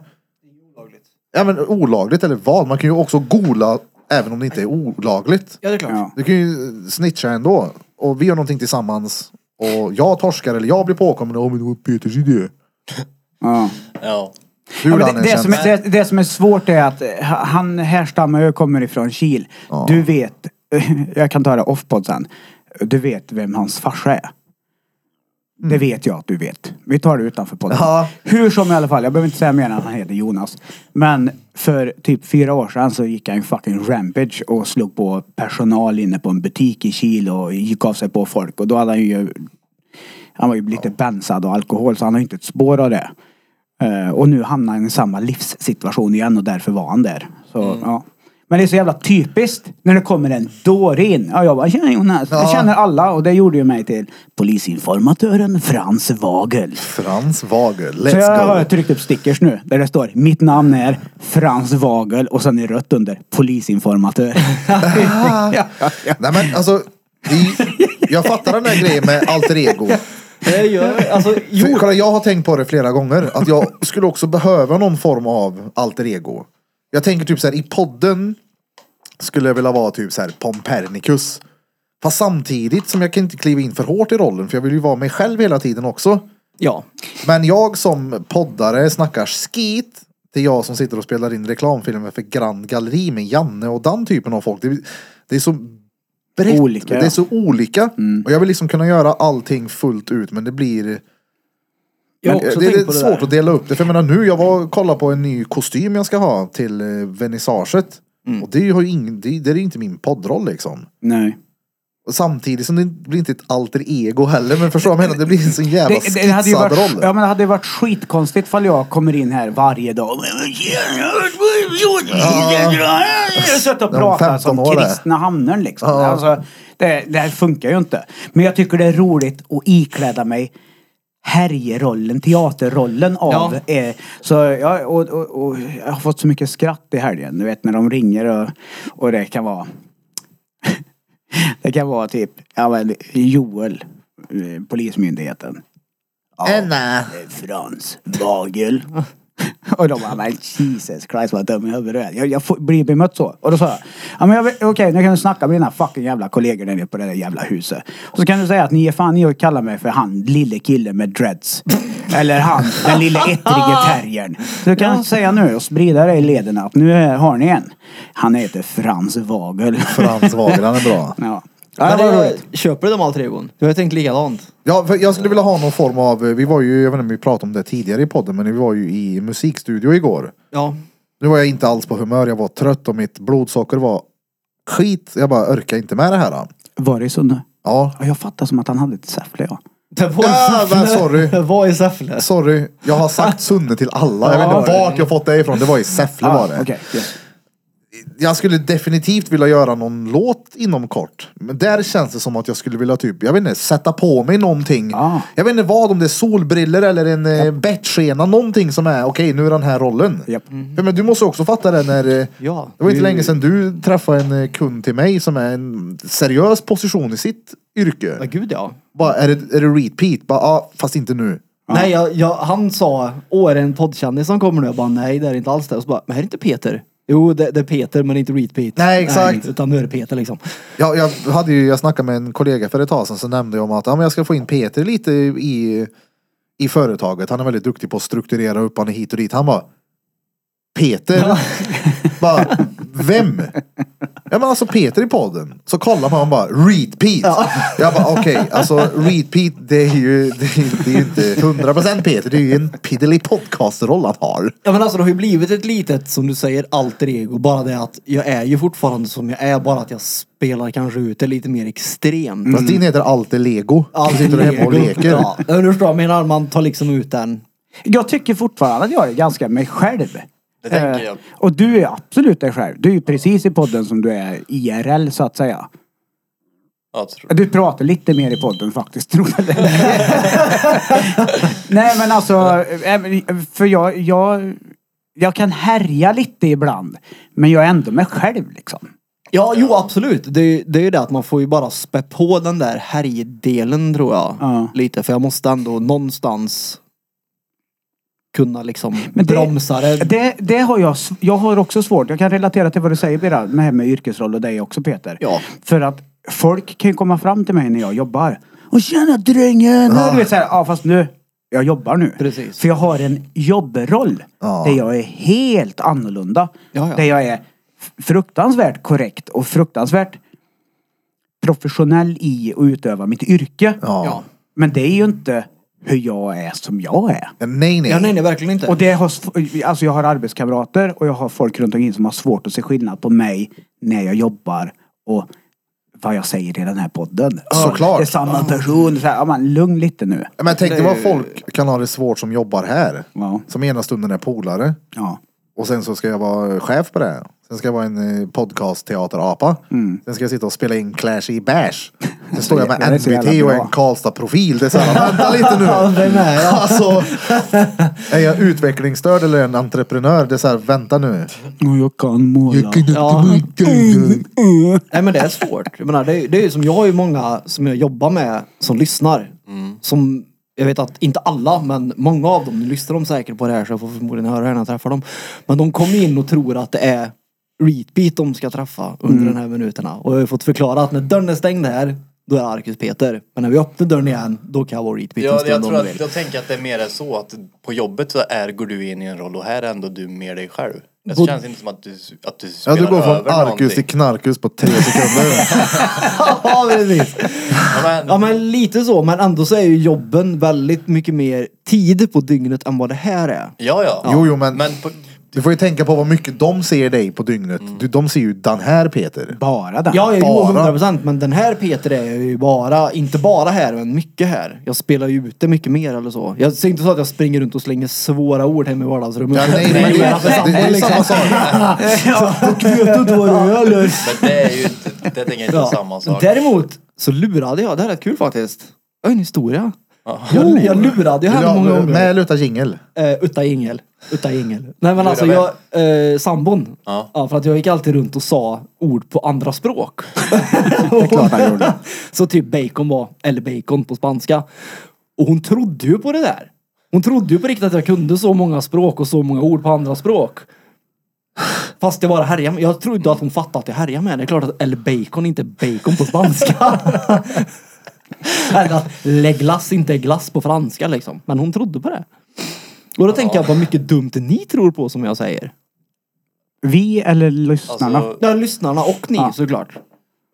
Speaker 1: Ja men olagligt eller vad. Man kan ju också gola även om det inte är olagligt.
Speaker 2: Ja, det är klart.
Speaker 3: Ja.
Speaker 1: Du kan ju snitcha ändå. Och vi gör någonting tillsammans. Och jag torskar eller jag blir påkommen. Åh men det var Peters idé.
Speaker 3: Ja.
Speaker 4: Ja.
Speaker 1: Du
Speaker 3: Ja,
Speaker 1: gjorde
Speaker 3: men
Speaker 1: han
Speaker 3: det,
Speaker 1: en
Speaker 3: det, som
Speaker 1: tjänst.
Speaker 3: är, det, det som är svårt är att eh, han härstammar ju och kommer ifrån Kil. Du vet, jag kan ta det off-pod sen. Du vet vem hans farsa är. Det vet jag att du vet. Vi tar det utanför podden.
Speaker 1: Mm. Ja.
Speaker 3: Hur som i alla fall, jag behöver inte säga mer än att han heter Jonas. Men för typ fyra år sedan så gick han en fucking rampage och slog på personal inne på en butik i Kil och gick av sig på folk. Och då hade han ju... Han var ju lite bensad och alkohol så han har ju inte ett spår av det. Eh, och nu hamnar han i samma livssituation igen och därför var han där. Så,
Speaker 5: Mm.
Speaker 3: ja. Men det är så jävla typiskt när det kommer en dåre in. Ja, jag bara, tjena Jonas. Det känner alla och det gjorde ju mig till polisinformatören Frans Wagel.
Speaker 1: Frans Wagel,
Speaker 3: Så jag
Speaker 1: let's
Speaker 3: har
Speaker 1: go.
Speaker 3: tryckt upp stickers nu där det står mitt namn är Frans Wagel och sen i rött under polisinformatör. ja, ja, ja.
Speaker 1: Ah. Nej men alltså, vi, jag fattar den där grejen med alter ego.
Speaker 5: Det gör, alltså,
Speaker 1: För, kolla, jag har tänkt på det flera gånger. Att jag skulle också behöva någon form av alter ego. Jag tänker typ så här, i podden skulle jag vilja vara typ så här Pompernicus. Fast samtidigt som jag kan inte kliva in för hårt i rollen för jag vill ju vara mig själv hela tiden också.
Speaker 5: ja.
Speaker 1: Men jag som poddare snackar skit. Det är jag som sitter och spelar in reklamfilmer för Grand Galleri med Janne och den typen av folk. Det, det är så brett.
Speaker 3: Olika, ja. Mm.
Speaker 1: Det är så olika. Och jag vill liksom kunna göra allting fullt ut men det blir
Speaker 5: Jag har
Speaker 1: men, eh,
Speaker 5: också
Speaker 1: det
Speaker 5: tänkt
Speaker 1: är
Speaker 5: på det
Speaker 1: svårt
Speaker 5: där.
Speaker 1: att dela upp det. För jag menar nu, jag var och kollade på en ny kostym jag ska ha till eh, vernissaget.
Speaker 3: Mm.
Speaker 1: Och det, har ju ingen, det, det är ju inte min poddroll liksom.
Speaker 3: Nej.
Speaker 1: Och samtidigt som det blir inte ett alter ego heller. Men förstår du vad jag menar? Det blir en sån jävla
Speaker 3: Det, det hade ju
Speaker 1: skitsad
Speaker 3: varit,
Speaker 1: roll.
Speaker 3: ja, men det hade ju varit skitkonstigt ifall jag kommer in här varje dag. Jag satt och
Speaker 1: De
Speaker 3: pratade
Speaker 1: 15
Speaker 3: som
Speaker 1: år där.
Speaker 3: kristna hamnen liksom.
Speaker 1: Ja.
Speaker 3: Alltså, det, det här funkar ju inte. Men jag tycker det är roligt att ikläda mig härjerollen, teaterrollen av. Eh, så jag, och, och, och, jag har fått så mycket skratt i helgen. Du vet när de ringer och, och det kan vara det kan vara typ, ja men Joel, eh, polismyndigheten.
Speaker 1: Anna.
Speaker 3: Frans Bagel. och de bara, men Jesus Christ vad dum i huvudet du är. Jag, jag får, blir bemött så. Och då sa jag, ja men jag vet- okej nu kan du snacka med dina fucking jävla kollegor där nere på det där jävla huset. Och så kan du säga att ni är fan i att kalla mig för han lille killen med dreads. Eller han, den lille ettrige terriern. Så du kan säga nu och sprida det i lederna att nu är- har ni en. Han heter Frans Wagel.
Speaker 1: Frans Wagel, han är bra.
Speaker 3: ja.
Speaker 2: Ja,
Speaker 3: Ja, det var roligt.
Speaker 2: jag, eh, köper du de alter egon? Jag har tänkt likadant.
Speaker 1: Ja, för jag skulle vilja ha någon form av, eh, vi var ju, jag vet inte om vi pratade om det tidigare i podden, men vi var ju i musikstudio igår.
Speaker 2: Ja.
Speaker 1: Nu var jag inte alls på humör, jag var trött och mitt blodsocker var skit. Jag bara orkar inte med det här.
Speaker 3: Var det så nu?
Speaker 1: Ja,
Speaker 3: Ja, jag fattar som att han hade ett Säffle ja.
Speaker 2: Det var i
Speaker 1: Ja, men sorry.
Speaker 2: Det var i Säffle.
Speaker 1: Eh, Sorry, jag har sagt Sunne till alla. Jag vet inte vart jag fått det ifrån. Det var i Säffle var det.
Speaker 3: Ah, Okej, yes.
Speaker 1: Jag skulle definitivt vilja göra någon låt inom kort. Men där känns det som att jag skulle vilja typ, jag vet inte, sätta på mig någonting.
Speaker 3: Ah.
Speaker 1: Jag vet inte vad, om det är solbriller eller en ja. bettskena, någonting som är okej, nu är den här rollen.
Speaker 3: Japp.
Speaker 1: För, men du måste också fatta det när, eh,
Speaker 2: Ja.
Speaker 1: det var inte länge sedan du träffade en eh, kund till mig som är en seriös position i sitt yrke.
Speaker 2: Ja, gud ja.
Speaker 1: Bara, är det, är det repeat? Bara, ah, fast inte nu.
Speaker 2: Nej, jag, jag, han sa, åh är det en poddkändis som kommer nu? Jag bara, nej det är inte alls det. Och så bara, men här är inte Peter. Jo, det, det är Peter men inte Reed Pete.
Speaker 1: Nej, exakt.
Speaker 2: utan nu är det Peter liksom.
Speaker 1: Jag, jag, hade ju, jag snackade med en kollega för ett tag sedan så nämnde jag om att ja, men jag ska få in Peter lite i, i företaget. Han är väldigt duktig på att strukturera upp, han är hit och dit. Han bara Peter? bara, vem? Ja men alltså Peter i podden. Så kollar man och bara repeat. Pete. Jag bara okej, alltså repeat Pete det är ju det är, det är ju inte 100% Peter. Det är ju en piddly podcastroll han har.
Speaker 2: Ja men alltså det har ju blivit ett litet, som du säger, alter ego. Bara det att jag är ju fortfarande som jag är, bara att jag spelar kanske ut det lite mer extremt.
Speaker 1: Fast din heter alltid lego. Du Mm. sitter där hemma och leker.
Speaker 2: Ja, men du förstår, jag menar man tar liksom ut den.
Speaker 3: Jag tycker fortfarande att jag är ganska mig själv. Eh,
Speaker 4: Det tänker
Speaker 1: Eh.
Speaker 4: jag.
Speaker 3: Och du är absolut dig själv. Du är ju precis i podden som du är IRL så att säga.
Speaker 4: Jag tror.
Speaker 3: Du pratar lite mer i podden faktiskt, tror jag. Nej men alltså, eh, men, för jag, jag, jag kan härja lite ibland. Men jag är ändå mig själv liksom.
Speaker 2: Ja, jo absolut. Det, är ju- det är ju det att man får ju bara spä på den där härjdelen tror jag.
Speaker 3: Ja.
Speaker 2: Lite, för jag måste ändå någonstans kunna liksom
Speaker 3: Men det-
Speaker 2: bromsa det.
Speaker 3: Det, det har jag, sv- jag har också svårt. Jag kan relatera till vad du säger Birra, med, det här med yrkesroll och dig också Peter.
Speaker 2: Ja.
Speaker 3: För att folk kan ju komma fram till mig när jag jobbar. Och tjena drängen! Ja. Du vet såhär, ja fast nu, jag jobbar nu.
Speaker 2: Precis.
Speaker 3: För jag har en jobbroll.
Speaker 1: Ja.
Speaker 3: Där jag är helt annorlunda.
Speaker 2: Ja, ja.
Speaker 3: Där jag är f- fruktansvärt korrekt och fruktansvärt professionell i att utöva mitt yrke.
Speaker 1: Ja.
Speaker 3: Men det är ju inte hur jag är som jag är.
Speaker 1: Ja, nej, nej.
Speaker 5: Ja, nej, nej, verkligen inte.
Speaker 3: Och det har, sv- alltså jag har arbetskamrater och jag har folk runt omkring som har svårt att se skillnad på mig när jag jobbar och vad jag säger i den här podden.
Speaker 1: Såklart.
Speaker 3: Det är samma person. Så här, ja, man, lugn lite nu.
Speaker 1: Men tänk dig vad folk kan ha det svårt som jobbar här.
Speaker 3: Ja.
Speaker 1: Som ena stunden är polare.
Speaker 3: Ja.
Speaker 1: Och sen så ska jag vara chef på det. här. Sen ska jag vara en eh, podcast-teaterapa. Sen ska jag sitta och spela in Clash i Bash. Sen står jag med
Speaker 3: Ja, Mm. det är så jävla
Speaker 1: NBT och
Speaker 3: bra.
Speaker 1: en Karlstad-profil. Det är såhär, vänta lite nu. alltså, är jag utvecklingsstörd eller en entreprenör? Det är såhär, vänta nu.
Speaker 3: Och jag kan måla.
Speaker 2: Ja. Nej men det är svårt. Jag menar, det, är, det är ju som jag har ju många som jag jobbar med som lyssnar.
Speaker 4: Mm.
Speaker 2: Som, jag vet att inte alla, men många av dem, nu lyssnar de säkert på det här så jag får förmodligen höra det när jag träffar dem. Men de kommer in och tror att det är repeat de ska träffa under
Speaker 4: Mm.
Speaker 2: de här minuterna. Och jag har ju fått förklara att när dörren är stängd här, då är jag Arkus Peter. Men när vi öppnar dörren igen, då kan jag vara repeat en
Speaker 4: Ja, jag,
Speaker 2: stund om
Speaker 4: tror
Speaker 2: du
Speaker 4: att,
Speaker 2: vill.
Speaker 4: jag tänker att det är mer så att på jobbet så är, går du in i en roll och här är ändå du mer dig själv. Det
Speaker 2: Bo-
Speaker 4: känns inte som att du, att du
Speaker 1: Ja,
Speaker 4: spelar
Speaker 1: du går från
Speaker 4: över
Speaker 1: Arkus till
Speaker 4: någonting.
Speaker 1: Knarkus på tre sekunder.
Speaker 2: ja, precis.
Speaker 4: Ja, men,
Speaker 2: Ja men lite så, men ändå så är ju jobben väldigt mycket mer tid på dygnet än vad det här är.
Speaker 4: ja, ja.
Speaker 1: Jo, jo, men-
Speaker 4: på,
Speaker 1: Du får ju tänka på vad mycket de ser dig på dygnet. Du, de ser ju den här Peter.
Speaker 3: Bara den.
Speaker 2: Ja, jo,
Speaker 1: Bara.
Speaker 2: 100 procent. Men den här Peter är jag ju bara, inte bara här, men mycket här. Jag spelar ju ute mycket mer eller så. Jag ser inte så att jag springer runt och slänger svåra ord hem i vardagsrummet.
Speaker 1: Ja, nej, nej,
Speaker 2: Jag
Speaker 1: det,
Speaker 2: gör
Speaker 1: det, det är ju
Speaker 2: liksom.
Speaker 1: samma sak.
Speaker 2: Vet du inte vad jag gör, eller?
Speaker 4: men det är ju inte, det tänker jag inte är samma sak.
Speaker 2: Däremot så lurade jag, det här är rätt kul faktiskt. Jag har en historia. Jag, jag lurade ju
Speaker 1: Vill du
Speaker 2: henne
Speaker 1: ha-
Speaker 2: många gånger.
Speaker 1: Med luta jingel.
Speaker 2: Eh, utta ingel. Utta ingel. Nej men alltså jag, eh, sambon.
Speaker 4: Ja.
Speaker 2: för att jag gick alltid runt och sa ord på andra språk.
Speaker 3: klart han gjorde.
Speaker 2: Så typ bacon var, eller bacon på spanska. Och hon trodde ju på det där. Hon trodde ju på riktigt att jag kunde så många språk och så många ord på andra språk. Fast det var härja, jag trodde att hon fattade att jag härjade med henne. Det är klart att El Bacon inte är bacon på spanska. Eller att Le Glass inte är glass på franska liksom. Men hon trodde på det. Och då tänker jag vad mycket dumt ni tror på som jag säger.
Speaker 3: Vi eller lyssnarna.
Speaker 4: Alltså,
Speaker 2: Ja, lyssnarna och ni såklart.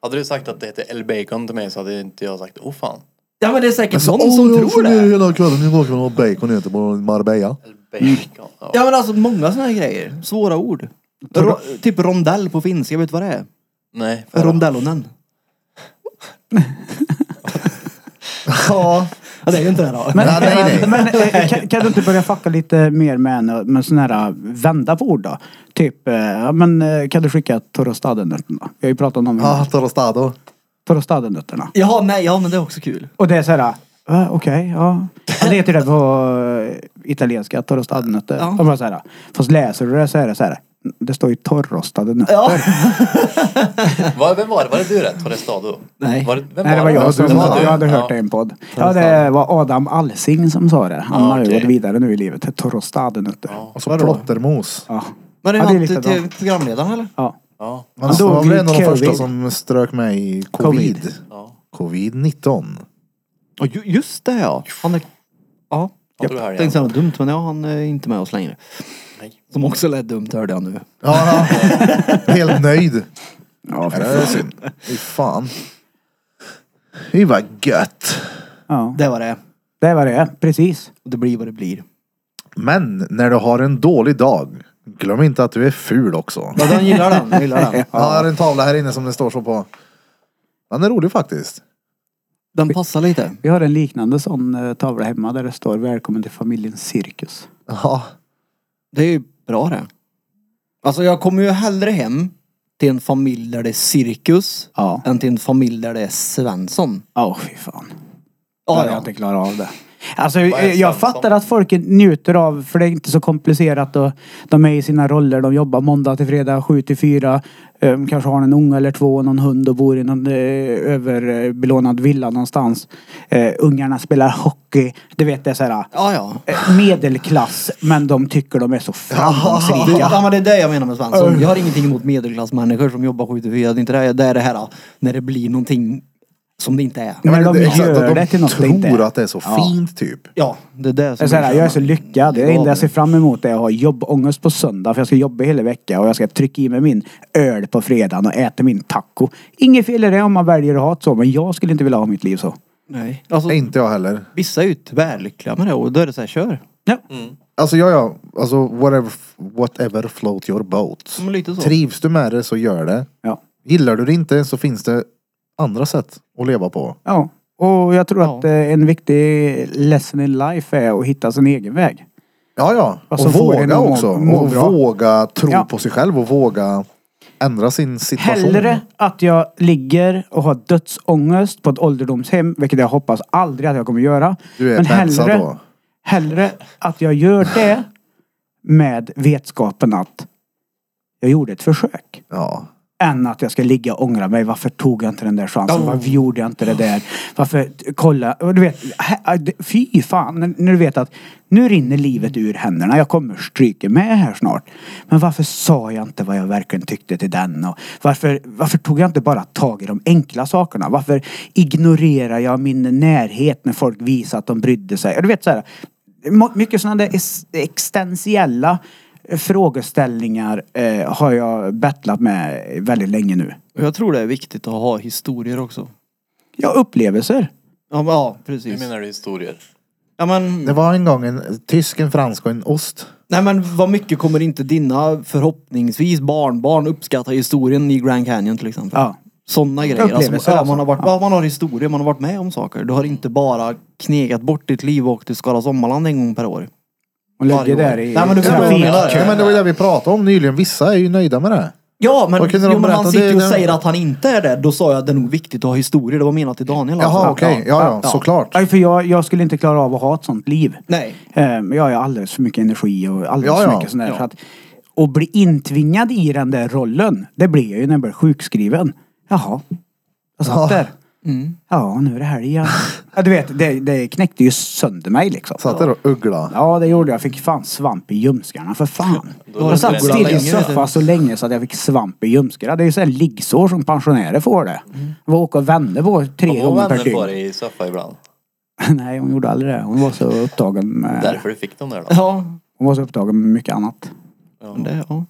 Speaker 4: hade du sagt att det heter El Bacon till mig så hade inte jag sagt oh fan.
Speaker 2: Ja men det är säkert någon som tror det.
Speaker 1: hela kvällen i bakgrunden och bacon äter på Marbella.
Speaker 4: El
Speaker 3: Mm.
Speaker 4: Bacon. Ja.
Speaker 2: Ja men alltså många såna här grejer. Svåra ord. Ro, typ rondell på finska, vet du vad det är?
Speaker 4: Nej, för-
Speaker 2: Rondellonen. ja. ja, det är ju inte det då.
Speaker 3: Men,
Speaker 1: Ja, nej, nej.
Speaker 3: men, eh, kan, kan du inte börja fucka lite mer med en med sån här eh, vända på ord då? Typ, eh, ja, men eh, kan du skicka Torrostadenötterna? Vi har ju pratat om
Speaker 1: Ah,
Speaker 3: ah.
Speaker 1: Torostado.
Speaker 3: Torrostadenötterna.
Speaker 2: Jaha, nej, ja men det är också kul.
Speaker 3: Och det är så här, va, okej, ja. Ja, Det heter det på eh, italienska, torrostade nötter.
Speaker 2: Ja.
Speaker 3: Och bara så här, fast läser du det så är det så här, det står ju torrostade nötter.
Speaker 2: Ja.
Speaker 4: Vad- vem var det? Var det du rätt? Var det Stado?
Speaker 2: Nej.
Speaker 4: Var det, Alltså, vem
Speaker 3: Nej det var jag som
Speaker 1: det
Speaker 3: sa
Speaker 1: var
Speaker 3: det.
Speaker 1: du.
Speaker 3: Jag hade hört det i en podd. Ja det var Adam Alsing som sa det. Han
Speaker 4: Ja,
Speaker 3: har ju
Speaker 4: okej.
Speaker 3: gått vidare nu i livet. till Torrostade nötter.
Speaker 1: Och så plottermos.
Speaker 3: Ja.
Speaker 2: Men det är
Speaker 3: Ja, det är
Speaker 2: han till,
Speaker 3: lite
Speaker 2: till programledaren eller?
Speaker 3: ja.
Speaker 4: Ja.
Speaker 1: Han
Speaker 3: Han
Speaker 1: Alltså,
Speaker 3: dog
Speaker 1: var väl
Speaker 3: i
Speaker 1: en av de
Speaker 3: covid.
Speaker 1: första som strök med i covid.
Speaker 4: Ja.
Speaker 1: Covid-19.
Speaker 2: Ja, ju- just det ja. Han är... Ja.
Speaker 4: Han tog det här igen.
Speaker 2: Tänkte säga något dumt men ja, han är inte med oss längre.
Speaker 4: Nej.
Speaker 2: Som också lät dumt hörde jag nu.
Speaker 1: Ja, ja. Helt nöjd.
Speaker 3: Ja,
Speaker 1: Ja,
Speaker 3: för-
Speaker 1: Det är synd. Fy fan. Det var gött.
Speaker 3: ja.
Speaker 2: Det var det.
Speaker 3: Det var det, precis.
Speaker 2: Och Det blir vad det blir.
Speaker 1: Men när du har en dålig dag, glöm inte att du är ful också.
Speaker 2: Ja, den gillar den. den Gillar den.
Speaker 1: Jag har en tavla här inne som det står så på. Den är rolig faktiskt.
Speaker 2: den passar lite.
Speaker 3: Vi har en liknande sån eh, tavla hemma där det står Välkommen till familjen Cirkus.
Speaker 1: Ja.
Speaker 2: Det är ju bra det. Alltså jag kommer ju hellre hem till en familj där det är cirkus
Speaker 3: Ja.
Speaker 2: än till en familj där det är Svensson.
Speaker 3: Ja, fy fan.
Speaker 2: Ja,
Speaker 3: jag hade
Speaker 2: ja.
Speaker 3: inte klarat av det. Alltså,
Speaker 4: är
Speaker 3: jag, jag
Speaker 4: Svensson?
Speaker 3: fattar att folk njuter av, för det är inte så komplicerat och de är i sina roller. De jobbar måndag till fredag, sju till fyra. Ehm, kanske har en unge eller två, någon hund och bor i någon eh, överbelånad villa någonstans. Eh, ungarna spelar hockey. Du vet, det är så här
Speaker 2: Ja, ja.
Speaker 3: eh, medelklass, men de tycker de är så framgångsrika.
Speaker 2: Ja men det är det jag menar med Svensson. Jag har ingenting emot medelklassmänniskor som jobbar 7 till 4. Det är inte det. Det är det här när det blir någonting som det inte är.
Speaker 3: När
Speaker 1: men
Speaker 3: de
Speaker 1: det- exakt,
Speaker 3: gör det till något
Speaker 1: tror
Speaker 3: det inte är.
Speaker 1: att det är så fint typ.
Speaker 2: Ja, det är det
Speaker 3: Jag,
Speaker 2: som
Speaker 3: är så här, jag är så lyckad. Det enda
Speaker 2: Ja.
Speaker 3: jag ser fram emot är att ha jobbångest på söndag. För jag ska jobba hela veckan och jag ska trycka i mig min öl på fredagen och äta min taco. Inget fel i det om man väljer att ha det så. Men jag skulle inte vilja ha mitt liv så.
Speaker 2: Nej. Alltså,
Speaker 1: Inte jag heller.
Speaker 2: vissa är ju tvärlyckliga med det och då är det så här, kör.
Speaker 1: Alltså ja, ja. Alltså whatever, whatever float your boat.
Speaker 2: Men lite så.
Speaker 1: Trivs du med det så gör det.
Speaker 3: Ja.
Speaker 1: Gillar du det inte så finns det andra sätt att leva på.
Speaker 3: Ja. Och jag tror
Speaker 2: Ja.
Speaker 3: att eh, en viktig lesson in life är att hitta sin egen väg.
Speaker 1: Ja, ja.
Speaker 3: Alltså,
Speaker 1: och
Speaker 3: får en
Speaker 1: våga
Speaker 3: att må-
Speaker 1: också.
Speaker 3: må
Speaker 1: och
Speaker 3: bra.
Speaker 1: våga tro
Speaker 3: Ja.
Speaker 1: på sig själv och våga ändra sin situation.
Speaker 3: Hellre att jag ligger och har dödsångest på ett ålderdomshem, vilket jag hoppas aldrig att jag kommer göra.
Speaker 1: Du är
Speaker 3: men
Speaker 1: bensad
Speaker 3: hellre,
Speaker 1: då.
Speaker 3: hellre att jag gör det med vetskapen att jag gjorde ett försök.
Speaker 1: Ja.
Speaker 3: Än att jag ska ligga och ångra mig. Varför tog jag inte den där chansen? Varför gjorde jag inte det där? Varför t- kolla? Och Du vet, he- det- fy fan. När när du vet att nu rinner livet ur händerna. Jag kommer stryka med här snart. Men varför sa jag inte vad jag verkligen tyckte till den? Och varför, varför tog jag inte bara tag i de enkla sakerna? Varför ignorerar jag min närhet när folk visar att de brydde sig? Och Du vet så här. må- Mycket sådana där es- existentiella frågeställningar eh, har jag battlat med väldigt länge nu.
Speaker 2: Och jag tror det är viktigt att ha historier också.
Speaker 3: Ja, upplevelser.
Speaker 2: Ja, men, ja
Speaker 4: Hur
Speaker 2: precis.
Speaker 4: menar du historier?
Speaker 2: Ja, men,
Speaker 1: Det var en gång en tysk, en fransk och en ost.
Speaker 2: nej men vad mycket kommer inte dina förhoppningsvis barnbarn uppskatta historien i Grand Canyon till exempel?
Speaker 3: Ja.
Speaker 2: Sådana grejer. Alltså,
Speaker 3: Upplevelser,
Speaker 2: ja,
Speaker 3: alltså.
Speaker 2: man, har varit, ja. man har historier, man har varit med om saker. Du har inte bara knegat bort ditt liv och åkt till Skara Sommarland en gång per år.
Speaker 3: Och
Speaker 2: Varje
Speaker 3: lägger
Speaker 2: år.
Speaker 3: där i
Speaker 2: Nej, men du förstår vad jag
Speaker 3: trafik.
Speaker 2: menar.
Speaker 1: Ja, men det var ju det vi pratade om nyligen. Vissa är ju nöjda med det.
Speaker 2: Ja men,
Speaker 1: Vad kunde de
Speaker 2: jo, men
Speaker 1: berätta?
Speaker 2: han sitter ju
Speaker 1: Det-
Speaker 2: och
Speaker 1: det-
Speaker 2: säger att han inte är det. Då sa jag att det är nog viktigt att ha historier. Det var menat till Daniel alltså.
Speaker 1: Jaha, okej. Ja, ja, såklart.
Speaker 3: Nej, för jag, jag skulle inte klara av att ha ett sånt liv.
Speaker 2: Nej.
Speaker 3: Ehm, Jag har alldeles för mycket energi och alldeles
Speaker 1: Ja,
Speaker 3: för
Speaker 1: ja.
Speaker 3: mycket sånt där. Så att, och bli intvingad i den där rollen, det blir jag ju när jag blir sjukskriven. Jaha. Jag satt där.
Speaker 1: Mm.
Speaker 3: Ja, nu är det helg igen. Ja, du vet, det, det knäckte ju sönder mig liksom.
Speaker 1: Satt där och uggla.
Speaker 3: Ja, det gjorde jag. Jag fick fan svamp i ljumskarna, för fan.
Speaker 4: var det
Speaker 3: Jag satt
Speaker 4: inte
Speaker 3: still i
Speaker 2: länge, vet du.
Speaker 3: soffan så länge så att jag fick svamp i ljumskarna. Det är ju sådär liggsår som pensionärer får det.
Speaker 4: Mm.
Speaker 3: Jag var åka och vände på tre
Speaker 4: Har vår
Speaker 3: gånger per
Speaker 4: vänner
Speaker 3: dygn.
Speaker 4: på dig i soffa ibland?
Speaker 3: Nej, hon gjorde aldrig det. Hon var så upptagen med,
Speaker 4: Därför du fick dem där då?
Speaker 2: Ja.
Speaker 3: hon var så upptagen med mycket annat.
Speaker 2: Men Det, ja.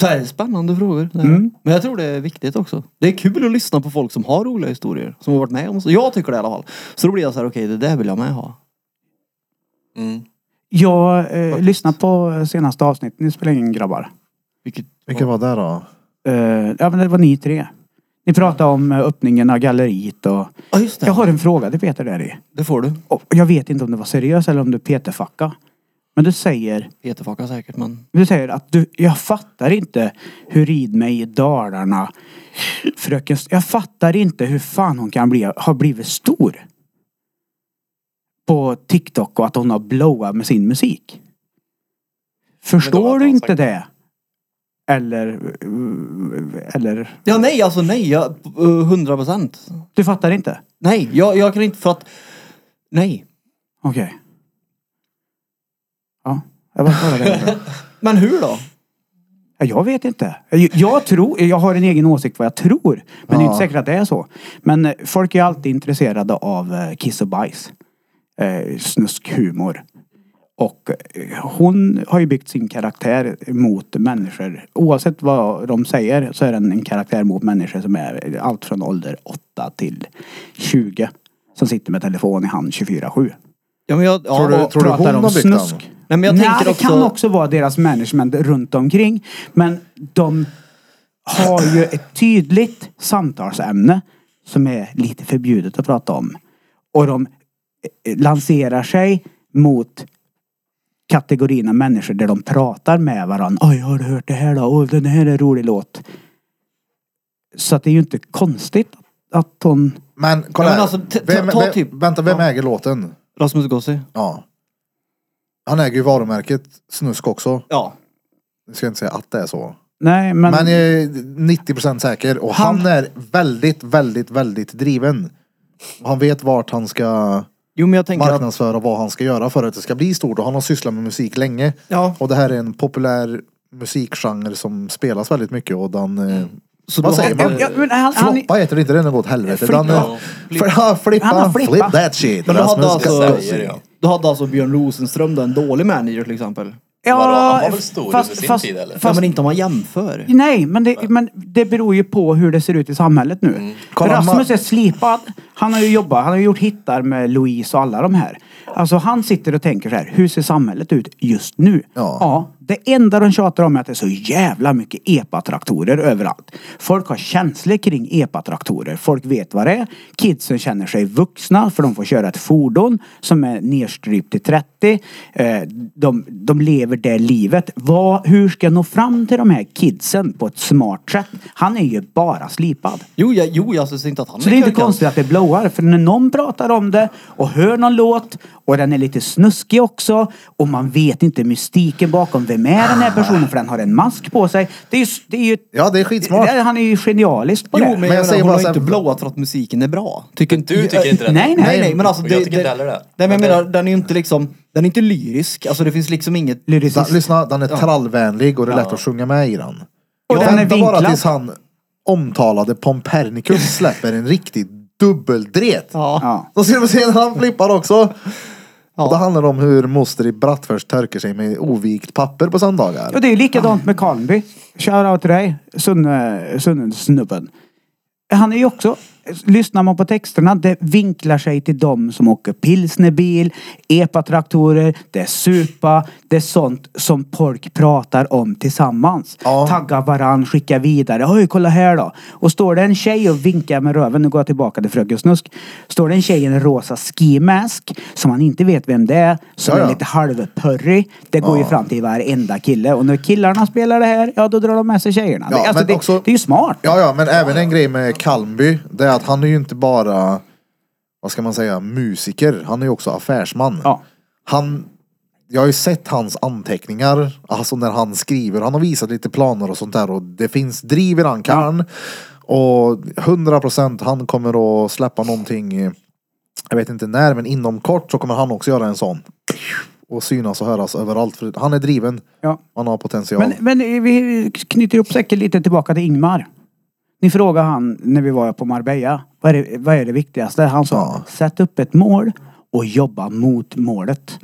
Speaker 2: det här är spännande frågor. Det här.
Speaker 3: Mm.
Speaker 2: Men jag tror det är viktigt också. Det är kul att lyssna på folk som har roliga historier. Som har varit med om så. Jag tycker det i alla fall. Så då blir jag så här, okej det där vill jag med ha.
Speaker 4: Mm.
Speaker 3: Jag eh, lyssnade på senaste avsnittet. Ni spelar ingen grabbar.
Speaker 2: Vilket,
Speaker 1: Vilka var det då?
Speaker 3: Eh, ja, men det var ni tre. Ni pratade om eh, öppningen av galleriet och...
Speaker 2: ja just det.
Speaker 3: Jag har en fråga till Peter där i.
Speaker 2: Det får du.
Speaker 3: Och jag vet inte om det var seriöst eller om du Peter-facka. Men du säger
Speaker 2: Peterfacka säkert men.
Speaker 3: Du säger att du, jag fattar inte hur rid mig i Dalarna. Fröken, jag fattar inte hur fan hon kan bli, ha blivit stor. På TikTok och att hon har blowat med sin musik.
Speaker 4: Men då
Speaker 3: Förstår
Speaker 4: har
Speaker 3: du
Speaker 4: han
Speaker 3: inte
Speaker 4: sagt-
Speaker 3: det? Eller, eller,
Speaker 2: Ja nej alltså nej. jag- Hundra procent.
Speaker 3: du fattar inte?
Speaker 2: Nej jag, jag kan inte för att. Nej.
Speaker 3: Okej. Ja, jag bara kollade det.
Speaker 2: Men hur då?
Speaker 3: Ja, Jag vet inte. Jag, jag, tror, jag har en egen åsikt vad jag tror. Men det är inte säkert att det är så. Men eh, folk är alltid intresserade av eh, kiss och bajs. Eh, snuskhumor. Och eh, hon har ju byggt sin karaktär mot människor. Oavsett vad de säger så är den en karaktär mot människor som är allt från ålder 8 till 20. Som sitter med telefon i hand 24-7.
Speaker 2: Ja, men jag, ja,
Speaker 1: Tror du,
Speaker 2: och-
Speaker 1: tror du
Speaker 3: pratar
Speaker 1: hon
Speaker 3: om
Speaker 1: har byggt den?
Speaker 3: snusk.
Speaker 2: Nej, men jag
Speaker 3: Nej,
Speaker 2: tänker
Speaker 3: det
Speaker 2: också-
Speaker 3: kan också vara deras management runt omkring. Men de har ju ett tydligt samtalsämne som är lite förbjudet att prata om. Och de eh, lanserar sig mot kategorin av människor där de pratar med varandra. Oj, har du hört det här då? Oj, den här är en rolig låt. Så att det är ju inte konstigt att hon...
Speaker 1: Men kolla
Speaker 2: Ja, men
Speaker 1: här.
Speaker 2: alltså, t- ta-
Speaker 1: vem,
Speaker 2: ta
Speaker 1: vem,
Speaker 2: typ-
Speaker 1: Vänta, vem
Speaker 2: Ja.
Speaker 1: äger låten?
Speaker 2: Rasmus Gossi.
Speaker 1: Ja. Han äger ju varumärket Snusk också.
Speaker 2: Ja.
Speaker 1: Jag ska inte säga att det är så.
Speaker 3: Nej, men...
Speaker 1: Men jag är 90% säker och han, är väldigt, väldigt, väldigt driven. Och Han vet vart han ska
Speaker 2: Jo men jag tänker att.
Speaker 1: marknadsföra vad han ska göra för att det ska bli stort och han har sysslat med musik länge.
Speaker 2: Ja.
Speaker 1: Och det här är en populär musikgenre som spelas väldigt mycket och den... eh,
Speaker 2: Så
Speaker 1: vad
Speaker 2: då
Speaker 1: säger
Speaker 2: har-
Speaker 1: man?
Speaker 3: Ja, men han, han,
Speaker 1: Floppa heter det inte, den har gått åt helvete.
Speaker 3: Alltså, Flippa.
Speaker 1: Den, eh, för, ja, flippa,
Speaker 3: Han har
Speaker 1: flip
Speaker 3: flippat.
Speaker 1: that shit.
Speaker 2: Men då hade,
Speaker 1: Rasmus.
Speaker 2: alltså,
Speaker 4: säger jag.
Speaker 2: då hade alltså Björn Rosenström då en dålig manager till exempel.
Speaker 4: Vadå, han var väl stor under sin
Speaker 3: fast,
Speaker 4: tid, eller?
Speaker 2: Ja,
Speaker 3: Fast,
Speaker 2: men inte om man jämför.
Speaker 3: Nej, men det, men det beror ju på hur det ser ut i samhället nu.
Speaker 1: Mm. Kolla,
Speaker 3: Rasmus
Speaker 1: Ma-
Speaker 3: är slipad. Han har ju jobbat, han har ju gjort hittar med Louise och alla de här. Alltså han sitter och tänker så här, hur ser samhället ut just nu?
Speaker 1: Ja.
Speaker 3: det enda de tjatar om är att det är så jävla mycket epatraktorer överallt. Folk har känslor kring epatraktorer. Folk vet vad det är. Kidsen känner sig vuxna för de får köra ett fordon som är nedstrypt till 30. Eh, De, de lever det livet. Vad, hur ska jag nå fram till de här kidsen på ett smart sätt? Han är ju bara slipad.
Speaker 2: Jo, jag, jo, jag syns inte att han
Speaker 3: Så det är inte
Speaker 2: korkad.
Speaker 3: konstigt att det blowar. För när någon pratar om det och hör någon låt och den är lite snuskig också och man vet inte mystiken bakom. Vem är den här personen? För den har en mask på sig. Det är ju... Det är ju
Speaker 1: Ja, det är skitsmart.
Speaker 3: det- Han är ju genialisk på
Speaker 2: Jo,
Speaker 3: det.
Speaker 2: men,
Speaker 1: Men jag
Speaker 2: jag menar,
Speaker 1: säger
Speaker 2: hon
Speaker 1: bara
Speaker 2: har
Speaker 1: så
Speaker 2: ju
Speaker 1: här-
Speaker 2: inte blowat för att musiken är bra. Tycker inte
Speaker 4: Du tycker inte det?
Speaker 3: Nej, nej.
Speaker 2: Nej, nej, men alltså.
Speaker 4: Och
Speaker 2: Det,
Speaker 4: jag tycker
Speaker 2: det,
Speaker 4: inte heller det.
Speaker 2: Nej, men jag
Speaker 4: Men det-
Speaker 2: menar, den är ju inte liksom, den är inte lyrisk. Alltså det finns liksom inget...
Speaker 1: Den,
Speaker 3: Lyricist.
Speaker 1: lyssna, den är trallvänlig och det är lätt att sjunga med i den.
Speaker 3: Och
Speaker 1: Jag
Speaker 3: den är
Speaker 1: väntar bara
Speaker 3: vinklad.
Speaker 1: tills han omtalade Pompernicus släpper en riktig dubbeldret.
Speaker 3: Ja.
Speaker 1: Då ser vi se när han flippar också. Och då handlar det om hur moster i Brattfors törker sig med ovikt papper på söndagar.
Speaker 3: Och det är ju likadant med Karlby. Shoutout till dig, Sunne, Sunne snubben. Han är ju också, lyssnar man på texterna, det vinklar sig till de som åker pilsnerbil, epatraktorer, det är supa, det är sånt som folk pratar om tillsammans.
Speaker 1: Ja.
Speaker 3: Taggar varann, skickar vidare. Oj, kolla här då. Och står det en tjej och vinkar med röven, nu går jag tillbaka till Fröken Snusk. Står det en tjej i en rosa skimask som man inte vet vem det är, som
Speaker 1: Ja, ja.
Speaker 3: är lite halvpörrig. Det går ju fram till varenda kille. Och när killarna spelar det här, ja då drar de med sig tjejerna.
Speaker 1: Ja,
Speaker 3: det, alltså,
Speaker 1: men
Speaker 3: det,
Speaker 1: också-
Speaker 3: det är ju smart.
Speaker 1: Ja, ja, men även en grej med Kalmby. Det är att han är ju inte bara, vad ska man säga, musiker. Han är ju också affärsman.
Speaker 3: Ja.
Speaker 1: Han, jag har ju sett hans anteckningar, alltså när han skriver. Han har visat lite planer och sånt där och det finns driv i den karln. Och 100 procent, han kommer att släppa någonting, eh, jag vet inte när, men inom kort så kommer han också göra en sån. Och synas och höras överallt. För han är driven.
Speaker 3: Ja.
Speaker 1: Han har potential.
Speaker 3: Men, men vi knyter upp säcken lite tillbaka till Ingmar. Ni frågade han när vi var på Marbella. Vad är det, vad är det viktigaste? Han sa,
Speaker 1: Ja.
Speaker 3: sätt upp ett mål och jobba mot målet.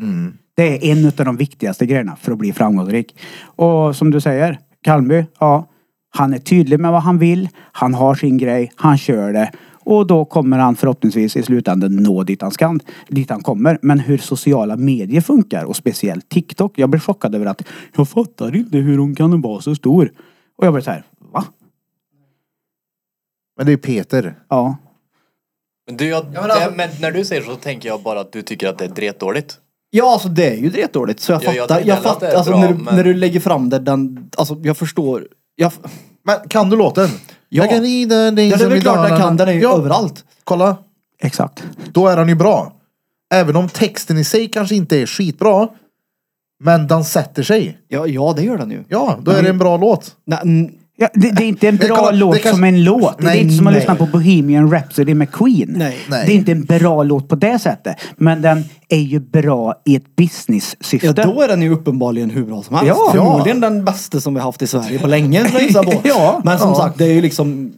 Speaker 3: Det är en av de viktigaste grejerna för att bli framgångsrik. Och som du säger, Kalmby, ja. Han är tydlig med vad han vill. Han har sin grej. Han kör det. Och då kommer han förhoppningsvis i slutändan nå dit han ska, dit han kommer. Men hur sociala medier funkar och speciellt TikTok. Jag blir chockad över att jag fattar inte hur hon kan vara så stor. Och jag blir så här, va?
Speaker 1: Men det är Peter.
Speaker 3: Ja.
Speaker 4: Men, du, jag,
Speaker 1: alltså-
Speaker 4: det, men när du säger så tänker jag bara att du tycker att det är dretdåligt.
Speaker 2: Ja, alltså det är ju dåligt Så jag
Speaker 4: Ja, jag
Speaker 2: fattar. Jag,
Speaker 4: tycker heller att det
Speaker 2: fattar.
Speaker 4: är
Speaker 2: Alltså
Speaker 4: bra,
Speaker 2: när, du,
Speaker 4: men-
Speaker 2: när du lägger fram det, den, alltså jag förstår. Jag, f-
Speaker 1: Men kan du låten?
Speaker 2: Ja.
Speaker 1: Jag kan rida dig
Speaker 2: ja, det är
Speaker 1: som
Speaker 2: väl
Speaker 1: i
Speaker 2: klart jag
Speaker 1: Dalarna.
Speaker 2: kan. Den är ju
Speaker 1: ja,
Speaker 2: överallt.
Speaker 1: Kolla,
Speaker 3: Exakt.
Speaker 1: då är den ju bra. Även om texten i sig kanske inte är skitbra. Men den sätter sig.
Speaker 2: Ja, ja, det gör den ju.
Speaker 1: Ja, då är
Speaker 2: Mm.
Speaker 1: det en bra låt.
Speaker 2: Nej, n-
Speaker 3: Ja, det, det är inte en
Speaker 1: Men
Speaker 3: bra
Speaker 1: kolla, det
Speaker 3: låt
Speaker 1: kanske-
Speaker 3: som en låt. det
Speaker 1: Nej,
Speaker 3: är inte som att
Speaker 1: nej.
Speaker 3: lyssna på Bohemian Rhapsody med Queen.
Speaker 2: Nej.
Speaker 1: Nej.
Speaker 3: Det är inte en bra låt på det sättet. Men den är ju bra i ett business-syfte.
Speaker 2: Ja, då är den ju uppenbarligen hur bra som helst.
Speaker 3: Ja.
Speaker 2: Förmodligen den bästa som vi haft i Sverige på länge, skulle jag gissa på.
Speaker 3: Ja.
Speaker 2: Men som
Speaker 1: Ja.
Speaker 2: sagt, det är ju liksom...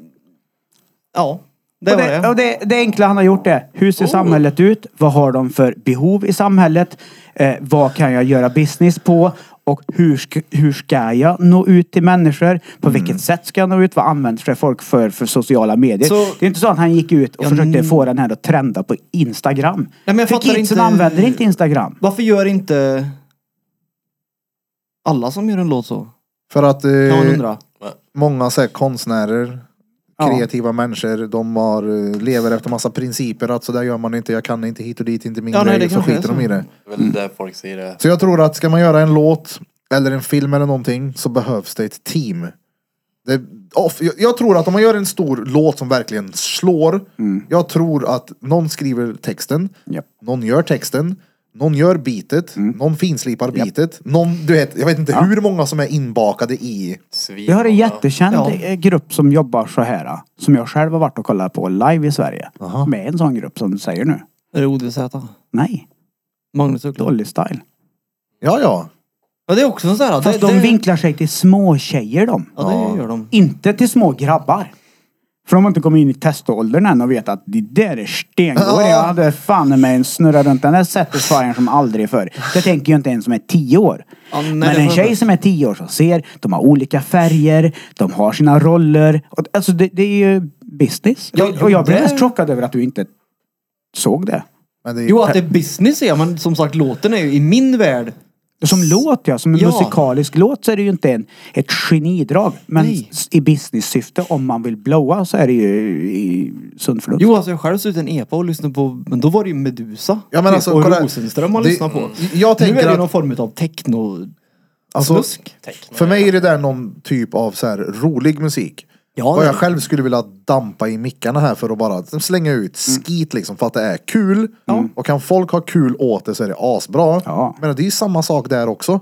Speaker 2: Ja, det
Speaker 3: och
Speaker 2: var
Speaker 3: det,
Speaker 2: det. Oh.
Speaker 3: och det, det enkla han har gjort är, hur ser samhället ut? Vad har de för behov i samhället? Eh, vad kan jag göra business på? Och hur ska, hur ska jag nå ut till människor? På vilket sätt ska jag nå ut? Vad använder sig folk för, för sociala medier?
Speaker 2: Mm. Så-
Speaker 3: det är inte så att han gick ut och försökte få den här att trenda på Instagram.
Speaker 2: men jag
Speaker 3: för
Speaker 2: fattar
Speaker 3: kidsen
Speaker 2: inte-
Speaker 3: använder inte Instagram.
Speaker 2: Varför gör inte alla som gör en låt så?
Speaker 1: För att eh,
Speaker 2: Kan man undra.
Speaker 1: många så här, konstnärer,
Speaker 3: Ja.
Speaker 1: kreativa människor, de har, eh, lever efter massa principer. Att så där gör man inte, jag kan inte hit och dit, inte min
Speaker 2: Ja, nej,
Speaker 1: grej.
Speaker 2: det
Speaker 1: så
Speaker 2: kanske är
Speaker 1: skiter de
Speaker 2: så.
Speaker 1: i det.
Speaker 4: Det
Speaker 3: Mm.
Speaker 4: är väl det folk säger det.
Speaker 1: Så jag tror att ska man göra en låt eller en film eller någonting så behövs det ett team. Det, off, jag, jag tror att om man gör en stor låt som verkligen slår.
Speaker 2: Mm.
Speaker 1: Jag tror att någon skriver texten,
Speaker 3: Japp.
Speaker 1: någon gör texten, någon gör beatet,
Speaker 2: Mm.
Speaker 1: någon finslipar beatet. Någon, du vet, jag vet inte hur många som är inbakade i.
Speaker 4: Svin,
Speaker 3: Vi har en
Speaker 4: ja.
Speaker 3: jättekänd eh, grupp som jobbar så här. eh, Som jag själv har varit och kollat på live i Sverige. Med en sån grupp som du säger nu.
Speaker 2: Är det ODZ?
Speaker 3: Nej,
Speaker 2: Magnus Uggla?
Speaker 3: Dolly Style.
Speaker 1: Ja, ja.
Speaker 2: Ja, det är också en sån här...
Speaker 3: Fast
Speaker 2: det,
Speaker 3: de
Speaker 2: det,
Speaker 3: vinklar sig till små tjejer de.
Speaker 2: Ja, det gör de.
Speaker 3: Inte till små grabbar. För de har inte kommit in i teståldern än och vet att det där är stengård. Jag hade fan i mig en snurra runt den där satisfiern som aldrig förr. Det tänker ju inte en som är tio år.
Speaker 2: Ja, nej, det
Speaker 3: Men
Speaker 2: får
Speaker 3: en
Speaker 2: jag
Speaker 3: tjej
Speaker 2: inte.
Speaker 3: som är tio år som ser, de har olika färger, de har sina roller. Och, alltså det, det är ju business.
Speaker 2: Ja,
Speaker 3: och jag blir
Speaker 2: det-
Speaker 3: mest chockad över att du inte såg det.
Speaker 1: Men det är
Speaker 2: Jo, att det är business ja, men som sagt låten är ju i min värld.
Speaker 3: Som låt ja, som en
Speaker 2: Ja.
Speaker 3: musikalisk låt så är det ju inte en, ett genidrag. Men
Speaker 2: Nej.
Speaker 3: s- i business-syfte om man vill blowa så är det ju i sunt förnuft.
Speaker 2: Jo, alltså jag själv såg ut en epa och lyssnade på, men då var det ju Medusa.
Speaker 1: Ja, men
Speaker 2: typ,
Speaker 1: alltså,
Speaker 2: och
Speaker 1: kolla-
Speaker 2: Rosenström man
Speaker 1: det-
Speaker 2: lyssnade på.
Speaker 1: jag tänker
Speaker 2: nu är det
Speaker 1: att-
Speaker 2: någon form av techno...
Speaker 1: Alltså,
Speaker 2: Snusk.
Speaker 1: för mig är det där någon typ av så här rolig musik.
Speaker 2: Ja,
Speaker 1: Vad
Speaker 2: det-
Speaker 1: jag själv skulle vilja dampa i mickarna här för att bara slänga ut skit liksom för att det är kul. Och kan folk ha kul åt det så är det asbra.
Speaker 3: Ja.
Speaker 1: Men det är ju samma sak där också.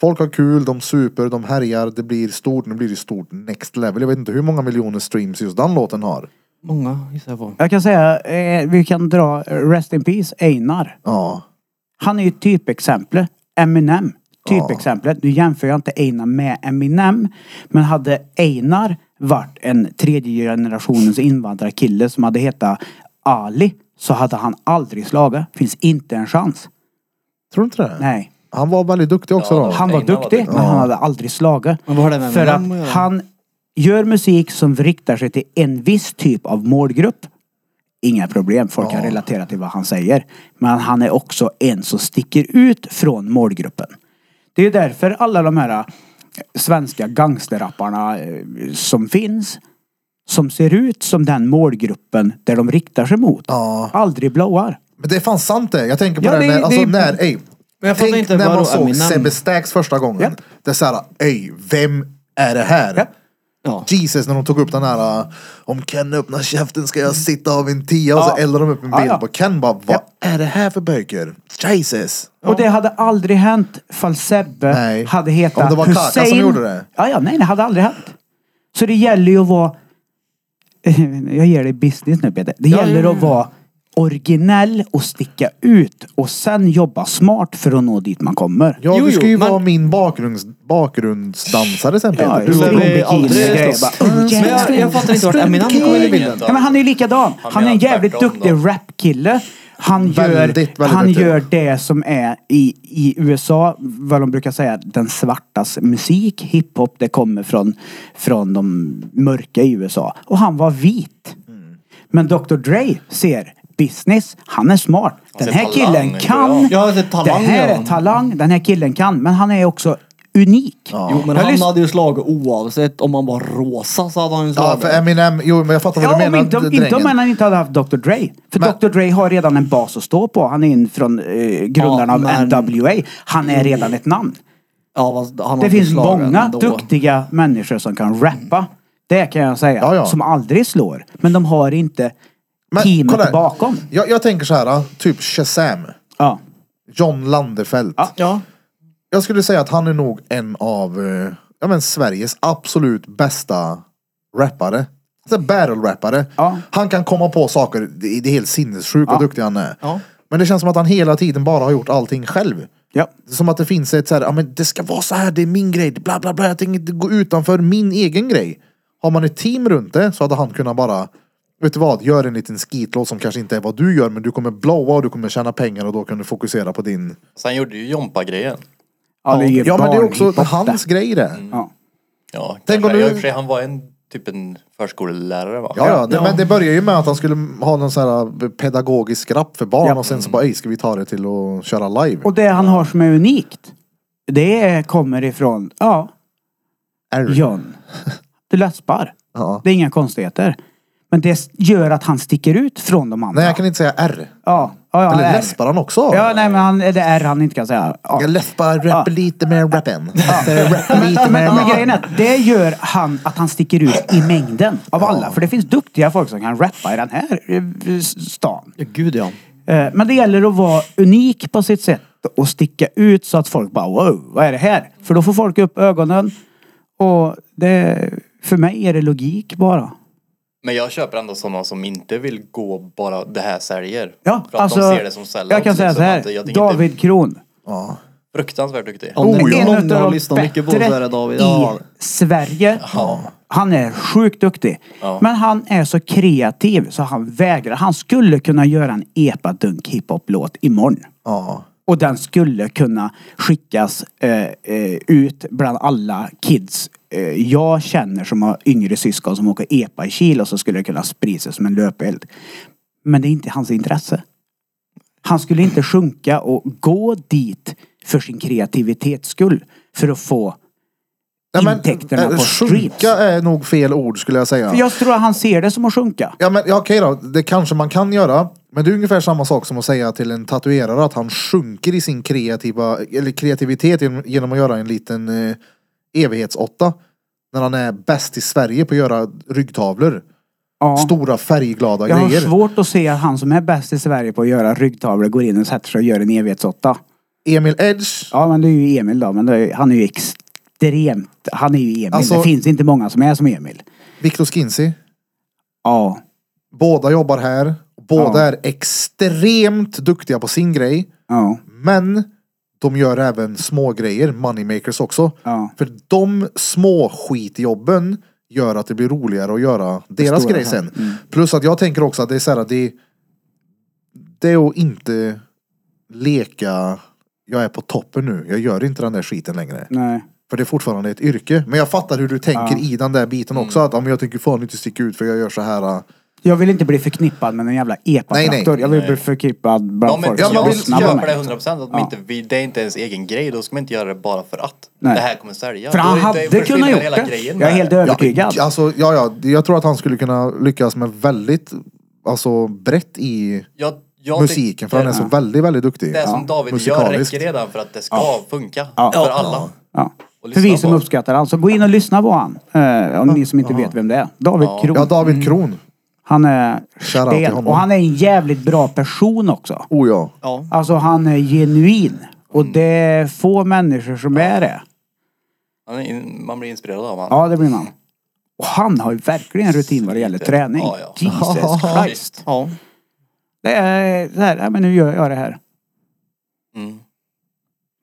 Speaker 1: Folk har kul, de super, de härjar, det blir stort, nu blir det stort next level. Jag vet inte hur många miljoner streams just den låten har.
Speaker 2: Många gissar jag på.
Speaker 3: Jag kan säga, eh, vi kan dra eh, Rest in Peace, Einar.
Speaker 1: Ja.
Speaker 3: Han är ju typexemplet. Eminem. Typexemplet. Nu jämför jag inte Einar med Eminem. Men hade Einar varit en tredje generationens invandrarkille som hade hetat Ali så hade han aldrig slagit. Finns inte en chans.
Speaker 1: Tror du inte det?
Speaker 3: Nej.
Speaker 1: Han var väldigt duktig också
Speaker 4: Ja,
Speaker 1: då.
Speaker 3: Han var
Speaker 4: Einar var
Speaker 3: duktig,
Speaker 4: duktig.
Speaker 3: men han hade aldrig slagit.
Speaker 2: Men vad har det med
Speaker 3: För
Speaker 2: Eminem att
Speaker 3: att
Speaker 2: göra?
Speaker 3: han gör musik som riktar sig till en viss typ av målgrupp. Inga problem, folk kan relatera till vad han säger. Men han är också en som sticker ut från målgruppen. Det är därför alla de här eh, svenska gangsterrapparna eh, som finns som ser ut som den målgruppen där de riktar sig mot. Aldrig blowar.
Speaker 1: Men det är fan sant det. Jag tänker på
Speaker 3: Ja,
Speaker 1: det,
Speaker 3: det-
Speaker 1: när, alltså
Speaker 3: det-
Speaker 1: när, ey,
Speaker 2: Men jag fattar
Speaker 1: Tänk
Speaker 2: inte
Speaker 1: när man
Speaker 2: vadå
Speaker 1: såg
Speaker 2: Eminem?
Speaker 1: Sebbe Stax första gången.
Speaker 3: Japp.
Speaker 1: Det är såhär, ey, vem är det här?
Speaker 3: Japp.
Speaker 2: Ja.
Speaker 1: Jesus när de tog upp den här äh, Om Ken öppnar käften ska jag sitta av en tia och så
Speaker 3: Ja.
Speaker 1: eldar de upp en bild
Speaker 3: Ja, ja.
Speaker 1: på Ken bara vad
Speaker 3: Japp.
Speaker 1: är det här för böcker? Jesus!
Speaker 3: Och det hade aldrig hänt fall Sebbe
Speaker 1: Nej.
Speaker 3: hade hetat
Speaker 1: Om det var Kaka som
Speaker 3: Hussein.
Speaker 1: gjorde det.
Speaker 3: Ja, ja, nej, det hade aldrig hänt. Så det gäller ju att vara... Jag ger dig business nu Peter. Det gäller att vara originell och sticka ut och sen jobba smart för att nå dit man kommer.
Speaker 1: Ja
Speaker 2: Jo,
Speaker 1: du ska ju
Speaker 2: jo, men-
Speaker 1: vara min bakgrunds, bakgrundsdansare sen Peter.
Speaker 3: Du
Speaker 1: Du
Speaker 3: ska
Speaker 1: och
Speaker 2: men vi
Speaker 3: bikini
Speaker 2: aldrig-
Speaker 3: grejer. Bara, oh,
Speaker 2: Men jag, jag fattar inte vart Eminem kommer in i bilden.
Speaker 3: Ja, men han är likadan.
Speaker 4: Han
Speaker 3: Han är
Speaker 4: är
Speaker 3: en jävligt
Speaker 4: tvärtom
Speaker 3: duktig
Speaker 4: då.
Speaker 3: rapkille. Han gör,
Speaker 1: Väldigt, väldigt
Speaker 3: han
Speaker 1: duktig.
Speaker 3: gör det som är i, i USA, vad de brukar säga, den svartas musik. Hiphop, det kommer från, från de mörka i USA. Och han var vit. Men Dr Dre ser business. Han är smart. Den
Speaker 4: ser
Speaker 3: här
Speaker 4: talang,
Speaker 3: killen
Speaker 4: inte
Speaker 3: kan.
Speaker 4: jag.
Speaker 2: Ja, det är talang,
Speaker 3: Det här
Speaker 2: ja.
Speaker 3: är talang. Den här killen kan. Men han är också unik.
Speaker 2: Jo, men
Speaker 3: Jag
Speaker 2: han
Speaker 3: lys-
Speaker 2: hade ju slagit oavsett om han var rosa så hade han ju
Speaker 1: Ja
Speaker 2: slagit.
Speaker 1: för Eminem, jo men jag fattar vad
Speaker 3: Ja,
Speaker 1: du
Speaker 3: om
Speaker 1: menar
Speaker 3: inte, om- inte om
Speaker 1: drängen.
Speaker 3: man inte hade haft Dr Dre. För
Speaker 1: Men-
Speaker 3: Dr Dre har redan en bas att stå på. Han är in från eh, grundarna
Speaker 2: Ja,
Speaker 3: av
Speaker 2: men-
Speaker 3: NWA. Han är redan ett namn.
Speaker 2: ja, fast han
Speaker 3: Det
Speaker 2: hade
Speaker 3: finns
Speaker 2: slagit
Speaker 3: många
Speaker 2: ändå.
Speaker 3: duktiga människor som kan rappa. Det kan jag säga.
Speaker 1: Ja, ja.
Speaker 3: Som aldrig slår. Men de har inte
Speaker 1: Men
Speaker 3: teamet
Speaker 1: kolla här.
Speaker 3: bakom.
Speaker 1: Jag, jag tänker så här, typ Shazam.
Speaker 3: Ja.
Speaker 1: John Landefelt.
Speaker 3: Ja.
Speaker 2: Ja.
Speaker 1: Jag skulle säga att han är nog en av eh, ja, men Sveriges absolut bästa rappare. Alltså battle-rappare.
Speaker 3: Ja.
Speaker 1: Han kan komma på saker, det det är helt sinnessjukt vad duktig han är.
Speaker 2: Ja.
Speaker 1: Men det känns som att han hela tiden bara har gjort allting själv.
Speaker 3: ja.
Speaker 1: Som att det finns ett så här, ja men det ska vara så här, det är min grej, bla bla bla, jag tänker inte gå utanför min egen grej. Har man ett team runt det så hade han kunnat bara, vet du vad, gör en liten skitlåt som kanske inte är vad du gör men du kommer blowa och du kommer tjäna pengar och då kan du fokusera på din...
Speaker 4: Sen gjorde ju Jompa-grejen.
Speaker 3: Ja, det är ju
Speaker 1: Ja men det är också
Speaker 3: barnhiphop
Speaker 1: hans
Speaker 3: där.
Speaker 1: grej det.
Speaker 3: Ja.
Speaker 4: Ja,
Speaker 1: Tänk
Speaker 4: Tänk
Speaker 1: om
Speaker 4: om
Speaker 1: du-
Speaker 4: ja, i och för sig, han var en, typ en förskolelärare va?
Speaker 1: Ja, ja, det, men det börjar ju med att han skulle ha någon sån här eh, pedagogisk rap för barn
Speaker 3: Ja.
Speaker 1: och sen så bara, "Ey, ska vi ta det till att köra live?
Speaker 3: Och det han har som är unikt. Det kommer ifrån, ja,
Speaker 1: R.
Speaker 3: John. Du läspar.
Speaker 1: Ja.
Speaker 3: Det är inga konstigheter. Men det gör att han sticker ut från de andra.
Speaker 1: Nej, jag kan inte säga R.
Speaker 3: Ja, ja, ja.
Speaker 1: Eller
Speaker 3: R.
Speaker 1: läspar han också?
Speaker 3: Ja, nej men han, det är han inte kan säga. Ja.
Speaker 1: Jag läspar, rappar lite med rappen. Äh, rappar lite
Speaker 3: Men,
Speaker 1: med
Speaker 3: men, men grejen
Speaker 1: rappen.
Speaker 3: är att det gör han, att han sticker ut i mängden av alla. För det finns duktiga folk som kan rappa i den här eh, stan.
Speaker 2: ja, gud ja.
Speaker 3: Eh, Men det gäller att vara unik på sitt sätt och sticka ut så att folk bara wow, vad är det här? För då får folk upp ögonen. Och det, för mig är det logik bara.
Speaker 4: Men jag köper ändå sådana som inte vill gå bara det här säljer.
Speaker 3: Ja,
Speaker 4: för att
Speaker 3: alltså,
Speaker 4: de ser det som sellout.
Speaker 3: jag kan säga
Speaker 4: liksom,
Speaker 3: så
Speaker 4: att
Speaker 3: här.
Speaker 4: jag tycker inte
Speaker 3: David Kron.
Speaker 4: det är fruktansvärt duktig.
Speaker 2: Om det
Speaker 1: Oh, ja.
Speaker 2: är någon
Speaker 3: utav
Speaker 2: jag
Speaker 3: de
Speaker 2: lyssnar mycket på så
Speaker 3: bättre
Speaker 2: är det David.
Speaker 3: i
Speaker 2: Ja.
Speaker 3: Sverige. Han är sjukt duktig.
Speaker 4: Ja.
Speaker 3: Men han är så kreativ så han vägrar. Han skulle kunna göra en epadunk hiphop-låt imorgon.
Speaker 1: Ja.
Speaker 3: Och den skulle kunna skickas eh, eh, ut bland alla kids eh, jag känner som har yngre syskon som åker epa i Kil och så skulle det kunna spridas som en löpeld. Men det är inte hans intresse. Han skulle inte sjunka och gå dit för sin kreativitets skull. För att få intäkterna
Speaker 1: eh,
Speaker 3: på streams.
Speaker 1: Sjunka är nog fel ord skulle jag säga.
Speaker 3: För jag tror att han ser det som att sjunka.
Speaker 1: Ja men ja, okej då, det kanske man kan göra. Men det är ungefär samma sak som att säga till en tatuerare att han sjunker i sin kreativa, eller kreativitet genom, genom att göra en liten eh, evighetsåtta. När han är bäst i Sverige på att göra ryggtavlor.
Speaker 3: Ja.
Speaker 1: Stora färgglada
Speaker 3: Jag har
Speaker 1: grejer.
Speaker 3: svårt att se att han som är bäst i Sverige på att göra ryggtavlor går in och sätter sig och gör en evighetsåtta.
Speaker 1: Emil Edge.
Speaker 3: Ja men det är ju Emil då, men det är, han är ju extremt... Han är ju Emil.
Speaker 1: Alltså-
Speaker 3: det finns inte många som är som Emil.
Speaker 1: Victor Skinsi.
Speaker 3: Ja.
Speaker 1: Båda jobbar här. Båda
Speaker 3: Ja.
Speaker 1: är extremt duktiga på sin grej.
Speaker 3: Ja.
Speaker 1: Men de gör även små grejer, moneymakers också.
Speaker 3: Ja.
Speaker 1: För de små skitjobben gör att det blir roligare att göra deras
Speaker 3: stora
Speaker 1: grej
Speaker 3: här.
Speaker 1: sen.
Speaker 4: Mm.
Speaker 1: Plus att jag tänker också att det är så här att det, det är att inte leka, jag är på toppen nu, jag gör inte den där skiten längre.
Speaker 4: Mm.
Speaker 3: Nej.
Speaker 1: För det är fortfarande ett yrke. Men jag fattar hur du tänker i den där biten också.
Speaker 4: Mm.
Speaker 1: Att ja, men jag tänker fan inte sticka ut för jag gör så här. äh.
Speaker 3: Jag vill inte bli förknippad med en jävla
Speaker 1: Nej,
Speaker 3: epa-traktor.
Speaker 1: nej.
Speaker 3: Jag vill bli förknippad bland
Speaker 4: Ja, men,
Speaker 3: folk
Speaker 4: ja,
Speaker 1: jag
Speaker 3: som
Speaker 4: man
Speaker 1: vill-
Speaker 3: lyssnar på
Speaker 1: jag-
Speaker 4: köper det
Speaker 3: mig.
Speaker 4: 100 procent. Att man inte, vi- det är inte ens egen grej. Då ska man inte göra det bara för att.
Speaker 3: Nej.
Speaker 4: Det här kommer sälja.
Speaker 3: För
Speaker 4: Då
Speaker 3: han
Speaker 4: är det-
Speaker 3: hade
Speaker 4: försvinner
Speaker 3: kunnat gjort
Speaker 4: hela
Speaker 3: det.
Speaker 4: grejen
Speaker 3: Jag är
Speaker 4: med
Speaker 3: helt
Speaker 4: det.
Speaker 3: övertygad.
Speaker 1: Alltså, ja, ja, jag tror att han skulle kunna lyckas med väldigt, alltså brett i
Speaker 4: Jag- jag
Speaker 1: musiken. För han är så
Speaker 4: tycker
Speaker 1: väldigt, väldigt duktig.
Speaker 4: Det som David gör
Speaker 1: musikaliskt.
Speaker 4: räcker redan för att det ska funka.
Speaker 3: Ja.
Speaker 4: För alla.
Speaker 3: Ja.
Speaker 4: Och
Speaker 3: För
Speaker 4: lyssna
Speaker 3: vi som
Speaker 4: på.
Speaker 3: uppskattar han. Så gå in och lyssna på han. Eh, om ni som inte vet vem det är. David Kron.
Speaker 1: Ja, David
Speaker 2: Mm.
Speaker 1: Kron.
Speaker 3: Han är
Speaker 1: Shoutout till
Speaker 3: sten.
Speaker 1: honom.
Speaker 3: Och han är en jävligt bra person också.
Speaker 1: Oh ja.
Speaker 3: Alltså han är genuin. Och
Speaker 4: Mm.
Speaker 3: det är få människor som är det.
Speaker 4: Man, är in- man blir inspirerad av honom.
Speaker 3: Ja, det blir man. Och han har ju verkligen rutin vad det gäller träning.
Speaker 4: Ja, ja.
Speaker 3: Jesus Christ.
Speaker 2: Ja.
Speaker 3: Det är så här, ja, men nu gör jag det här.
Speaker 4: Mm.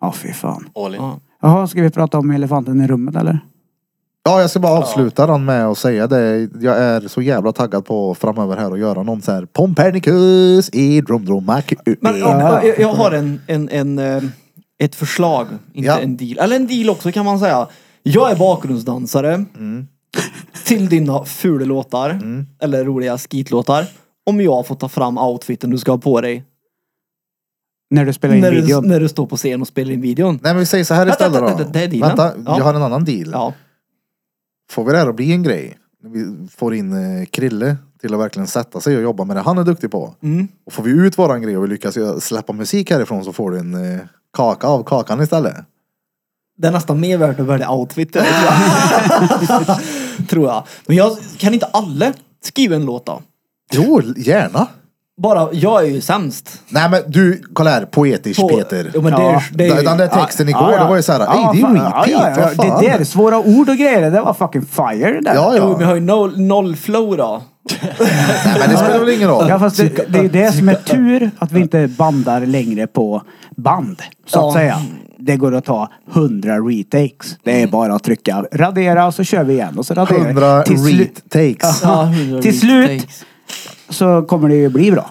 Speaker 3: Ja, fy fan.
Speaker 4: All in.
Speaker 3: Jaha, ska vi prata om elefanten i rummet eller?
Speaker 1: Ja, jag ska bara avsluta den med att säga det. Jag är så jävla taggad på framöver här att göra någon så här Pompernicus i Dromdromac.
Speaker 2: Men ja. jag, jag har en, en, en, eh, ett förslag, inte
Speaker 1: Ja.
Speaker 2: en deal. Eller en deal också kan man säga. Jag är bakgrundsdansare
Speaker 3: Mm.
Speaker 2: till dina fula låtar, eller roliga skitlåtar. Om jag får ta fram outfiten du ska ha på dig
Speaker 3: När du spelar in
Speaker 2: när du,
Speaker 3: videon.
Speaker 2: när du står på scen och spelar in videon.
Speaker 1: Nej men vi säger så här
Speaker 2: Vänta,
Speaker 1: istället då.
Speaker 2: vänta, det är dealen.
Speaker 1: Vänta,
Speaker 2: Ja.
Speaker 1: jag har en annan deal.
Speaker 2: Ja.
Speaker 1: Får vi det här att bli en grej? Vi får in eh, Krille till att verkligen sätta sig och jobba med det han är duktig på.
Speaker 2: Mm.
Speaker 1: Och får vi ut våran grej och vi lyckas göra- släppa musik härifrån så får du en eh, kaka av kakan istället.
Speaker 2: Det är nästan mer värt att välja outfit. tror jag. Tror jag. Men jag kan inte alla skriva en låt då.
Speaker 1: Jo, gärna.
Speaker 2: Bara, jag är ju sämst.
Speaker 1: Nej men du, kolla här, poetisk
Speaker 2: på-
Speaker 1: Peter.
Speaker 2: Jo, men det,
Speaker 3: Ja.
Speaker 2: är- det är ju...
Speaker 1: Den där texten igår, det var ju såhär, ja, det är ju
Speaker 3: fan,
Speaker 1: repeat,
Speaker 3: ja, ja,
Speaker 1: vad fan.
Speaker 3: Det där, svåra ord och grejer. Det var fucking fire det där.
Speaker 1: Ja,
Speaker 2: Jo, men jag
Speaker 1: ja.
Speaker 2: har ju noll, noll flow då.
Speaker 1: Nej, men det spelar väl ingen roll.
Speaker 3: Ja fast det, det är ju det som är tur att vi inte bandar längre på band. Så att
Speaker 2: Ja.
Speaker 3: säga. Det går att ta 100 retakes. Det
Speaker 1: Mm.
Speaker 3: är bara att trycka radera och så kör vi igen. Och så raderar vi.
Speaker 1: 100
Speaker 3: Till slut-
Speaker 1: retakes.
Speaker 3: Ja, till slut så kommer det ju bli bra.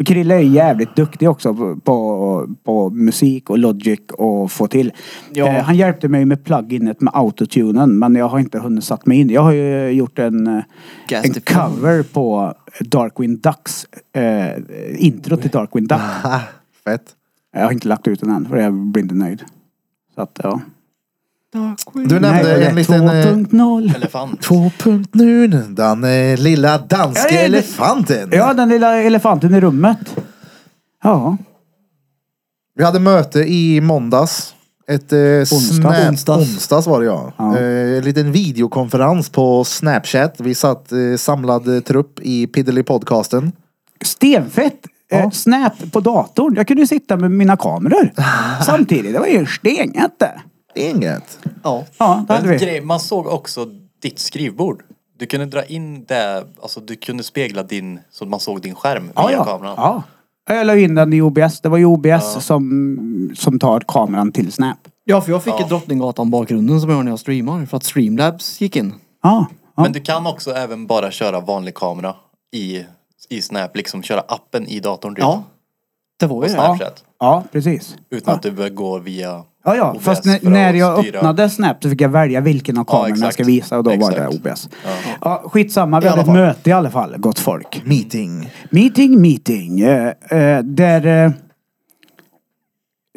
Speaker 3: Och Krille är ju jävligt duktig också på, på, på musik och logic och få till. Eh, han hjälpte mig med pluginet med autotunen men jag har inte hunnit satt mig in. Jag har ju gjort en, eh, en cover på Darkwing Ducks. Eh, intro till Darkwing Duck.
Speaker 1: Ah, fett.
Speaker 3: Jag har inte lagt ut den än för jag blir inte nöjd. Så att ja.
Speaker 1: Du nämnde
Speaker 3: Nej, det är
Speaker 1: en liten... eh,
Speaker 3: 2.0.
Speaker 4: Elefant.
Speaker 1: 2.0, den eh, lilla danska
Speaker 3: Ja, det är li-
Speaker 1: elefanten.
Speaker 3: Ja, den lilla elefanten i rummet. Ja.
Speaker 1: Vi hade möte i måndags. Ett eh, Snap...
Speaker 2: Onsdags.
Speaker 1: Onsdags var det ja. Eh, en liten videokonferens på Snapchat. Vi satt eh, samlad eh, trupp i Piddly-podcasten.
Speaker 3: Stenfett! Eh, Snap på datorn. Jag kunde ju sitta med mina kameror samtidigt. Det var ju stengött det.
Speaker 1: Det är Inget.
Speaker 2: Ja.
Speaker 3: Ja, det hade
Speaker 4: Men
Speaker 3: vi.
Speaker 4: grej, man såg också ditt skrivbord. Du kunde dra in det, alltså du kunde spegla din, så att man såg din skärm
Speaker 3: Ja,
Speaker 4: via
Speaker 3: ja.
Speaker 4: kameran.
Speaker 3: ja. Jag la in den i OBS. Det var ju OBS som, som tar kameran till Snap.
Speaker 2: ja, för jag fick ju Drottninggatan-bakgrunden som jag har när jag streamar. För att Streamlabs gick in.
Speaker 3: Ja. ja.
Speaker 4: Men du kan också även bara köra vanlig kamera i, i Snap, liksom köra appen i datorn typ.
Speaker 2: Ja. Det var
Speaker 4: På
Speaker 2: ju det.
Speaker 4: Snapchat.
Speaker 3: ja, precis.
Speaker 4: Utan att du behöver gå via
Speaker 3: Ja, ja.
Speaker 4: OBS
Speaker 3: Fast när,
Speaker 4: för att
Speaker 3: när jag
Speaker 4: styra.
Speaker 3: öppnade Snap så fick jag välja vilken av kamerorna jag
Speaker 4: exakt.
Speaker 3: ska visa och då var
Speaker 4: Exakt.
Speaker 3: det OBS. Ja. skitsamma, vi
Speaker 5: I
Speaker 3: hade ett
Speaker 5: alla fall.
Speaker 3: möte i alla fall, gott folk.
Speaker 1: Meeting.
Speaker 3: Meeting, meeting. eh, eh, där... eh,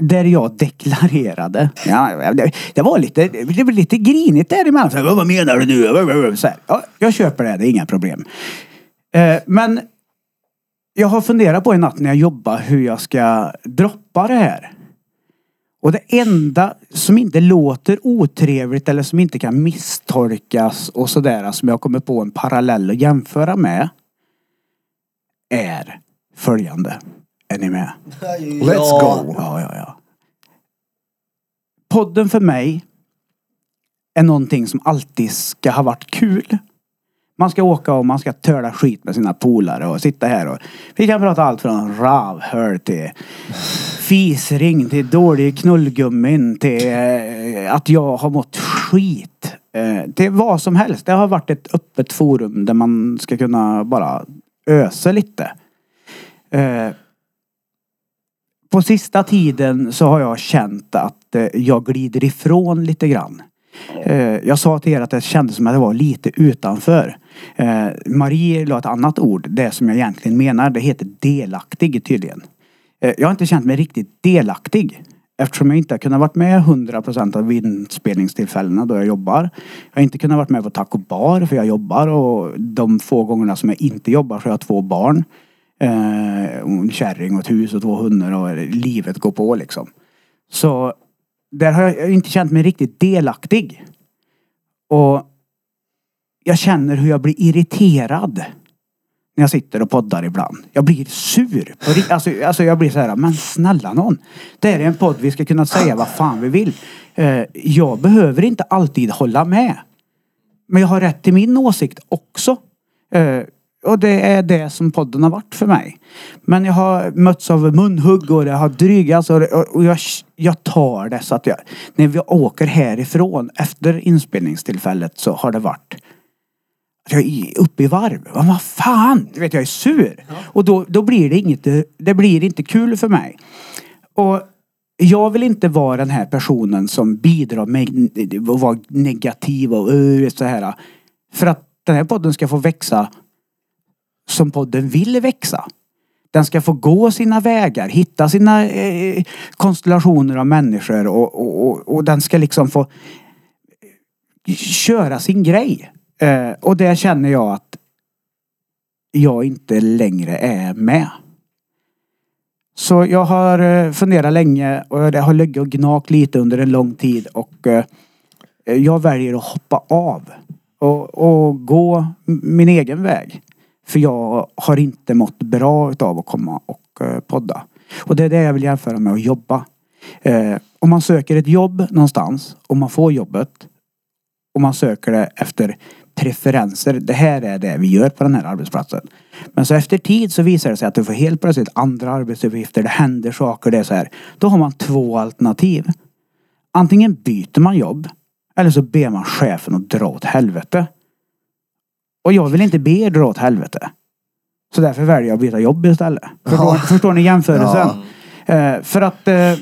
Speaker 3: där jag deklarerade. Ja, det, det var lite, det var lite grinigt däremellan. Så här, Vad vad menar du nu? Så här, ja, jag köper det, det är inga problem. Eh, men jag har funderat på en natt när jag jobbar hur jag ska droppa det här. Och det enda som inte låter otrevligt eller som inte kan misstolkas och sådär som jag kommer på en parallell att jämföra med är följande. Är ni med?
Speaker 1: Let's go.
Speaker 3: Ja, ja, ja. Podden för mig är någonting som alltid ska ha varit kul. Man ska åka och man ska töla skit med sina polare och sitta här och... Vi kan prata allt från ravhör till fisring till dålig knullgummin till eh, att jag har mått skit. Eh, till vad som helst. Det har varit ett öppet forum där man ska kunna bara ösa lite. Eh, på sista tiden så har jag känt att eh, jag glider ifrån lite grann. Eh, jag sa till er att det kändes som att jag var lite utanför. Eh, Marie la ett annat ord, det som jag egentligen menar. Det heter delaktig tydligen. Eh, jag har inte känt mig riktigt delaktig. Eftersom jag inte har kunnat varit med 100% av inspelningstillfällena då jag jobbar. Jag har inte kunnat varit med på taco bar för jag jobbar och de få gångerna som jag inte jobbar så har jag två barn. Eh, och en kärring och ett hus och två hundar och livet går på liksom. Så där har jag inte känt mig riktigt delaktig. Och jag känner hur jag blir irriterad. När jag sitter och poddar ibland. Jag blir sur. på ri- Alltså, alltså jag blir så här, men snälla någon. Det här är en podd, vi ska kunna säga vad fan vi vill. Eh, jag behöver inte alltid hålla med. Men jag har rätt till min åsikt också. Eh, och det är det som podden har varit för mig. Men jag har mötts av munhugg och det har drygats och, det, och jag, jag tar det så att jag... När vi åker härifrån efter inspelningstillfället så har det varit... att Jag är uppe i varv. Men vad fan! Du vet, jag är sur. Och då, då blir det inget... Det blir inte kul för mig. Och jag vill inte vara den här personen som bidrar med att vara negativ och uh, så här. För att den här podden ska få växa som podden vill växa. Den ska få gå sina vägar, hitta sina eh, konstellationer av människor och, och, och, och den ska liksom få eh, köra sin grej. Eh, och där känner jag att jag inte längre är med. Så jag har eh, funderat länge och det har legat och gnagt lite under en lång tid och eh, jag väljer att hoppa av och, och gå m- min egen väg. För jag har inte mått bra utav att komma och eh, podda. Och det är det jag vill jämföra med att jobba. Eh, Om man söker ett jobb någonstans och man får jobbet och man söker det efter preferenser. Det här är det vi gör på den här arbetsplatsen. Men så efter tid så visar det sig att du får helt plötsligt andra arbetsuppgifter. Det händer saker. Det är så här. Då har man två alternativ. Antingen byter man jobb. Eller så ber man chefen att dra åt helvete. Och jag vill inte be er dra åt helvete. Så därför väljer jag att byta jobb istället. Förstår, förstår ni jämförelsen? Eh, för att eh,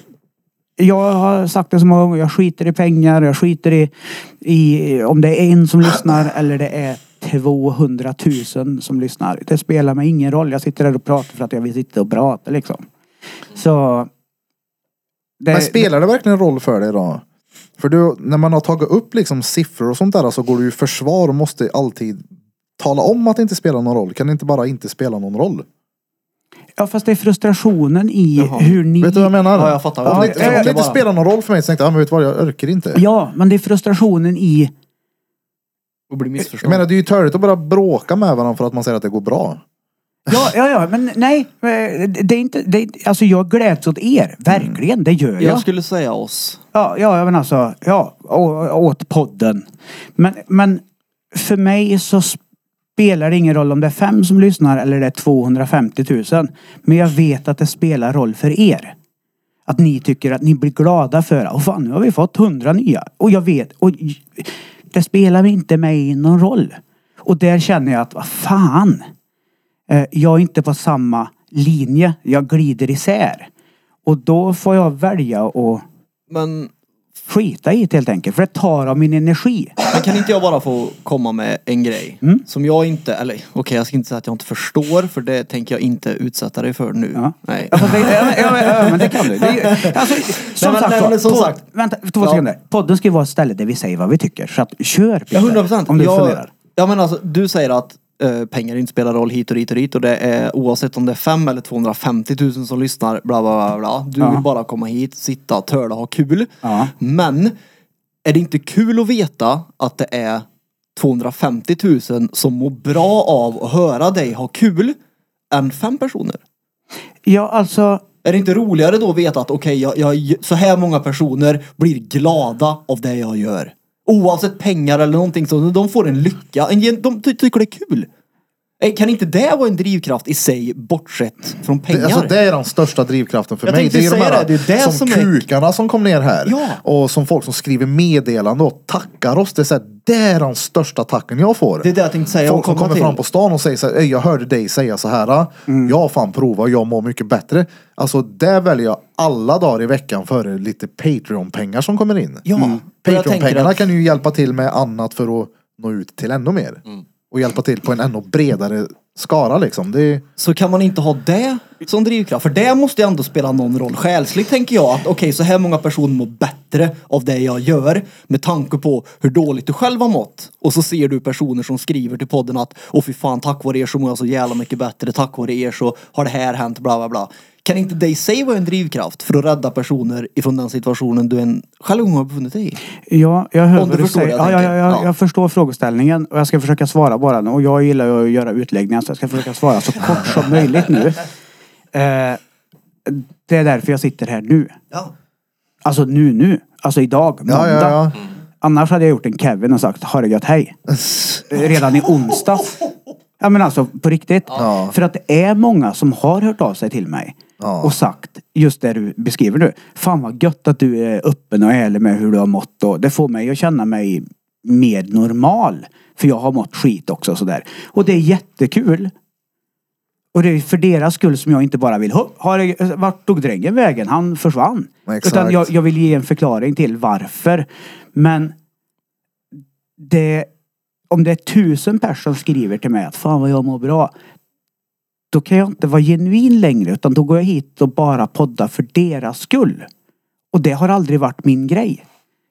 Speaker 3: jag har sagt det så många gånger. Jag skiter i pengar. Jag skiter i, i om det är en som lyssnar eller det är 200 000 som lyssnar. Det spelar mig ingen roll. Jag sitter där och pratar för att jag vill sitta och prata liksom. Så... det-
Speaker 1: Men spelar det verkligen roll för dig då? För du, när man har tagit upp liksom siffror och sånt där så går du i försvar och måste alltid tala om att det inte spelar någon roll. Kan det inte bara inte spela någon roll?
Speaker 3: Ja fast det är frustrationen i hur ni...
Speaker 1: Vet du vad jag menar?
Speaker 5: Ja, jag fattar.
Speaker 1: Om
Speaker 5: Ja,
Speaker 1: det, inte-
Speaker 5: jag
Speaker 1: om det
Speaker 5: fattar
Speaker 1: inte
Speaker 5: bara.
Speaker 1: spelar någon roll för mig så tänkte jag, ah, men vet du vad, jag orkar inte.
Speaker 3: Ja, men det är frustrationen i...
Speaker 5: Och blir
Speaker 1: Jag
Speaker 5: missförstådd.
Speaker 1: menar det är ju törligt att bara bråka med varandra för att man säger att det går bra.
Speaker 3: Ja, ja, ja, men nej. eh, Det är inte... Det är, alltså jag gläds åt er. Verkligen, det gör jag.
Speaker 5: Jag skulle säga oss.
Speaker 3: Ja, ja, men alltså. Ja, å- åt podden. Men, men för mig så spelar det ingen roll om det är fem som lyssnar eller det är 250 000. Men jag vet att det spelar roll för er. Att ni tycker att ni blir glada för att fan nu har vi fått hundra nya. Och jag vet, och j- det spelar inte mig någon roll. Och där känner jag att vad fan. Eh, Jag är inte på samma linje. Jag glider isär. Och då får jag välja att
Speaker 2: Men
Speaker 3: skita i det helt enkelt. För det tar av min energi.
Speaker 2: Men kan inte jag bara få komma med en grej? Som jag inte, eller okej jag ska inte säga att jag inte förstår för det tänker jag inte utsätta dig för nu.
Speaker 3: Ja.
Speaker 2: Nej.
Speaker 3: Alltså, det, ja, ja, ja, men det kan du. Det, är ju- alltså, som
Speaker 2: men-
Speaker 3: sagt,
Speaker 2: nej,
Speaker 3: var,
Speaker 2: men som
Speaker 3: pod-
Speaker 2: sagt.
Speaker 3: Vänta, två
Speaker 2: Ja.
Speaker 3: sekunder. Podden ska ju vara ett ställe där vi säger vad vi tycker. Så att kör Peter,
Speaker 2: Ja, 100 procent.
Speaker 3: Om du
Speaker 2: jag,
Speaker 3: funderar.
Speaker 2: Ja men alltså du säger att eh, pengar inte spelar roll hit och dit och dit och det är oavsett om det är 5 eller 250 000 som lyssnar bla bla bla. bla. Du
Speaker 3: Ja.
Speaker 2: vill bara komma hit, sitta, töla, ha kul.
Speaker 3: Ja.
Speaker 2: Men är det inte kul att veta att det är 250 000 som mår bra av att höra dig ha kul än fem personer?
Speaker 3: Ja, alltså.
Speaker 2: Är det inte roligare då att veta att okej, jag, jag, så här många personer blir glada av det jag gör? Oavsett pengar eller någonting så de får en lycka. En, gen- de ty tycker det är kul. Eh, Kan inte det vara en drivkraft i sig, bortsett från pengar?
Speaker 1: Alltså, det är den största drivkraften för
Speaker 2: Jag
Speaker 1: mig.
Speaker 2: tänkte
Speaker 1: Det är de
Speaker 2: säga
Speaker 1: här
Speaker 2: det, det är det
Speaker 1: som,
Speaker 2: som är-
Speaker 1: kukarna som kom ner här.
Speaker 2: Ja.
Speaker 1: Och som folk som skriver meddelande och tackar oss. Det är, så här, det är den största tacken jag får.
Speaker 2: Det är det jag tänkte säga
Speaker 1: Folk
Speaker 2: och
Speaker 1: som
Speaker 2: komma
Speaker 1: kommer
Speaker 2: till.
Speaker 1: fram på stan och säger så här, "Ey, jag hörde dig säga så här. ah. Jag har fan provat, jag mår mycket bättre. Alltså det väljer jag alla dagar i veckan före lite Patreon-pengar som kommer in.
Speaker 2: Ja, Mm. för jag tänker
Speaker 1: Patreon-pengarna
Speaker 2: att-
Speaker 1: kan ju hjälpa till med annat för att nå ut till ännu mer.
Speaker 2: Mm.
Speaker 1: Och hjälpa till på en ännu bredare skara liksom. Det är...
Speaker 2: Så kan man inte ha det som drivkraft? För det måste ju ändå spela någon roll själsligt tänker jag. Att okej, så här många personer mår bättre av det jag gör med tanke på hur dåligt du själv har mått. Och så ser du personer som skriver till podden att åh fy fan, tack vare er så mår jag så jävla mycket bättre. Tack vare er så har det här hänt, bla bla bla. Kan inte det i sig vara en drivkraft för att rädda personer ifrån den situationen du en själv har befunnit dig i?
Speaker 3: Ja, jag hör
Speaker 2: Om du
Speaker 3: vad du
Speaker 2: förstår
Speaker 3: säger.
Speaker 2: det, jag
Speaker 3: Ja, ja, ja,
Speaker 2: tänker.
Speaker 3: ja.
Speaker 2: Ja.
Speaker 3: Jag förstår frågeställningen och jag ska försöka svara bara nu. Och jag gillar ju att göra utläggningar så jag ska försöka svara så kort som möjligt nu. Eh, det är därför jag sitter här nu.
Speaker 2: Ja.
Speaker 3: Alltså nu, nu. Alltså idag,
Speaker 1: Ja,
Speaker 3: måndag.
Speaker 1: ja, Mm. ja.
Speaker 3: Annars hade jag gjort en Kevin och sagt, har det gött, hej. Redan i onsdags. Ja men alltså på riktigt. För att det är många som har hört av sig till mig. Och sagt just det du beskriver nu. Fan vad gött att du är öppen och ärlig med hur du har mått. Och det får mig att känna mig mer normal. För jag har mått skit också och sådär. Och det är jättekul. Och det är för deras skull som jag inte bara vill, "Hå, har det, vart tog drängen vägen? Han försvann.
Speaker 1: Exakt.
Speaker 3: Utan jag, jag vill ge en förklaring till varför. Men det, om det är tusen personer som skriver till mig att fan vad jag mår bra. Då kan jag inte vara genuin längre utan då går jag hit och bara poddar för deras skull. Och det har aldrig varit min grej.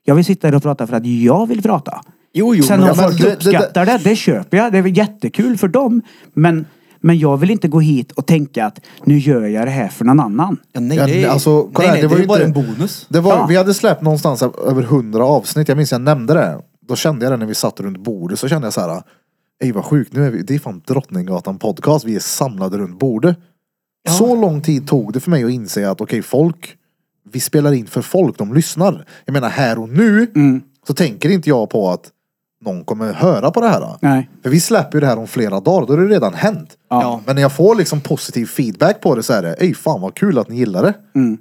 Speaker 3: Jag vill sitta här och prata för att jag vill prata.
Speaker 2: Jo, jo.
Speaker 3: Sen
Speaker 1: men-
Speaker 3: om
Speaker 1: Ja, men
Speaker 3: folk
Speaker 1: det- det-
Speaker 3: uppskattar det, det köper jag. Det är väl jättekul för dem. Men, men jag vill inte gå hit och tänka att nu gör jag det här för någon annan.
Speaker 2: Ja, nej,
Speaker 1: Ja,
Speaker 2: det är,
Speaker 1: alltså, kolla
Speaker 2: nej,
Speaker 1: här,
Speaker 2: nej,
Speaker 1: det
Speaker 2: det
Speaker 1: var
Speaker 2: är
Speaker 1: ju
Speaker 2: bara en
Speaker 1: inte-
Speaker 2: bonus.
Speaker 1: Det var,
Speaker 3: Ja.
Speaker 1: Vi hade släppt någonstans över 100 avsnitt. Jag minns jag nämnde det. Då kände jag det när vi satt runt bordet. Så kände jag så här. Ej vad sjukt. Nu är vi, det är fan Drottninggatan podcast. Vi är samlade runt bordet. Så lång tid tog det för mig att inse att okej folk. Vi spelar in för folk. De lyssnar. Jag menar här och nu.
Speaker 2: Mm.
Speaker 1: Så tänker inte jag på att någon kommer höra på det här.
Speaker 3: Nej.
Speaker 1: För vi släpper ju det här om flera dagar. Då har det redan hänt. Men när jag får liksom positiv feedback på det så är det. Ej fan vad kul att ni gillar det.
Speaker 3: Mm.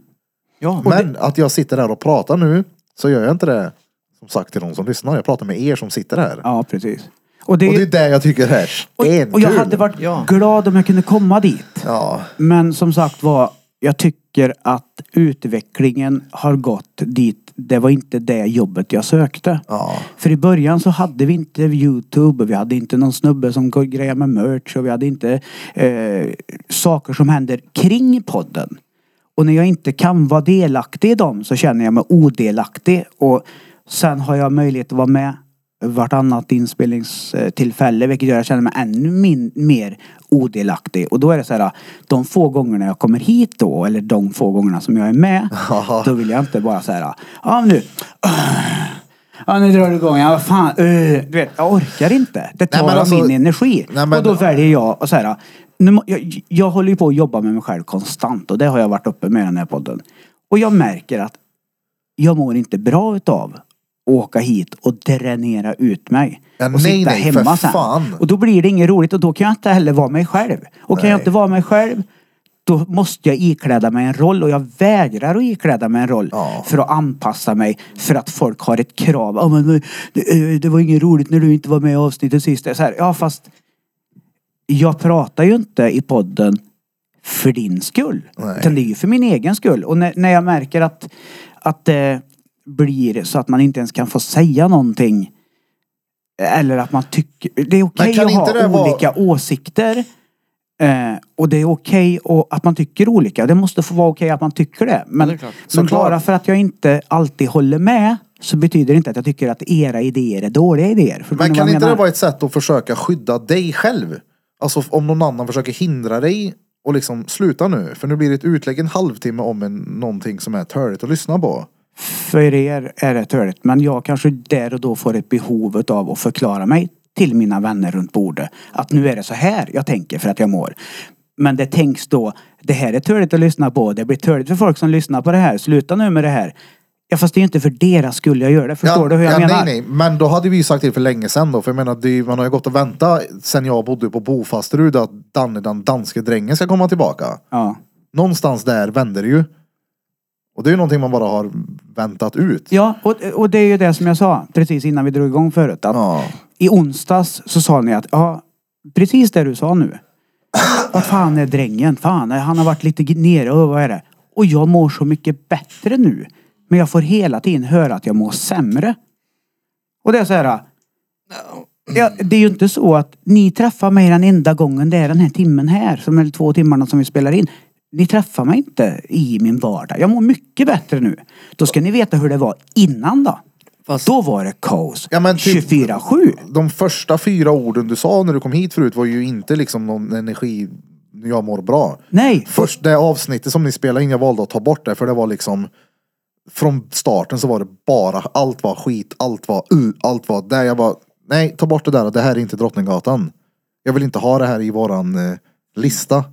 Speaker 1: Men att jag sitter här och pratar nu så gör jag inte det som sagt till de som lyssnar. Jag pratar med er som sitter här.
Speaker 3: Ja, precis. Och det,
Speaker 1: Och det är det jag tycker är stenkul.
Speaker 3: och, och jag hade varit
Speaker 2: Ja.
Speaker 3: glad om jag kunde komma dit.
Speaker 1: Ja,
Speaker 3: Men som sagt var, jag tycker att utvecklingen har gått dit. Det var inte det jobbet jag sökte.
Speaker 1: Ja.
Speaker 3: För i början så hade vi inte Youtube och vi hade inte någon snubbe som grejade med merch och vi hade inte eh, saker som händer kring podden. Och när jag inte kan vara delaktig i dem så känner jag mig odelaktig. Och sen har jag möjlighet att vara med vartannat inspelningstillfälle vilket gör att jag känner mig ännu min, mer odelaktig. Och då är det så här, de få gångerna jag kommer hit då, eller de få gångerna som jag är med, då vill jag inte bara så här, ja men nu, ja nu drar du igång, ja vad fan, eh, du vet, jag orkar inte. Det tar
Speaker 1: Nej, men
Speaker 3: av
Speaker 1: alltså-
Speaker 3: min energi.
Speaker 1: Nej, men-
Speaker 3: och då väljer jag och så här, nu, må- jag, jag håller ju på att jobba med mig själv konstant och det har jag varit uppe med i den här podden. Och jag märker att jag mår inte bra utav att åka hit och dränera ut mig.
Speaker 1: Ja,
Speaker 3: och
Speaker 1: nej, nej, för fan.
Speaker 3: Och då blir det inget roligt och då kan jag inte heller vara mig själv. Och kan jag inte vara mig själv då måste jag ikläda mig en roll och jag vägrar att ikläda mig en roll
Speaker 1: Ja.
Speaker 3: för att anpassa mig för att folk har ett krav. Ja, men, men, det, eh, det var inget roligt när du inte var med i avsnittet sist. Det är Så här, ja fast jag pratar ju inte i podden för din skull.
Speaker 1: Nej.
Speaker 3: Utan det är ju för min egen skull. Och när, när jag märker att, att eh, blir så att man inte ens kan få säga någonting. Eller att man tycker... Det är okej
Speaker 1: kan
Speaker 3: att
Speaker 1: inte det
Speaker 3: ha
Speaker 1: vara-
Speaker 3: olika åsikter. Eh, och det är okej och att man tycker olika. Det måste få vara okej att man tycker det. Men, men
Speaker 1: Såklart.
Speaker 3: bara för att jag inte alltid håller med så betyder det inte att jag tycker att era idéer är dåliga idéer. Förstår
Speaker 1: Men
Speaker 3: ni
Speaker 1: kan
Speaker 3: vad jag
Speaker 1: inte det
Speaker 3: menar?
Speaker 1: vara ett sätt att försöka skydda dig själv? Alltså om någon annan försöker hindra dig och liksom sluta nu. För nu blir det ett utlägg en halvtimme om en, någonting som är törligt att lyssna på.
Speaker 3: För er är det törligt. Men jag kanske där och då får ett behov av att förklara mig till mina vänner runt bordet. Att nu är det så här jag tänker för att jag mår. Men det tänks då, det här är törligt att lyssna på. Det blir törligt för folk som lyssnar på det här. Sluta nu med det här. Ja fast det är ju inte för deras skull jag gör det. Förstår du hur jag
Speaker 1: ja,
Speaker 3: menar?
Speaker 1: Nej, nej. Men då hade vi ju sagt det för länge sedan då. För jag menar, det, är ju- man har ju gått och väntat sen jag bodde på Bofasterud att Danne den danske drängen ska komma tillbaka.
Speaker 3: Ja.
Speaker 1: Någonstans där vänder det ju. Och det är ju någonting man bara har väntat ut.
Speaker 3: Ja, och, och det är ju det som jag sa precis innan vi drog igång förut. Att
Speaker 1: Ja.
Speaker 3: I onsdags så sa ni att, ja, precis det du sa nu. Vad fan är drängen? Fan, han har varit lite nere och vad är det? Och jag mår så mycket bättre nu. Men jag får hela tiden höra att jag mår sämre. Och det är så här. Ja, det är ju inte så att ni träffar mig den enda gången det är den här timmen här, som är två timmarna som vi spelar in. Ni träffar mig inte i min vardag. Jag mår mycket bättre nu. Då ska ni veta hur det var innan då. Då var det kaos.
Speaker 1: Ja, men typ-
Speaker 3: 24-7.
Speaker 1: De första fyra orden du sa när du kom hit förut var ju inte liksom någon energi, jag mår bra.
Speaker 3: Nej.
Speaker 1: Först det avsnittet som ni spelade in, jag valde att ta bort det för det var liksom från starten så var det bara, allt var skit, allt var uh, allt var där. Jag var nej ta bort det där, det här är inte Drottninggatan. Jag vill inte ha det här i våran eh, lista.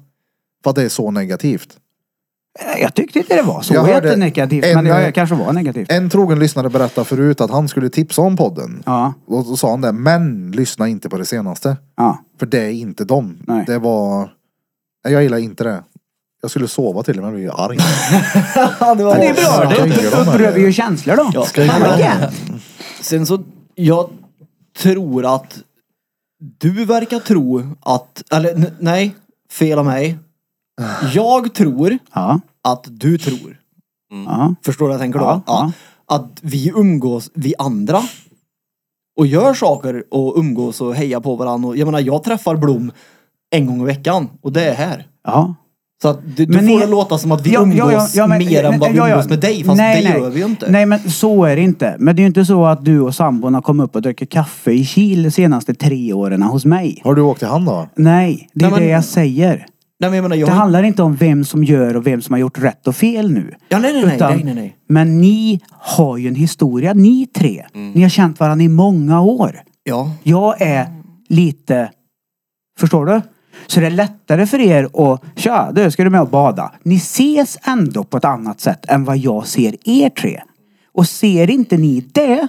Speaker 1: För att det är så negativt.
Speaker 3: Jag tyckte inte det var så
Speaker 1: Jag hörde
Speaker 3: jättenegativt.
Speaker 1: en-
Speaker 3: Men
Speaker 5: eh,
Speaker 3: jag kanske var negativ.
Speaker 1: En trogen lyssnare berättade förut att han skulle tipsa om podden.
Speaker 3: Ja.
Speaker 1: Och så sa han det, men lyssna inte på det senaste.
Speaker 3: Ja.
Speaker 1: För det är inte dem.
Speaker 3: Nej.
Speaker 1: Det var... Nej, jag gillar inte det. Jag skulle sova till och med och bli arg.
Speaker 5: var
Speaker 3: Men det är bra.
Speaker 1: Ska
Speaker 3: Det
Speaker 1: jag göra
Speaker 3: upprör
Speaker 1: det?
Speaker 3: ju känslor då. Ja.
Speaker 1: Ska jag göra det?
Speaker 5: Sen så, jag tror att du verkar tro att, eller n- nej, fel av mig. Jag tror
Speaker 3: Ja.
Speaker 5: att du tror.
Speaker 3: Ja.
Speaker 5: Förstår du vad jag tänker då?
Speaker 3: Ja, ja.
Speaker 5: Att vi umgås, vi andra. Och gör saker och umgås och hejar på varandra. Och, jag menar, jag träffar Blom en gång i veckan och det är här.
Speaker 3: ja.
Speaker 5: Så att du, du
Speaker 3: Men
Speaker 5: får
Speaker 3: ni-
Speaker 5: det låta som att vi
Speaker 3: Ja,
Speaker 5: umgås
Speaker 3: ja, ja, ja, men-
Speaker 5: mer än vad vi
Speaker 3: ja, ja.
Speaker 5: umgås med dig. Fast
Speaker 3: Nej,
Speaker 5: det
Speaker 3: nej.
Speaker 5: gör vi ju inte.
Speaker 3: Nej men så är det inte. Men det är ju inte så att du och sambon har kommit upp och druckit kaffe i Kil de senaste tre åren hos mig.
Speaker 1: Har du åkt till han då?
Speaker 3: Nej, det är
Speaker 5: Nej, men-
Speaker 3: det jag säger.
Speaker 5: Nej, men jag menar, jag...
Speaker 3: Det handlar inte om vem som gör och vem som har gjort rätt och fel nu.
Speaker 5: Ja, nej, nej, nej,
Speaker 3: Utan-
Speaker 5: nej, nej, nej.
Speaker 3: Men ni har ju en historia, ni tre.
Speaker 5: Mm.
Speaker 3: Ni har känt varandra i många år.
Speaker 5: Ja.
Speaker 3: Jag är
Speaker 5: Mm.
Speaker 3: lite... Förstår du? Så det är lättare för er att... Tja, du, ska du med och bada? Ni ses ändå på ett annat sätt än vad jag ser er tre. Och ser inte ni det,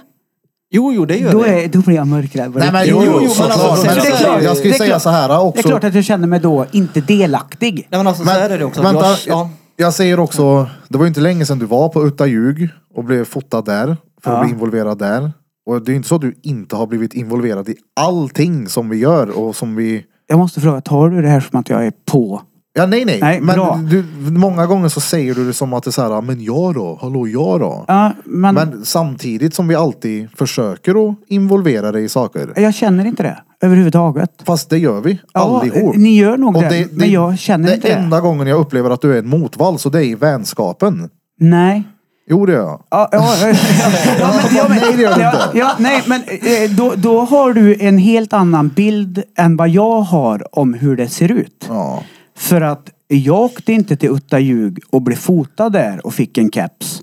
Speaker 5: Jo, jo, det gör
Speaker 3: då,
Speaker 5: vi.
Speaker 3: är, då blir jag mörkrädd.
Speaker 1: Nej men jo,
Speaker 5: jo,
Speaker 1: jo,
Speaker 5: men
Speaker 1: såklart.
Speaker 5: alltså,
Speaker 1: men
Speaker 5: så det är klart.
Speaker 1: jag skulle
Speaker 3: Det är
Speaker 1: säga
Speaker 3: klart.
Speaker 1: så här
Speaker 3: Det är
Speaker 1: också.
Speaker 3: klart att jag känner mig då inte delaktig.
Speaker 5: Nej men alltså så här är det också.
Speaker 1: vänta,
Speaker 5: jag, ja.
Speaker 1: jag säger också, det var ju inte länge sedan du var på Utta Ljug och blev fotad där. För att bli involverad där. Och det är ju inte så att du inte har blivit involverad i allting som vi gör och som vi...
Speaker 3: Jag måste fråga, tar du det här som att jag är på?
Speaker 1: Ja nej nej.
Speaker 3: Nej, bra.
Speaker 1: men du, många gånger så säger du det som att det är så här, "Ah, men jag då? Hallå jag då?
Speaker 3: Ja, men,
Speaker 1: Men samtidigt som vi alltid försöker att involvera dig i saker.
Speaker 3: jag känner inte det överhuvudtaget.
Speaker 1: Fast det gör vi. allihop.
Speaker 3: ni gör nog det, men jag känner
Speaker 1: det
Speaker 3: inte det.
Speaker 1: enda gången jag upplever att du är en motvall så det är i vänskapen.
Speaker 3: Nej.
Speaker 1: Jo det gör jag.
Speaker 3: Ja, ja, ja, ja, men- ja, men-
Speaker 1: Nej, det gör du
Speaker 3: ja,
Speaker 1: inte.
Speaker 3: ja, nej, men eh, då, då har du en helt annan bild än vad jag har om hur det ser ut.
Speaker 1: Ja.
Speaker 3: För att jag åkte inte till Utta Ljug och blev fotad där och fick en keps.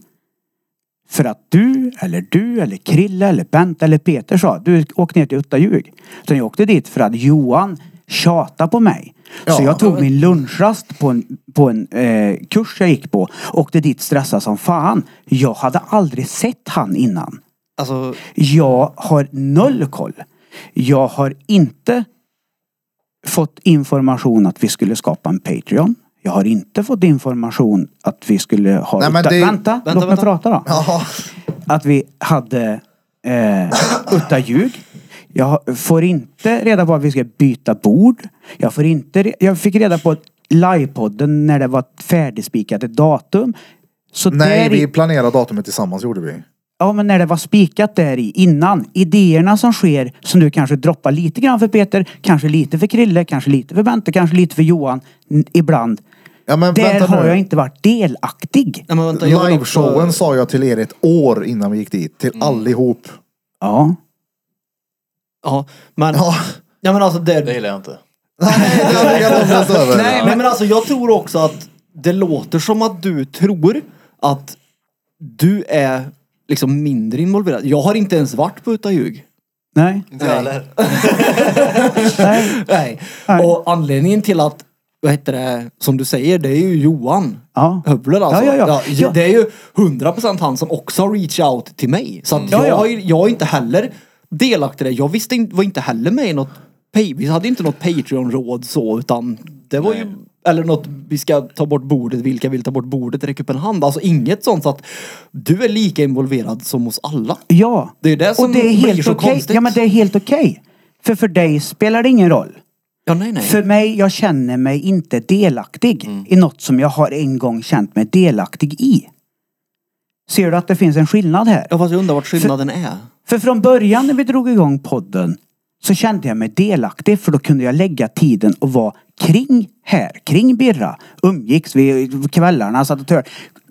Speaker 3: För att du, eller du, eller Krille, eller Bent, eller Peter sa du åk ner till Utta Ljug. Utan jag åkte dit för att Johan tjatade på mig. Så
Speaker 1: Ja.
Speaker 3: jag tog min lunchrast på en, på en eh, kurs jag gick på. Åkte dit stressad som fan. Jag hade aldrig sett han innan.
Speaker 5: Alltså,
Speaker 3: Jag har noll koll. Jag har inte fått information att vi skulle skapa en Patreon. Jag har inte fått information att vi skulle ha...
Speaker 1: Nej, men
Speaker 3: Utta-
Speaker 1: det-
Speaker 3: vänta,
Speaker 5: vänta,
Speaker 3: låt mig
Speaker 5: vänta.
Speaker 3: prata då.
Speaker 1: Ja.
Speaker 3: Att vi hade eh, Utta ljug. Jag har- får inte reda på att vi ska byta bord. Jag, får inte re- jag fick reda på livepodden när det var färdigspikat ett datum. Så
Speaker 1: Nej
Speaker 3: där i-
Speaker 1: vi planerade datumet tillsammans gjorde vi.
Speaker 3: Ja, men när det var spikat där i innan. Idéerna som sker, som du kanske droppar lite grann för Peter, kanske lite för Krille, kanske lite för Bente, kanske lite för Johan. n- Ibland.
Speaker 1: Ja, men
Speaker 3: där
Speaker 1: vänta
Speaker 3: har
Speaker 1: nu.
Speaker 3: jag inte varit delaktig.
Speaker 2: Nej, men vänta, jag vill
Speaker 1: Liveshowen
Speaker 2: också-
Speaker 1: sa jag till er ett år innan vi gick dit. Till allihop.
Speaker 3: Ja.
Speaker 2: Ja, men,
Speaker 1: Ja,
Speaker 5: Ja men alltså
Speaker 4: Det
Speaker 5: det...
Speaker 4: gillar jag inte.
Speaker 1: nej, det hade jag ångest över.
Speaker 5: Nej men, men alltså jag tror också att det låter som att du tror att du är liksom mindre involverad. Jag har inte ens varit på Utan ljug.
Speaker 3: Nej.
Speaker 4: Inte jag heller.
Speaker 3: Nej.
Speaker 5: Nej. Och anledningen till att, vad heter det, som du säger, det är ju Johan.
Speaker 3: Ja.
Speaker 5: Höbbler alltså.
Speaker 3: Ja, ja, ja. Ja.
Speaker 5: Det är ju 100% han som också har reach out till mig. Så att
Speaker 3: Mm. Ja,
Speaker 5: jag,
Speaker 3: ja.
Speaker 5: har ju- jag är inte heller delaktig i det. Jag visste inte, var inte heller med i något, pay, vi hade inte något Patreon-råd så utan det var ju, eller något, vi ska ta bort bordet, vilka vill ta bort bordet, räck upp en hand. Alltså inget sånt så att du är lika involverad som oss alla.
Speaker 3: Ja.
Speaker 5: Det är det som
Speaker 3: Och det är
Speaker 5: blir
Speaker 3: helt
Speaker 5: så
Speaker 3: okej.
Speaker 5: konstigt.
Speaker 3: Ja, men det är helt okej. För för dig spelar det ingen roll.
Speaker 5: Ja, nej, nej.
Speaker 3: För mig, jag känner mig inte delaktig
Speaker 5: Mm.
Speaker 3: i något som jag har en gång känt mig delaktig i. Ser du att det finns en skillnad här?
Speaker 5: Ja fast jag undrar vart skillnaden är.
Speaker 3: För från början när vi drog igång podden så kände jag mig delaktig för då kunde jag lägga tiden och vara kring här, kring Birra. Umgicks vi kvällarna, satt och tör,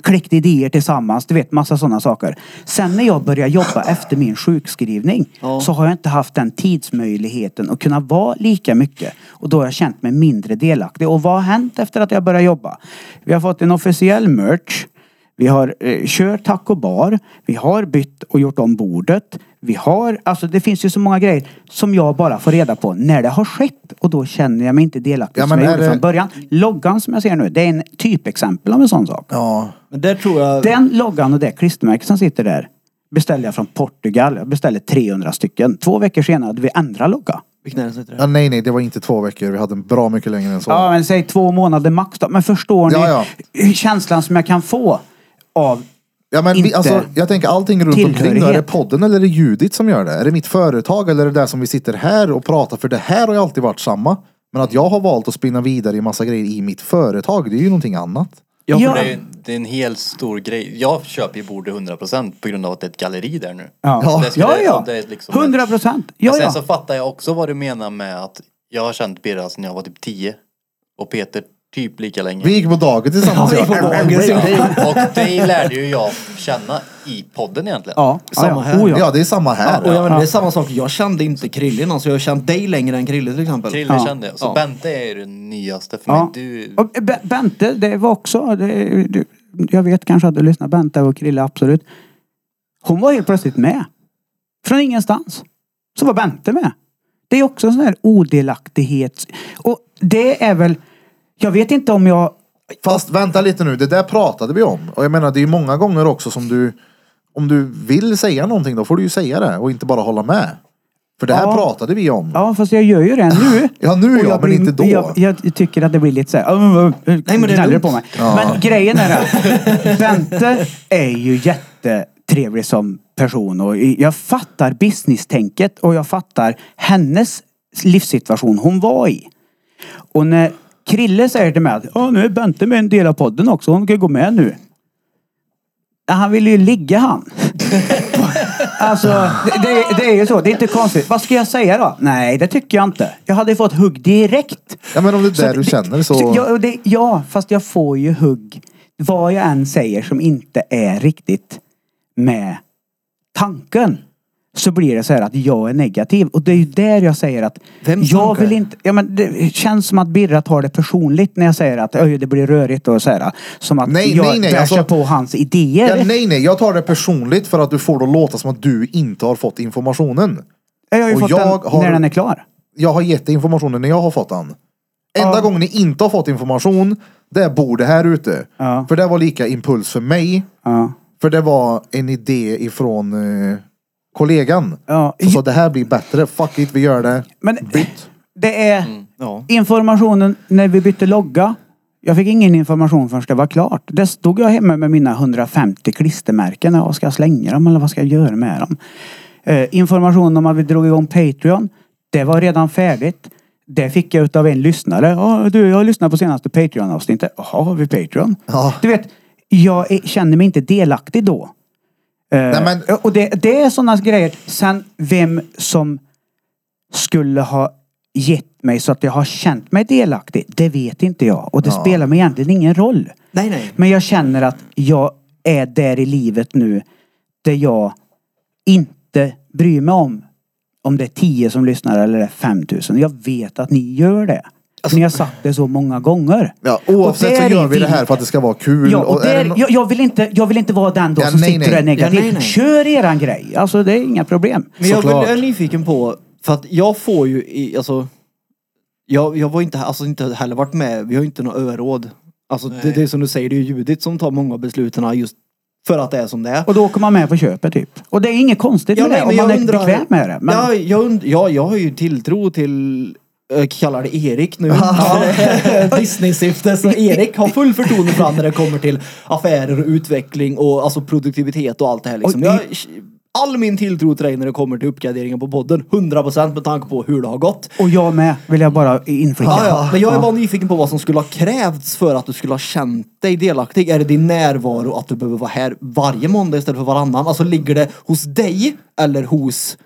Speaker 3: kläckte idéer tillsammans, du vet massa sådana saker. Sen när jag började jobba efter min sjukskrivning så har jag inte haft den tidsmöjligheten att kunna vara lika mycket. Och då har jag känt mig mindre delaktig. Och vad har hänt efter att jag började jobba? Vi har fått en officiell merch. Vi har eh, kört taco bar. Vi har bytt och gjort om bordet. Vi har, alltså det finns ju så många grejer som jag bara får reda på när det har skett. Och då känner jag mig inte delaktig
Speaker 1: Ja,
Speaker 3: som
Speaker 1: men
Speaker 3: jag
Speaker 1: är
Speaker 3: gjorde
Speaker 1: det-
Speaker 3: från början. Loggan som jag ser nu, det är en typexempel av en sån sak.
Speaker 1: Ja.
Speaker 5: Men där tror jag...
Speaker 3: Den loggan och det klistermärket som sitter där beställde jag från Portugal. Jag beställde 300 stycken. Två veckor senare hade vi ändrat logga.
Speaker 5: Vilken är det som heter det?
Speaker 1: ja. Nej, nej, det var inte två veckor. Vi hade en bra mycket längre än så.
Speaker 3: Ja men säg två månader max då. Men förstår ni
Speaker 1: Ja,
Speaker 3: känslan som jag kan få av
Speaker 1: Ja, men vi,
Speaker 3: Inte
Speaker 1: alltså, jag tänker allting runt omkring. Då. Är det
Speaker 3: tillhörighet.
Speaker 1: podden eller är det ljudet som gör det? Är det mitt företag eller är det där som vi sitter här och pratar? För det här har ju alltid varit samma. Men att jag har valt att spinna vidare i massa grejer i mitt företag, det är ju någonting annat.
Speaker 3: Ja,
Speaker 4: Det är, det är en helt stor grej. Jag köper ju bordet 100% på grund av att det är ett galleri där nu.
Speaker 3: Ja,
Speaker 4: Det skulle-
Speaker 3: ja, ja.
Speaker 4: det är liksom- Alltså,
Speaker 3: 100 procent. Ja,
Speaker 4: sen så
Speaker 3: ja.
Speaker 4: fattar jag också vad du menar med att jag har känt Birra sedan jag var typ 10 och Peter typ lika länge.
Speaker 1: Vi gick på dagen tillsammans.
Speaker 5: Ja, vi gick på dagis,
Speaker 1: ja.
Speaker 4: Ja, och dig lärde ju jag känna i podden egentligen.
Speaker 3: Ja, ja,
Speaker 5: Samma
Speaker 3: ja.
Speaker 5: här.
Speaker 3: Oh, ja.
Speaker 1: ja, det är samma här.
Speaker 5: Och jag menar, det är samma sak, jag kände inte Krille innan så jag har känt dig längre än Krille till exempel.
Speaker 4: Krille
Speaker 3: Ja.
Speaker 4: kände jag. Så
Speaker 5: Ja.
Speaker 4: Bente är ju den nyaste för mig.
Speaker 3: Ja.
Speaker 4: Du,
Speaker 3: Och eh, Be- Bente, det var också... Det, du, jag vet kanske att du lyssnar. Bente och Krille, absolut. Hon var helt plötsligt med. Från ingenstans. Så var Bente med. Det är också en sån här odelaktighet. Och det är väl... Jag vet inte om jag...
Speaker 1: Fast vänta lite nu, det där pratade vi om. Och jag menar, det är ju många gånger också som du... Om du vill säga någonting, då får du ju säga det och inte bara hålla med. För det här
Speaker 3: Ja.
Speaker 1: pratade vi om.
Speaker 3: Ja, fast jag gör ju det nu.
Speaker 1: Ja, nu
Speaker 3: Och
Speaker 1: ja, men inte då.
Speaker 3: Jag, jag tycker att det blir lite så här... "Åh, åh, åh",
Speaker 5: men det är
Speaker 3: gnäller
Speaker 5: lugnt.
Speaker 3: på mig. Men grejen är att Bente är ju jättetrevlig som person och jag fattar business-tänket och jag fattar hennes livssituation hon var i. Och när Krille säger till mig att "Ja, nu är Bente med en del av podden också, hon kan gå med nu. Ja, Han vill ju ligga han. Alltså, det, det, det är ju så. Det är inte konstigt. Vad ska jag säga då? Nej, det tycker jag inte. Jag hade ju fått hugg direkt.
Speaker 1: Ja, men om det är där du känner så...
Speaker 3: ja, och det, ja, fast jag får ju hugg. Vad jag än säger som inte är riktigt med tanken. Så blir det så här att jag är negativ. Och det är ju där jag säger att
Speaker 5: Vems
Speaker 3: jag
Speaker 5: tanke?
Speaker 3: vill inte... Ja, men det känns som att Birra tar det personligt när jag säger att "Oj, det blir rörigt och så här. Som att
Speaker 1: Nej,
Speaker 3: jag
Speaker 1: nej, nej,
Speaker 3: bärsar
Speaker 1: alltså-
Speaker 3: på hans idéer.
Speaker 1: Ja, nej, nej, jag tar det personligt för att du får det att låta som att du inte har fått informationen.
Speaker 3: jag har ju
Speaker 1: och
Speaker 3: fått
Speaker 1: jag
Speaker 3: den
Speaker 1: har-
Speaker 3: när den är klar.
Speaker 1: Jag har gett dig informationen när jag har fått den. Enda gången ni inte har fått information, det bor det här ute.
Speaker 3: Ja.
Speaker 1: För det var lika impuls för mig.
Speaker 3: Ja.
Speaker 1: För det var en idé ifrån eh, kollegan.
Speaker 3: Ja.
Speaker 1: Så sa, det här blir bättre, fuck it, vi gör det.
Speaker 3: Men det är
Speaker 1: Mm.
Speaker 5: Ja.
Speaker 3: informationen när vi bytte logga. Jag fick ingen information förrän det var klart. Där stod jag hemma med mina 150 klistermärken. Ja, ska jag slänga dem eller vad ska jag göra med dem? Eh, information om att vi drog igång Patreon. Det var redan färdigt. Det fick jag utav en lyssnare. Ja, du, jag har lyssnat på senaste Patreon-avsnittet. Jaha, har vi Patreon?
Speaker 1: Ja.
Speaker 3: Du vet, jag är, känner mig inte delaktig då. Eh,
Speaker 1: Nej, men,
Speaker 3: Och det, det är sådana grejer. Sen vem som skulle ha gett mig så att jag har känt mig delaktig, det vet inte jag. Och det spelar mig egentligen ingen roll.
Speaker 2: Nej, nej.
Speaker 3: Men jag känner att jag är där i livet nu där jag inte bryr mig om om det är 10 som lyssnar eller det är 5000. Jag vet att ni gör det. För ni har sagt det så många gånger.
Speaker 1: Alltså- ja,
Speaker 3: Och
Speaker 1: oavsett så
Speaker 3: där
Speaker 1: gör
Speaker 3: är
Speaker 1: vi det här för att det ska vara kul.
Speaker 3: Ja, och
Speaker 1: är
Speaker 3: där,
Speaker 1: det no-
Speaker 3: jag, jag, vill inte, jag vill inte vara den då
Speaker 1: Ja,
Speaker 3: som
Speaker 1: nej,
Speaker 3: sitter och är
Speaker 1: nej.
Speaker 3: negativ.
Speaker 2: Ja, nej, nej.
Speaker 3: Kör eran grej. Alltså det är inga problem.
Speaker 2: Men jag, vill-
Speaker 1: Såklart.
Speaker 2: jag är nyfiken på, för att jag får ju, i, alltså, jag, jag var inte, alltså, inte heller varit med, vi har ju inte något öråd. Alltså det, det är som du säger, det är ju Judit som tar många av besluten just för att det är som det är.
Speaker 3: Och då åker man med på köpet typ. Och det är inget konstigt med
Speaker 2: nej,
Speaker 3: det
Speaker 2: men
Speaker 3: om man
Speaker 2: jag
Speaker 3: är
Speaker 2: undrar-
Speaker 3: bekväm med det. Men,
Speaker 2: Ja, jag, und, ja, jag har ju tilltro till jag kallar det Erik nu. Disney-syfte. Så Erik har full förtroende för han när det kommer till affärer och utveckling och alltså produktivitet och allt det här liksom.
Speaker 3: Och
Speaker 2: Jag, all min tilltro till dig när det kommer till uppgraderingen på podden. 100% med tanke på hur det har gått.
Speaker 3: Och jag med, vill jag bara inflika.
Speaker 2: Ja, ja. Men jag är bara nyfiken på vad som skulle ha krävts för att du skulle ha känt dig delaktig. Är det din närvaro att du behöver vara här varje måndag istället för varannan? Alltså ligger det hos dig eller hos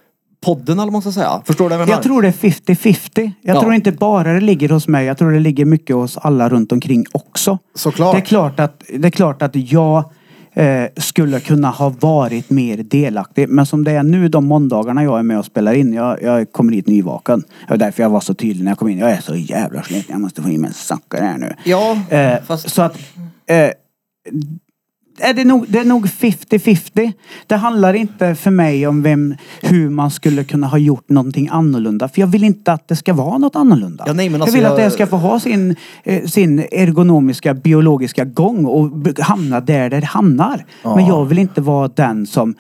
Speaker 2: podden eller vad man ska säga? Förstår du vad jag menar?
Speaker 3: Jag tror det är 50-50. Jag
Speaker 2: Ja.
Speaker 3: tror inte bara det ligger hos mig. Jag tror det ligger mycket hos alla runt omkring också.
Speaker 1: Såklart.
Speaker 3: Det är klart att, det är klart att jag eh, skulle kunna ha varit mer delaktig. Men som det är nu de måndagarna jag är med och spelar in. Jag, jag kommer hit nyvaken. Det var därför jag var så tydlig när jag kom in. Jag är så jävla slut. Jag måste få i mig en suckare här nu.
Speaker 2: Ja,
Speaker 3: Eh,
Speaker 2: fast...
Speaker 3: Så att... Eh, är det, nog, det är nog 50-50. Det handlar inte för mig om vem, hur man skulle kunna ha gjort någonting annorlunda. För jag vill inte att det ska vara något annorlunda.
Speaker 2: Ja, nej, men
Speaker 3: jag
Speaker 2: alltså
Speaker 3: vill att
Speaker 2: jag-
Speaker 3: det ska få ha sin, eh, sin ergonomiska, biologiska gång och b- hamna där det hamnar. Men jag vill inte vara den som...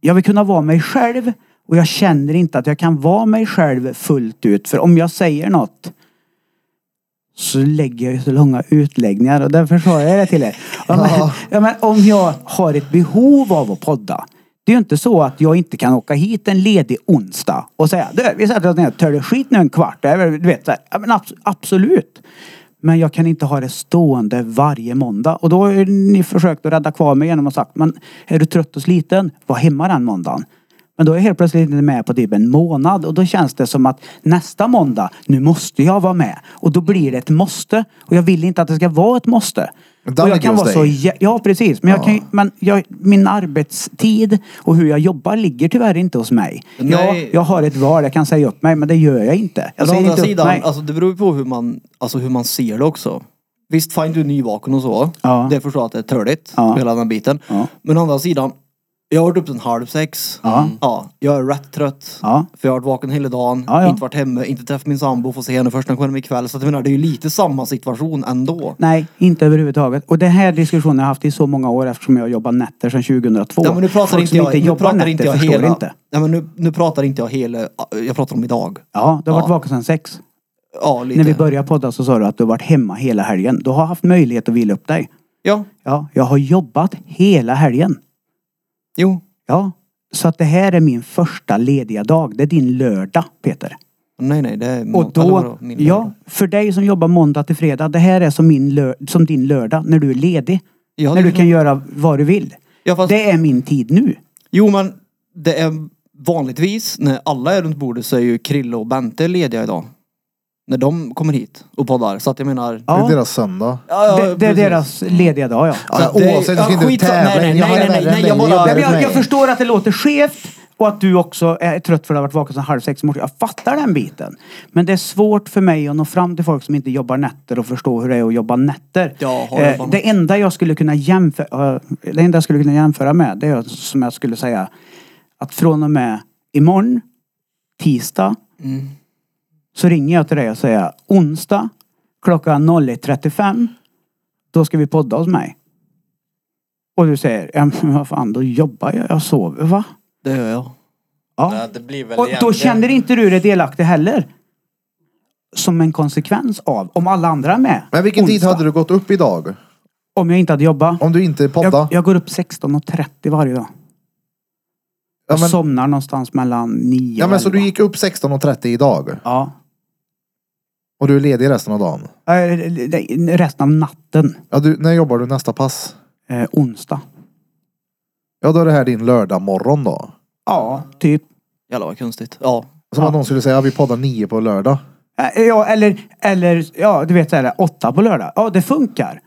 Speaker 3: Jag vill kunna vara mig själv och jag känner inte att jag kan vara mig själv fullt ut. För om jag säger något så lägger jag ju så långa utläggningar och därför sa jag det till er. Ja, men, ja, men om jag har ett behov av att podda. Det är ju inte så att jag inte kan åka hit en ledig onsdag och säga du, vi sätter oss ner och törde skit nu en kvart. Det är väl- Du vet, så här, ja, men abs- absolut. Men jag kan inte ha det stående varje måndag. Och då har ni försökt att rädda kvar mig genom att sagt, men är du trött och sliten, var hemma den måndagen. Men då är jag helt plötsligt inte med på typ en månad och då känns det som att nästa måndag, nu måste jag vara med. Och då blir det ett måste. Och jag vill inte att det ska vara ett måste.
Speaker 1: Men den
Speaker 3: och jag
Speaker 1: ligger
Speaker 3: kan
Speaker 1: hos
Speaker 3: vara så
Speaker 1: dig.
Speaker 3: jä- Ja precis. Men, jag kan, ju- men jag, min arbetstid och hur jag jobbar ligger tyvärr inte hos mig. Ja,
Speaker 2: Nej.
Speaker 3: jag har ett val, jag kan säga upp mig men det gör jag inte. Jag
Speaker 2: Men å andra
Speaker 3: säger inte upp mig.
Speaker 2: sidan, alltså, det beror ju på hur man, alltså, hur man ser det också. Visst, fine du är nyvaken och så.
Speaker 3: Ja.
Speaker 2: Det förstår jag att det är törligt.
Speaker 3: Ja.
Speaker 2: Hela den biten.
Speaker 3: Ja.
Speaker 2: Men å andra sidan, jag har varit uppe en halv sex.
Speaker 3: Ja.
Speaker 2: Ja, jag är rätt trött.
Speaker 3: Ja.
Speaker 2: För jag har varit vaken hela dagen.
Speaker 3: Ja, ja.
Speaker 2: Inte varit hemma, inte träffat min sambo. Får se henne först när hon kommer hem ikväll. Så att jag menar, det är ju lite samma situation ändå.
Speaker 3: Nej, inte överhuvudtaget. Och den här diskussionen har jag haft i så många år eftersom jag jobbar nätter sedan 2002.
Speaker 2: Ja, men nu pratar
Speaker 3: Folk
Speaker 2: inte
Speaker 3: som
Speaker 2: jag, nu
Speaker 3: jobbar
Speaker 2: pratar
Speaker 3: nätter
Speaker 2: inte jag
Speaker 3: förstår
Speaker 2: hela...
Speaker 3: inte.
Speaker 2: Nej, men nu, nu pratar inte jag hela... Jag pratar om idag.
Speaker 3: Ja, du har varit
Speaker 2: Ja.
Speaker 3: vaken sedan sex.
Speaker 2: Ja, lite.
Speaker 3: När vi började podda så sa du att du har varit hemma hela helgen. Du har haft möjlighet att vila upp dig.
Speaker 2: Ja,
Speaker 3: Ja, jag har jobbat hela helgen.
Speaker 2: jo.
Speaker 3: Ja. Så att det här är min första lediga dag. Det är din lördag, Peter.
Speaker 2: Nej, nej, det är...
Speaker 3: Och
Speaker 2: eller
Speaker 3: då,
Speaker 2: vadå, min-
Speaker 3: ja, för dig som jobbar måndag till fredag. Det här är som, min lör, som din lördag när du är ledig.
Speaker 2: Ja,
Speaker 3: när
Speaker 2: det
Speaker 3: du
Speaker 2: är
Speaker 3: kan göra vad du vill.
Speaker 2: Ja, fast...
Speaker 3: Det är min tid nu.
Speaker 2: Jo, men det är vanligtvis när alla är runt bordet så är ju Krille och Bente lediga idag. När de kommer hit och poddar. Så att jag menar...
Speaker 1: Det är
Speaker 3: Ja.
Speaker 1: deras söndag.
Speaker 2: Ja, ja,
Speaker 3: Det, det är
Speaker 2: precis.
Speaker 3: deras lediga dag, ja.
Speaker 1: Ja,
Speaker 2: det är-
Speaker 1: oavsett, jag ska
Speaker 2: ja,
Speaker 1: inte
Speaker 2: skitsa-
Speaker 1: tävla.
Speaker 2: nej, nej,
Speaker 1: Jag har
Speaker 2: nej,
Speaker 1: det
Speaker 2: nej,
Speaker 1: värre
Speaker 2: nej,
Speaker 1: än
Speaker 2: jag
Speaker 1: dig.
Speaker 2: bara-
Speaker 1: har det
Speaker 3: Nej, men
Speaker 1: värre
Speaker 3: jag,
Speaker 1: än
Speaker 3: jag
Speaker 1: dig.
Speaker 3: förstår att det låter skevt och att du också är trött för att ha varit vaken sedan halv sex i morse. Jag fattar den biten. Men det är svårt för mig att nå fram till folk som inte jobbar nätter och förstå hur det är att jobba nätter.
Speaker 2: Ja, har jobbat
Speaker 3: eh,
Speaker 2: natt.
Speaker 3: det, enda jag skulle kunna jämföra, det enda jag skulle kunna jämföra med det är som jag skulle säga att från och med imorgon, tisdag,
Speaker 4: Mm.
Speaker 3: så ringer jag till dig och säger onsdag klockan 01.35 då ska vi podda hos mig. Och du säger, ja men vad fan då jobbar jag, jag sover va?
Speaker 2: Det gör jag.
Speaker 3: Ja.
Speaker 4: Nej, det blir väl
Speaker 3: Och då
Speaker 4: egentligen-
Speaker 3: känner inte du dig delaktig heller. Som en konsekvens av, om alla andra är med.
Speaker 1: Men vilken tid
Speaker 3: onsdag,
Speaker 1: hade du gått upp idag?
Speaker 3: Om jag inte hade jobbat.
Speaker 1: Om du inte
Speaker 3: Jag,
Speaker 1: poddar?
Speaker 3: jag går upp 16.30 varje dag.
Speaker 1: Ja,
Speaker 3: Jag
Speaker 1: men,
Speaker 3: somnar någonstans mellan 9
Speaker 1: ja,
Speaker 3: och
Speaker 1: men så
Speaker 3: 11.
Speaker 1: du gick upp 16.30 idag
Speaker 3: Ja.
Speaker 1: och du är ledig resten av dagen?
Speaker 3: Eh, det- Resten av natten.
Speaker 1: Ja, du, när jobbar du nästa pass?
Speaker 3: Eh, onsdag.
Speaker 1: Ja, då är det här din lördag morgon då.
Speaker 3: Ja, typ.
Speaker 9: Jävlar vad konstigt. Ja.
Speaker 1: Som att någon skulle säga, vi poddar nio på lördag.
Speaker 3: Ä- Eh, Ja, eller, eller ja, du vet så här, åtta på lördag. Ja, det funkar.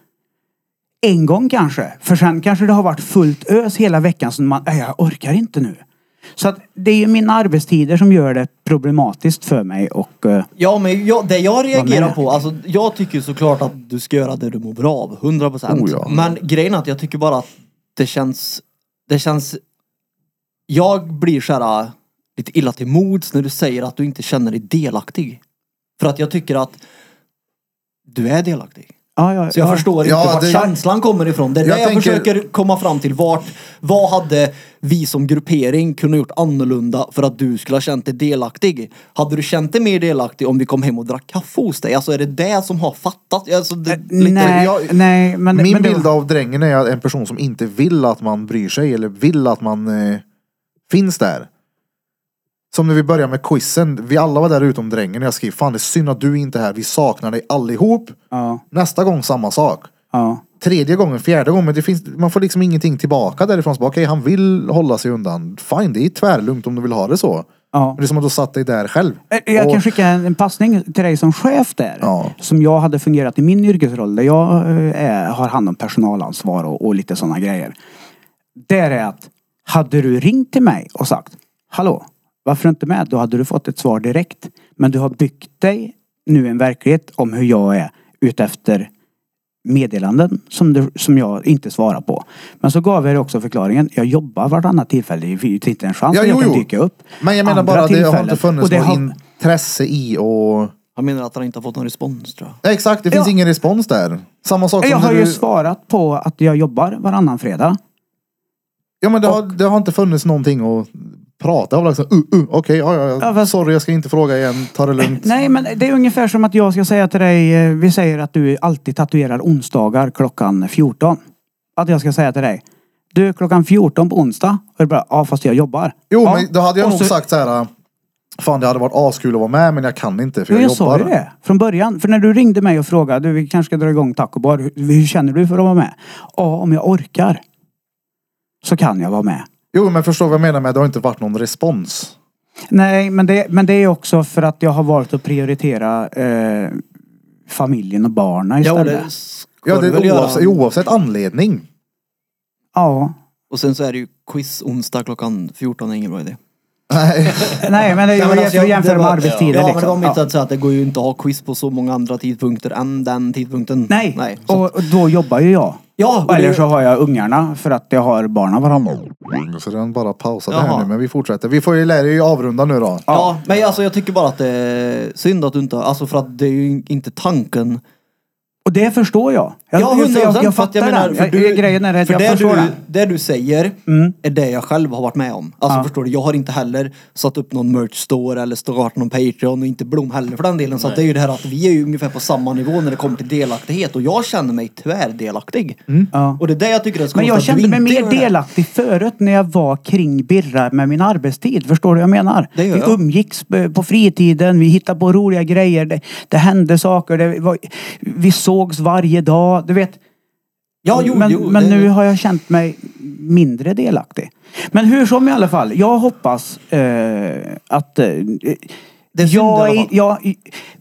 Speaker 3: En gång kanske. För sen kanske det har varit fullt ös hela veckan så man, "Nej, jag orkar inte nu. Så att det är ju mina arbetstider som gör det problematiskt för mig och eh,
Speaker 2: Ja, men jag, det jag
Speaker 3: menar
Speaker 2: reagerar
Speaker 3: du?
Speaker 2: på, alltså jag tycker såklart att du ska göra det du mår bra av. 100 procent.
Speaker 1: Oh, ja.
Speaker 2: Men grejen är att jag tycker bara att det känns, det känns, jag blir såhär lite illa till mods när du säger att du inte känner dig delaktig. För att jag tycker att du är delaktig.
Speaker 3: ja, ja,
Speaker 2: Så jag
Speaker 3: ja.
Speaker 2: förstår inte
Speaker 1: Ja,
Speaker 2: vart
Speaker 1: det-
Speaker 2: känslan kommer ifrån. Det är
Speaker 1: Jag
Speaker 2: det jag
Speaker 1: tänker-
Speaker 2: försöker komma fram till. Vart, vad hade vi som gruppering kunnat gjort annorlunda för att du skulle ha känt dig delaktig? Hade du känt dig mer delaktig om vi kom hem och drack kaffe hos dig? Alltså är det det som har fattat? Alltså, det, lite...
Speaker 3: Eh, Nej,
Speaker 1: jag-
Speaker 3: nej, men...
Speaker 1: Min
Speaker 3: men det-
Speaker 1: bild av drängen är en person som inte vill att man bryr sig eller vill att man eh, finns där. Som när vi började med quizen. Vi alla var där utom drängen och jag skrev fan det är synd att du inte är här. Vi saknar dig allihop.
Speaker 3: Ja,
Speaker 1: Nästa gång samma sak.
Speaker 3: ja.
Speaker 1: Tredje gången, fjärde gången. Det finns, man får liksom ingenting tillbaka därifrån. Så bara, Okej, han vill hålla sig undan. Fine, det är tvärlugnt om du vill ha det så.
Speaker 3: Ja. Eh,
Speaker 1: Men det är som att du satt dig där själv.
Speaker 3: Jag
Speaker 1: Och-
Speaker 3: kan skicka en en passning till dig som chef där.
Speaker 1: Ja.
Speaker 3: Som jag hade fungerat i min yrkesroll där jag eh, är, har hand om personalansvar och, och lite sådana grejer. Där är att, hade du ringt till mig och sagt Hallå, varför är du inte med? Då hade du fått ett svar direkt. Men du har byggt dig nu en verklighet om hur jag är utefter meddelanden som, du, som jag inte svarar på. Men så gav jag dig också förklaringen. Jag jobbar vartannat tillfälle. Det finns inte en chans
Speaker 1: Ja,
Speaker 3: att jag
Speaker 1: jo,
Speaker 3: kan
Speaker 1: jo.
Speaker 3: dyka upp.
Speaker 1: Men jag menar
Speaker 3: Andra
Speaker 1: bara, det har
Speaker 3: tillfällen.
Speaker 1: inte funnits
Speaker 3: Och det
Speaker 1: något
Speaker 3: har-
Speaker 1: intresse i och...
Speaker 9: Han menar att han inte har fått någon respons tror jag.
Speaker 1: Ja, Exakt, det finns
Speaker 3: Ja.
Speaker 1: ingen respons där. Samma sak
Speaker 3: Jag
Speaker 1: som
Speaker 3: har
Speaker 1: när
Speaker 3: ju
Speaker 1: du...
Speaker 3: svarat på att jag jobbar varannan fredag.
Speaker 1: Ja men det har, det har inte funnits någonting att prata om. Liksom, uh, uh, Okej, ja, ja, ja.
Speaker 3: Ja, fast-
Speaker 1: sorry jag ska inte fråga igen. Ta det lugnt.
Speaker 3: Nej, men det är ungefär som att jag ska säga till dig, eh, vi säger att du alltid tatuerar onsdagar klockan 14. Att jag ska säga till dig, du klockan 14 på onsdag. Och du bara, ja fast jag jobbar.
Speaker 1: Jo
Speaker 3: ja.
Speaker 1: men då hade jag
Speaker 3: Och
Speaker 1: nog
Speaker 3: så-
Speaker 1: sagt så här. Fan det hade varit askul att vara med men jag kan inte för
Speaker 3: Jo,
Speaker 1: jag,
Speaker 3: jag
Speaker 1: jobbar.
Speaker 3: sa ju det från början. För när du ringde mig och frågade, du vi kanske ska dra igång taco bar. Hur, hur känner du för att vara med? Ja, om jag orkar. Så kan jag vara med.
Speaker 1: Jo men förstår vad jag menar med det har inte varit någon respons.
Speaker 3: Nej, men det, men det är också för att jag har valt att prioritera eh, familjen och barnen
Speaker 9: Ja, och
Speaker 3: istället.
Speaker 9: det ska
Speaker 1: Ja,
Speaker 9: du väl
Speaker 1: det, oh, alltså,
Speaker 9: göra.
Speaker 1: oavsett, oavsett anledning.
Speaker 3: Ja.
Speaker 9: Och sen så är det ju quiz onsdag klockan 14. Ingen bra idé.
Speaker 1: Nej.
Speaker 3: Nej, men det är
Speaker 2: Ja, men
Speaker 3: ju
Speaker 2: alltså,
Speaker 3: jag
Speaker 2: jag-
Speaker 3: jämför
Speaker 2: det
Speaker 3: med
Speaker 2: var-
Speaker 3: arbetstider
Speaker 2: Ja, men det var
Speaker 3: liksom.
Speaker 2: mitt
Speaker 3: Ja.
Speaker 2: att säga att det går ju inte att ha quiz på så många andra tidpunkter än den tidpunkten.
Speaker 3: Nej,
Speaker 2: Nej så-
Speaker 3: och, och då jobbar ju jag.
Speaker 2: ja, och
Speaker 3: Eller
Speaker 2: det-
Speaker 3: så har jag ungarna för att jag har barnen varannan.
Speaker 1: Så den bara pausade
Speaker 2: Jaha.
Speaker 1: här nu men vi fortsätter. Vi får ju lära er avrunda nu då.
Speaker 2: Ja, men alltså jag tycker bara att det är synd att du inte, alltså för att det är ju inte tanken.
Speaker 3: Och det förstår jag. Jag,
Speaker 2: Ja, hundra
Speaker 3: jag, jag,
Speaker 2: procent. för att
Speaker 3: fattar
Speaker 2: jag menar,
Speaker 3: den.
Speaker 2: för
Speaker 3: Jag- grejen är att
Speaker 2: för
Speaker 3: jag
Speaker 2: det
Speaker 3: förstår Mm.
Speaker 2: du,
Speaker 3: den.
Speaker 2: Det du säger är det jag själv har varit med om. Alltså förstår du, jag har inte heller satt upp någon merch store eller startat någon Patreon och inte Blom heller för den delen. Så att det är ju det här att vi är ju ungefär på samma nivå när det kommer till delaktighet och jag känner mig tvärdelaktig.
Speaker 3: Ja.
Speaker 2: Och det är det jag tycker är så
Speaker 3: Mm. Men
Speaker 2: konstigt
Speaker 3: jag
Speaker 2: att du
Speaker 3: kände mig
Speaker 2: inte
Speaker 3: mer
Speaker 2: gör det.
Speaker 3: delaktig förut när jag var kring Birra med min arbetstid. Förstår du vad jag menar?
Speaker 2: Det gör
Speaker 3: vi
Speaker 2: jag.
Speaker 3: umgicks b- på fritiden, vi hittade på roliga grejer. Det, det hände saker, det var, vi sågs varje dag. Du vet,
Speaker 2: Ja, jo,
Speaker 3: men,
Speaker 2: jo,
Speaker 3: men
Speaker 2: det-
Speaker 3: nu har jag känt mig mindre delaktig. Men hur som i alla fall, jag hoppas eh, att... Eh,
Speaker 2: Det är synd i alla
Speaker 3: jag,
Speaker 2: fall.
Speaker 3: är, jag,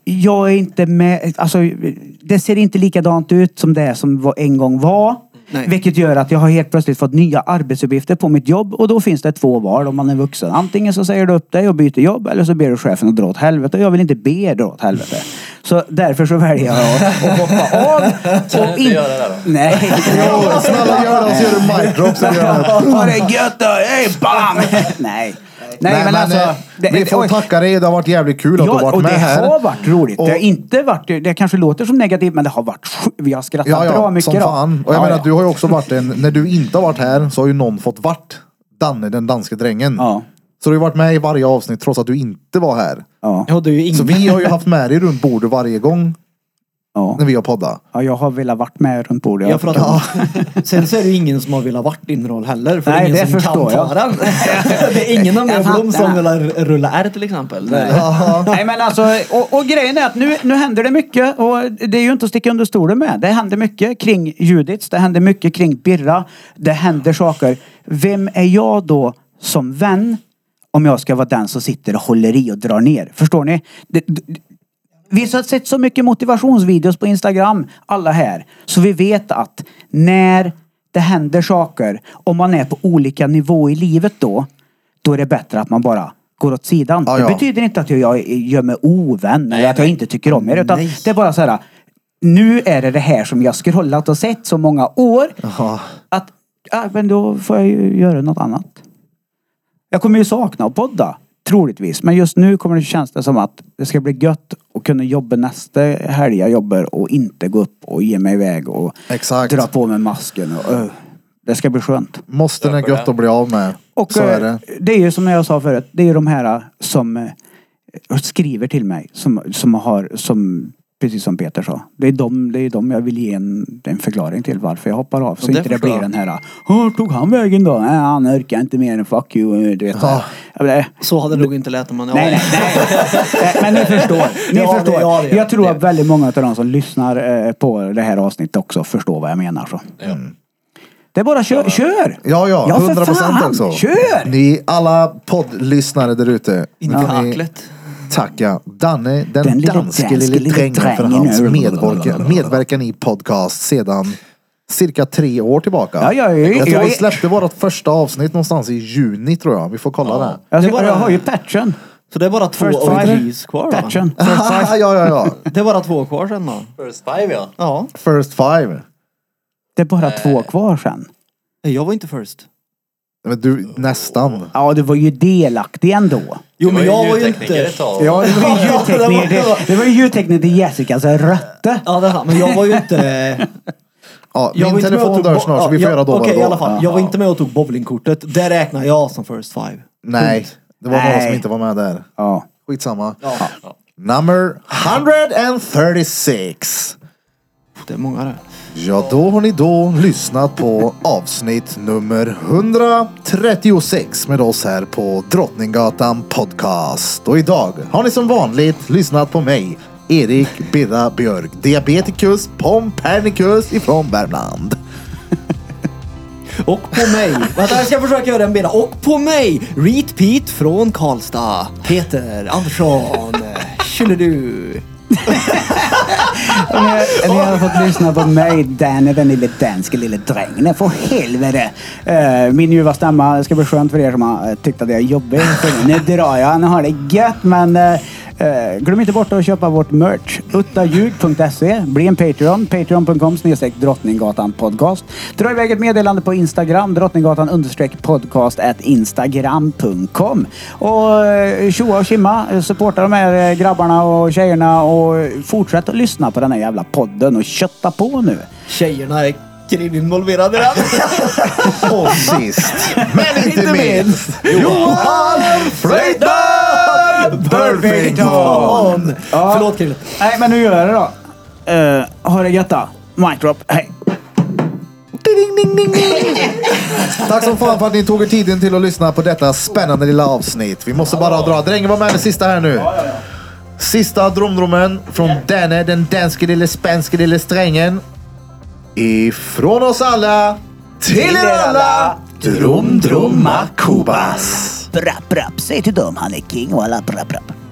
Speaker 3: jag är inte med... Alltså, det ser inte likadant ut som det som var- en gång var.
Speaker 2: Nej.
Speaker 3: Vilket gör att jag har helt plötsligt fått nya arbetsuppgifter på mitt jobb och då finns det två val om man är vuxen. Antingen så säger du upp dig och byter jobb eller så ber du chefen att dra åt helvete och jag vill inte be er dra åt helvete. Så därför så väljer jag att att hoppa av.
Speaker 4: Kan du
Speaker 3: och
Speaker 4: inte göra det då?
Speaker 3: Nej.
Speaker 1: Jo, snälla gör det och så gör du mic drop. så gör jag det.
Speaker 3: Ha det gött då! Hej, bam! Nej. Nej, men, alltså.
Speaker 1: eh, vi får
Speaker 3: oj.
Speaker 1: tacka dig, det har varit jävligt kul att du har
Speaker 3: Ja,
Speaker 1: varit
Speaker 3: och det
Speaker 1: med här.
Speaker 3: har varit roligt.
Speaker 1: Och-
Speaker 3: det har inte varit, det kanske låter som negativt men det har varit sj- Vi har skrattat
Speaker 1: Ja, ja,
Speaker 3: bra mycket
Speaker 1: som
Speaker 3: då.
Speaker 1: fan. Och jag
Speaker 3: Ja,
Speaker 1: menar,
Speaker 3: ja.
Speaker 1: du har ju också varit en, när du inte har varit här så har ju någon fått vart Danne, den danske drängen.
Speaker 3: Ja.
Speaker 1: Så du har ju varit med i varje avsnitt trots att du inte var här.
Speaker 3: Ja.
Speaker 2: Ja, det är ju
Speaker 1: Så
Speaker 2: ingen...
Speaker 1: vi har ju haft med dig runt bordet varje gång.
Speaker 3: Ja.
Speaker 1: när vi har poddat.
Speaker 3: ja, jag har velat varit med runt bordet.
Speaker 2: Ja, för att, Sen så är det ju ingen som har velat varit din roll heller. För
Speaker 3: Nej,
Speaker 2: det är
Speaker 3: det
Speaker 2: ingen som kan
Speaker 3: förstår jag.
Speaker 2: ta den. det är ingen av mina
Speaker 3: Jag fattar.
Speaker 2: blom som vill r- rulla R till exempel.
Speaker 3: Nej men alltså, och, och grejen är att nu, nu händer det mycket och det är ju inte att sticka under stolen med. Det händer mycket kring Judits, det händer mycket kring Birra. Det händer saker. Vem är jag då som vän om jag ska vara den som sitter och håller i och drar ner? Förstår ni? Det, det, vi har sett så mycket motivationsvideos på Instagram, alla här. Så vi vet att när det händer saker, om man är på olika nivå i livet då, då är det bättre att man bara går åt sidan.
Speaker 1: Ja, ja.
Speaker 3: Det betyder inte att jag gör mig ovän eller att jag inte tycker om er. Utan
Speaker 2: Nej.
Speaker 3: det är bara så här, nu är det det här som jag scrollat och sett så många år. Att, ja, men då får jag ju göra något annat. Jag kommer ju sakna att podda. Troligtvis. Men just nu kommer det känns det som att det ska bli gött att kunna jobba nästa helg jag jobbar och inte gå upp och ge mig iväg och
Speaker 1: Exakt.
Speaker 3: dra på mig masken. Och, öh, det ska bli skönt.
Speaker 1: Måste den är gött att bli av med.
Speaker 3: Och,
Speaker 1: så är
Speaker 3: eh,
Speaker 1: det.
Speaker 3: det är ju som jag sa förut, det är ju de här eh, som eh, skriver till mig. Som, som har, som, precis som Peter sa. Det är de, det är de jag vill ge en, en förklaring till varför jag hoppar av. Så
Speaker 2: det
Speaker 3: inte det
Speaker 2: förstår
Speaker 3: blir
Speaker 2: jag.
Speaker 3: den här, "Åh, tog han vägen då? Nej, han orkar inte mer än fuck you. eh, Du vet,
Speaker 1: Ja.
Speaker 3: Jag blir-
Speaker 2: Så hade det nog inte lät om man...
Speaker 3: Nej, nej, nej. Eh, Men ni förstår. Ni
Speaker 2: Ja, det-
Speaker 3: förstår.
Speaker 2: ja, det-
Speaker 3: jag tror
Speaker 2: det-
Speaker 3: att väldigt många av de som lyssnar eh, på det här avsnittet också förstår vad jag menar. Så. Det är bara kör! kör.
Speaker 1: Ja, ja.
Speaker 3: Ja, för
Speaker 1: 100 procent
Speaker 3: fan.
Speaker 1: också.
Speaker 3: Kör!
Speaker 1: Ni alla poddlyssnare där ute.
Speaker 2: In i
Speaker 1: nu kan ni
Speaker 2: kaklet.
Speaker 1: Tacka Danne, den,
Speaker 3: Den lille
Speaker 1: danske
Speaker 3: danske
Speaker 1: lille
Speaker 3: lille
Speaker 1: drängen för
Speaker 3: drängen
Speaker 1: hans
Speaker 3: nu.
Speaker 1: medverkan, medverkan i podcast sedan cirka tre år tillbaka.
Speaker 3: Ja, ja, ja,
Speaker 1: jag tror
Speaker 3: ja,
Speaker 1: vi
Speaker 3: ja.
Speaker 1: släppte vårt första avsnitt någonstans i juni tror jag. Vi får kolla det.
Speaker 3: Jag,
Speaker 2: Det
Speaker 3: ska,
Speaker 2: är bara-
Speaker 3: Alltså, jag har ju patchen.
Speaker 2: Så det är bara två
Speaker 3: First five.
Speaker 2: OGs kvar va?
Speaker 3: Patchen.
Speaker 1: ja, ja, ja.
Speaker 2: Det är bara två kvar sen då.
Speaker 4: First five ja.
Speaker 2: Ja.
Speaker 1: First five.
Speaker 3: Det är bara två kvar sen.
Speaker 2: Jag var inte first.
Speaker 1: Men du, nästan.
Speaker 3: Ja, du var ju delaktig ändå.
Speaker 2: Jo
Speaker 4: Det
Speaker 2: men jag
Speaker 4: ju
Speaker 2: var ju
Speaker 4: ljudtekniker
Speaker 2: inte...
Speaker 4: ett tag.
Speaker 3: Ja, det var ju ljudtekniker
Speaker 2: det var-
Speaker 3: till, det var ju ljudtekniker till Jessicas rötte.
Speaker 2: Ja det är sant, men jag var ju inte...
Speaker 1: Ja,
Speaker 2: Jag var
Speaker 1: min
Speaker 2: inte med och
Speaker 1: telefon
Speaker 2: tog
Speaker 1: dör
Speaker 2: bo-
Speaker 1: snart så vi får
Speaker 2: ja, jag-
Speaker 1: göra då vad
Speaker 2: Okej
Speaker 1: det
Speaker 2: i
Speaker 1: går.
Speaker 2: alla fall. Jag var inte med och tog bowlingkortet. Det räknar jag som first five.
Speaker 1: Nej, det var några
Speaker 3: Nej.
Speaker 1: som inte var med där.
Speaker 3: Ja.
Speaker 1: Skitsamma. Number 136.
Speaker 2: Det är många det.
Speaker 1: Ja, då har ni då lyssnat på avsnitt nummer 136 med oss här på Drottninggatan Podcast. Och idag har ni som vanligt lyssnat på mig, Erik Birra Björk, diabetikus pompernicus ifrån Värmland.
Speaker 2: Och på mig. Vänta, jag ska försöka göra en bild. Och på mig, Reet Pete från Karlstad. Peter Andersson. Tjolidu.
Speaker 3: Och Ni, ni har fått lyssna på mig, Danne, den lille danske lille drängen. För helvete! Eh, Min ljuva stämma, det ska bli skönt för er som har eh, tyckt att jag är jobbig. Så Nu drar jag, nu har det gött men eh, eh, glöm inte bort att köpa vårt merch. Uttaljug.se, bli en Patreon. Patreon.com snedstreck Drottninggatan podcast. Dra iväg ett meddelande på Instagram, Drottninggatan understreck podcast at instagram.com. Och eh, tjoa och tjimma, eh, supporta de här eh, grabbarna och tjejerna och fortsätt att lyssna på den här jävla podden och kötta på nu.
Speaker 2: Tjejerna är kriminvolverade redan.
Speaker 1: Och sist, men inte
Speaker 2: Inte
Speaker 1: minst, Johan Fröjdman Burfington!
Speaker 2: Fan. Förlåt killen.
Speaker 3: Nej, men nu gör jag det då. Uh, ha det götta. Mic drop. Hej.
Speaker 1: Tack som fan för att ni tog er tiden till att lyssna på detta spännande lilla avsnitt. Vi måste bara dra. Drängen var med den sista här nu. Sista dromdromen från denne, den danske lille spänske lille strängen. Ifrån oss alla, till er alla, Dromdroma Kubas.
Speaker 3: Brapp, brapp. Säg till dem han är king och alla brapp, brapp.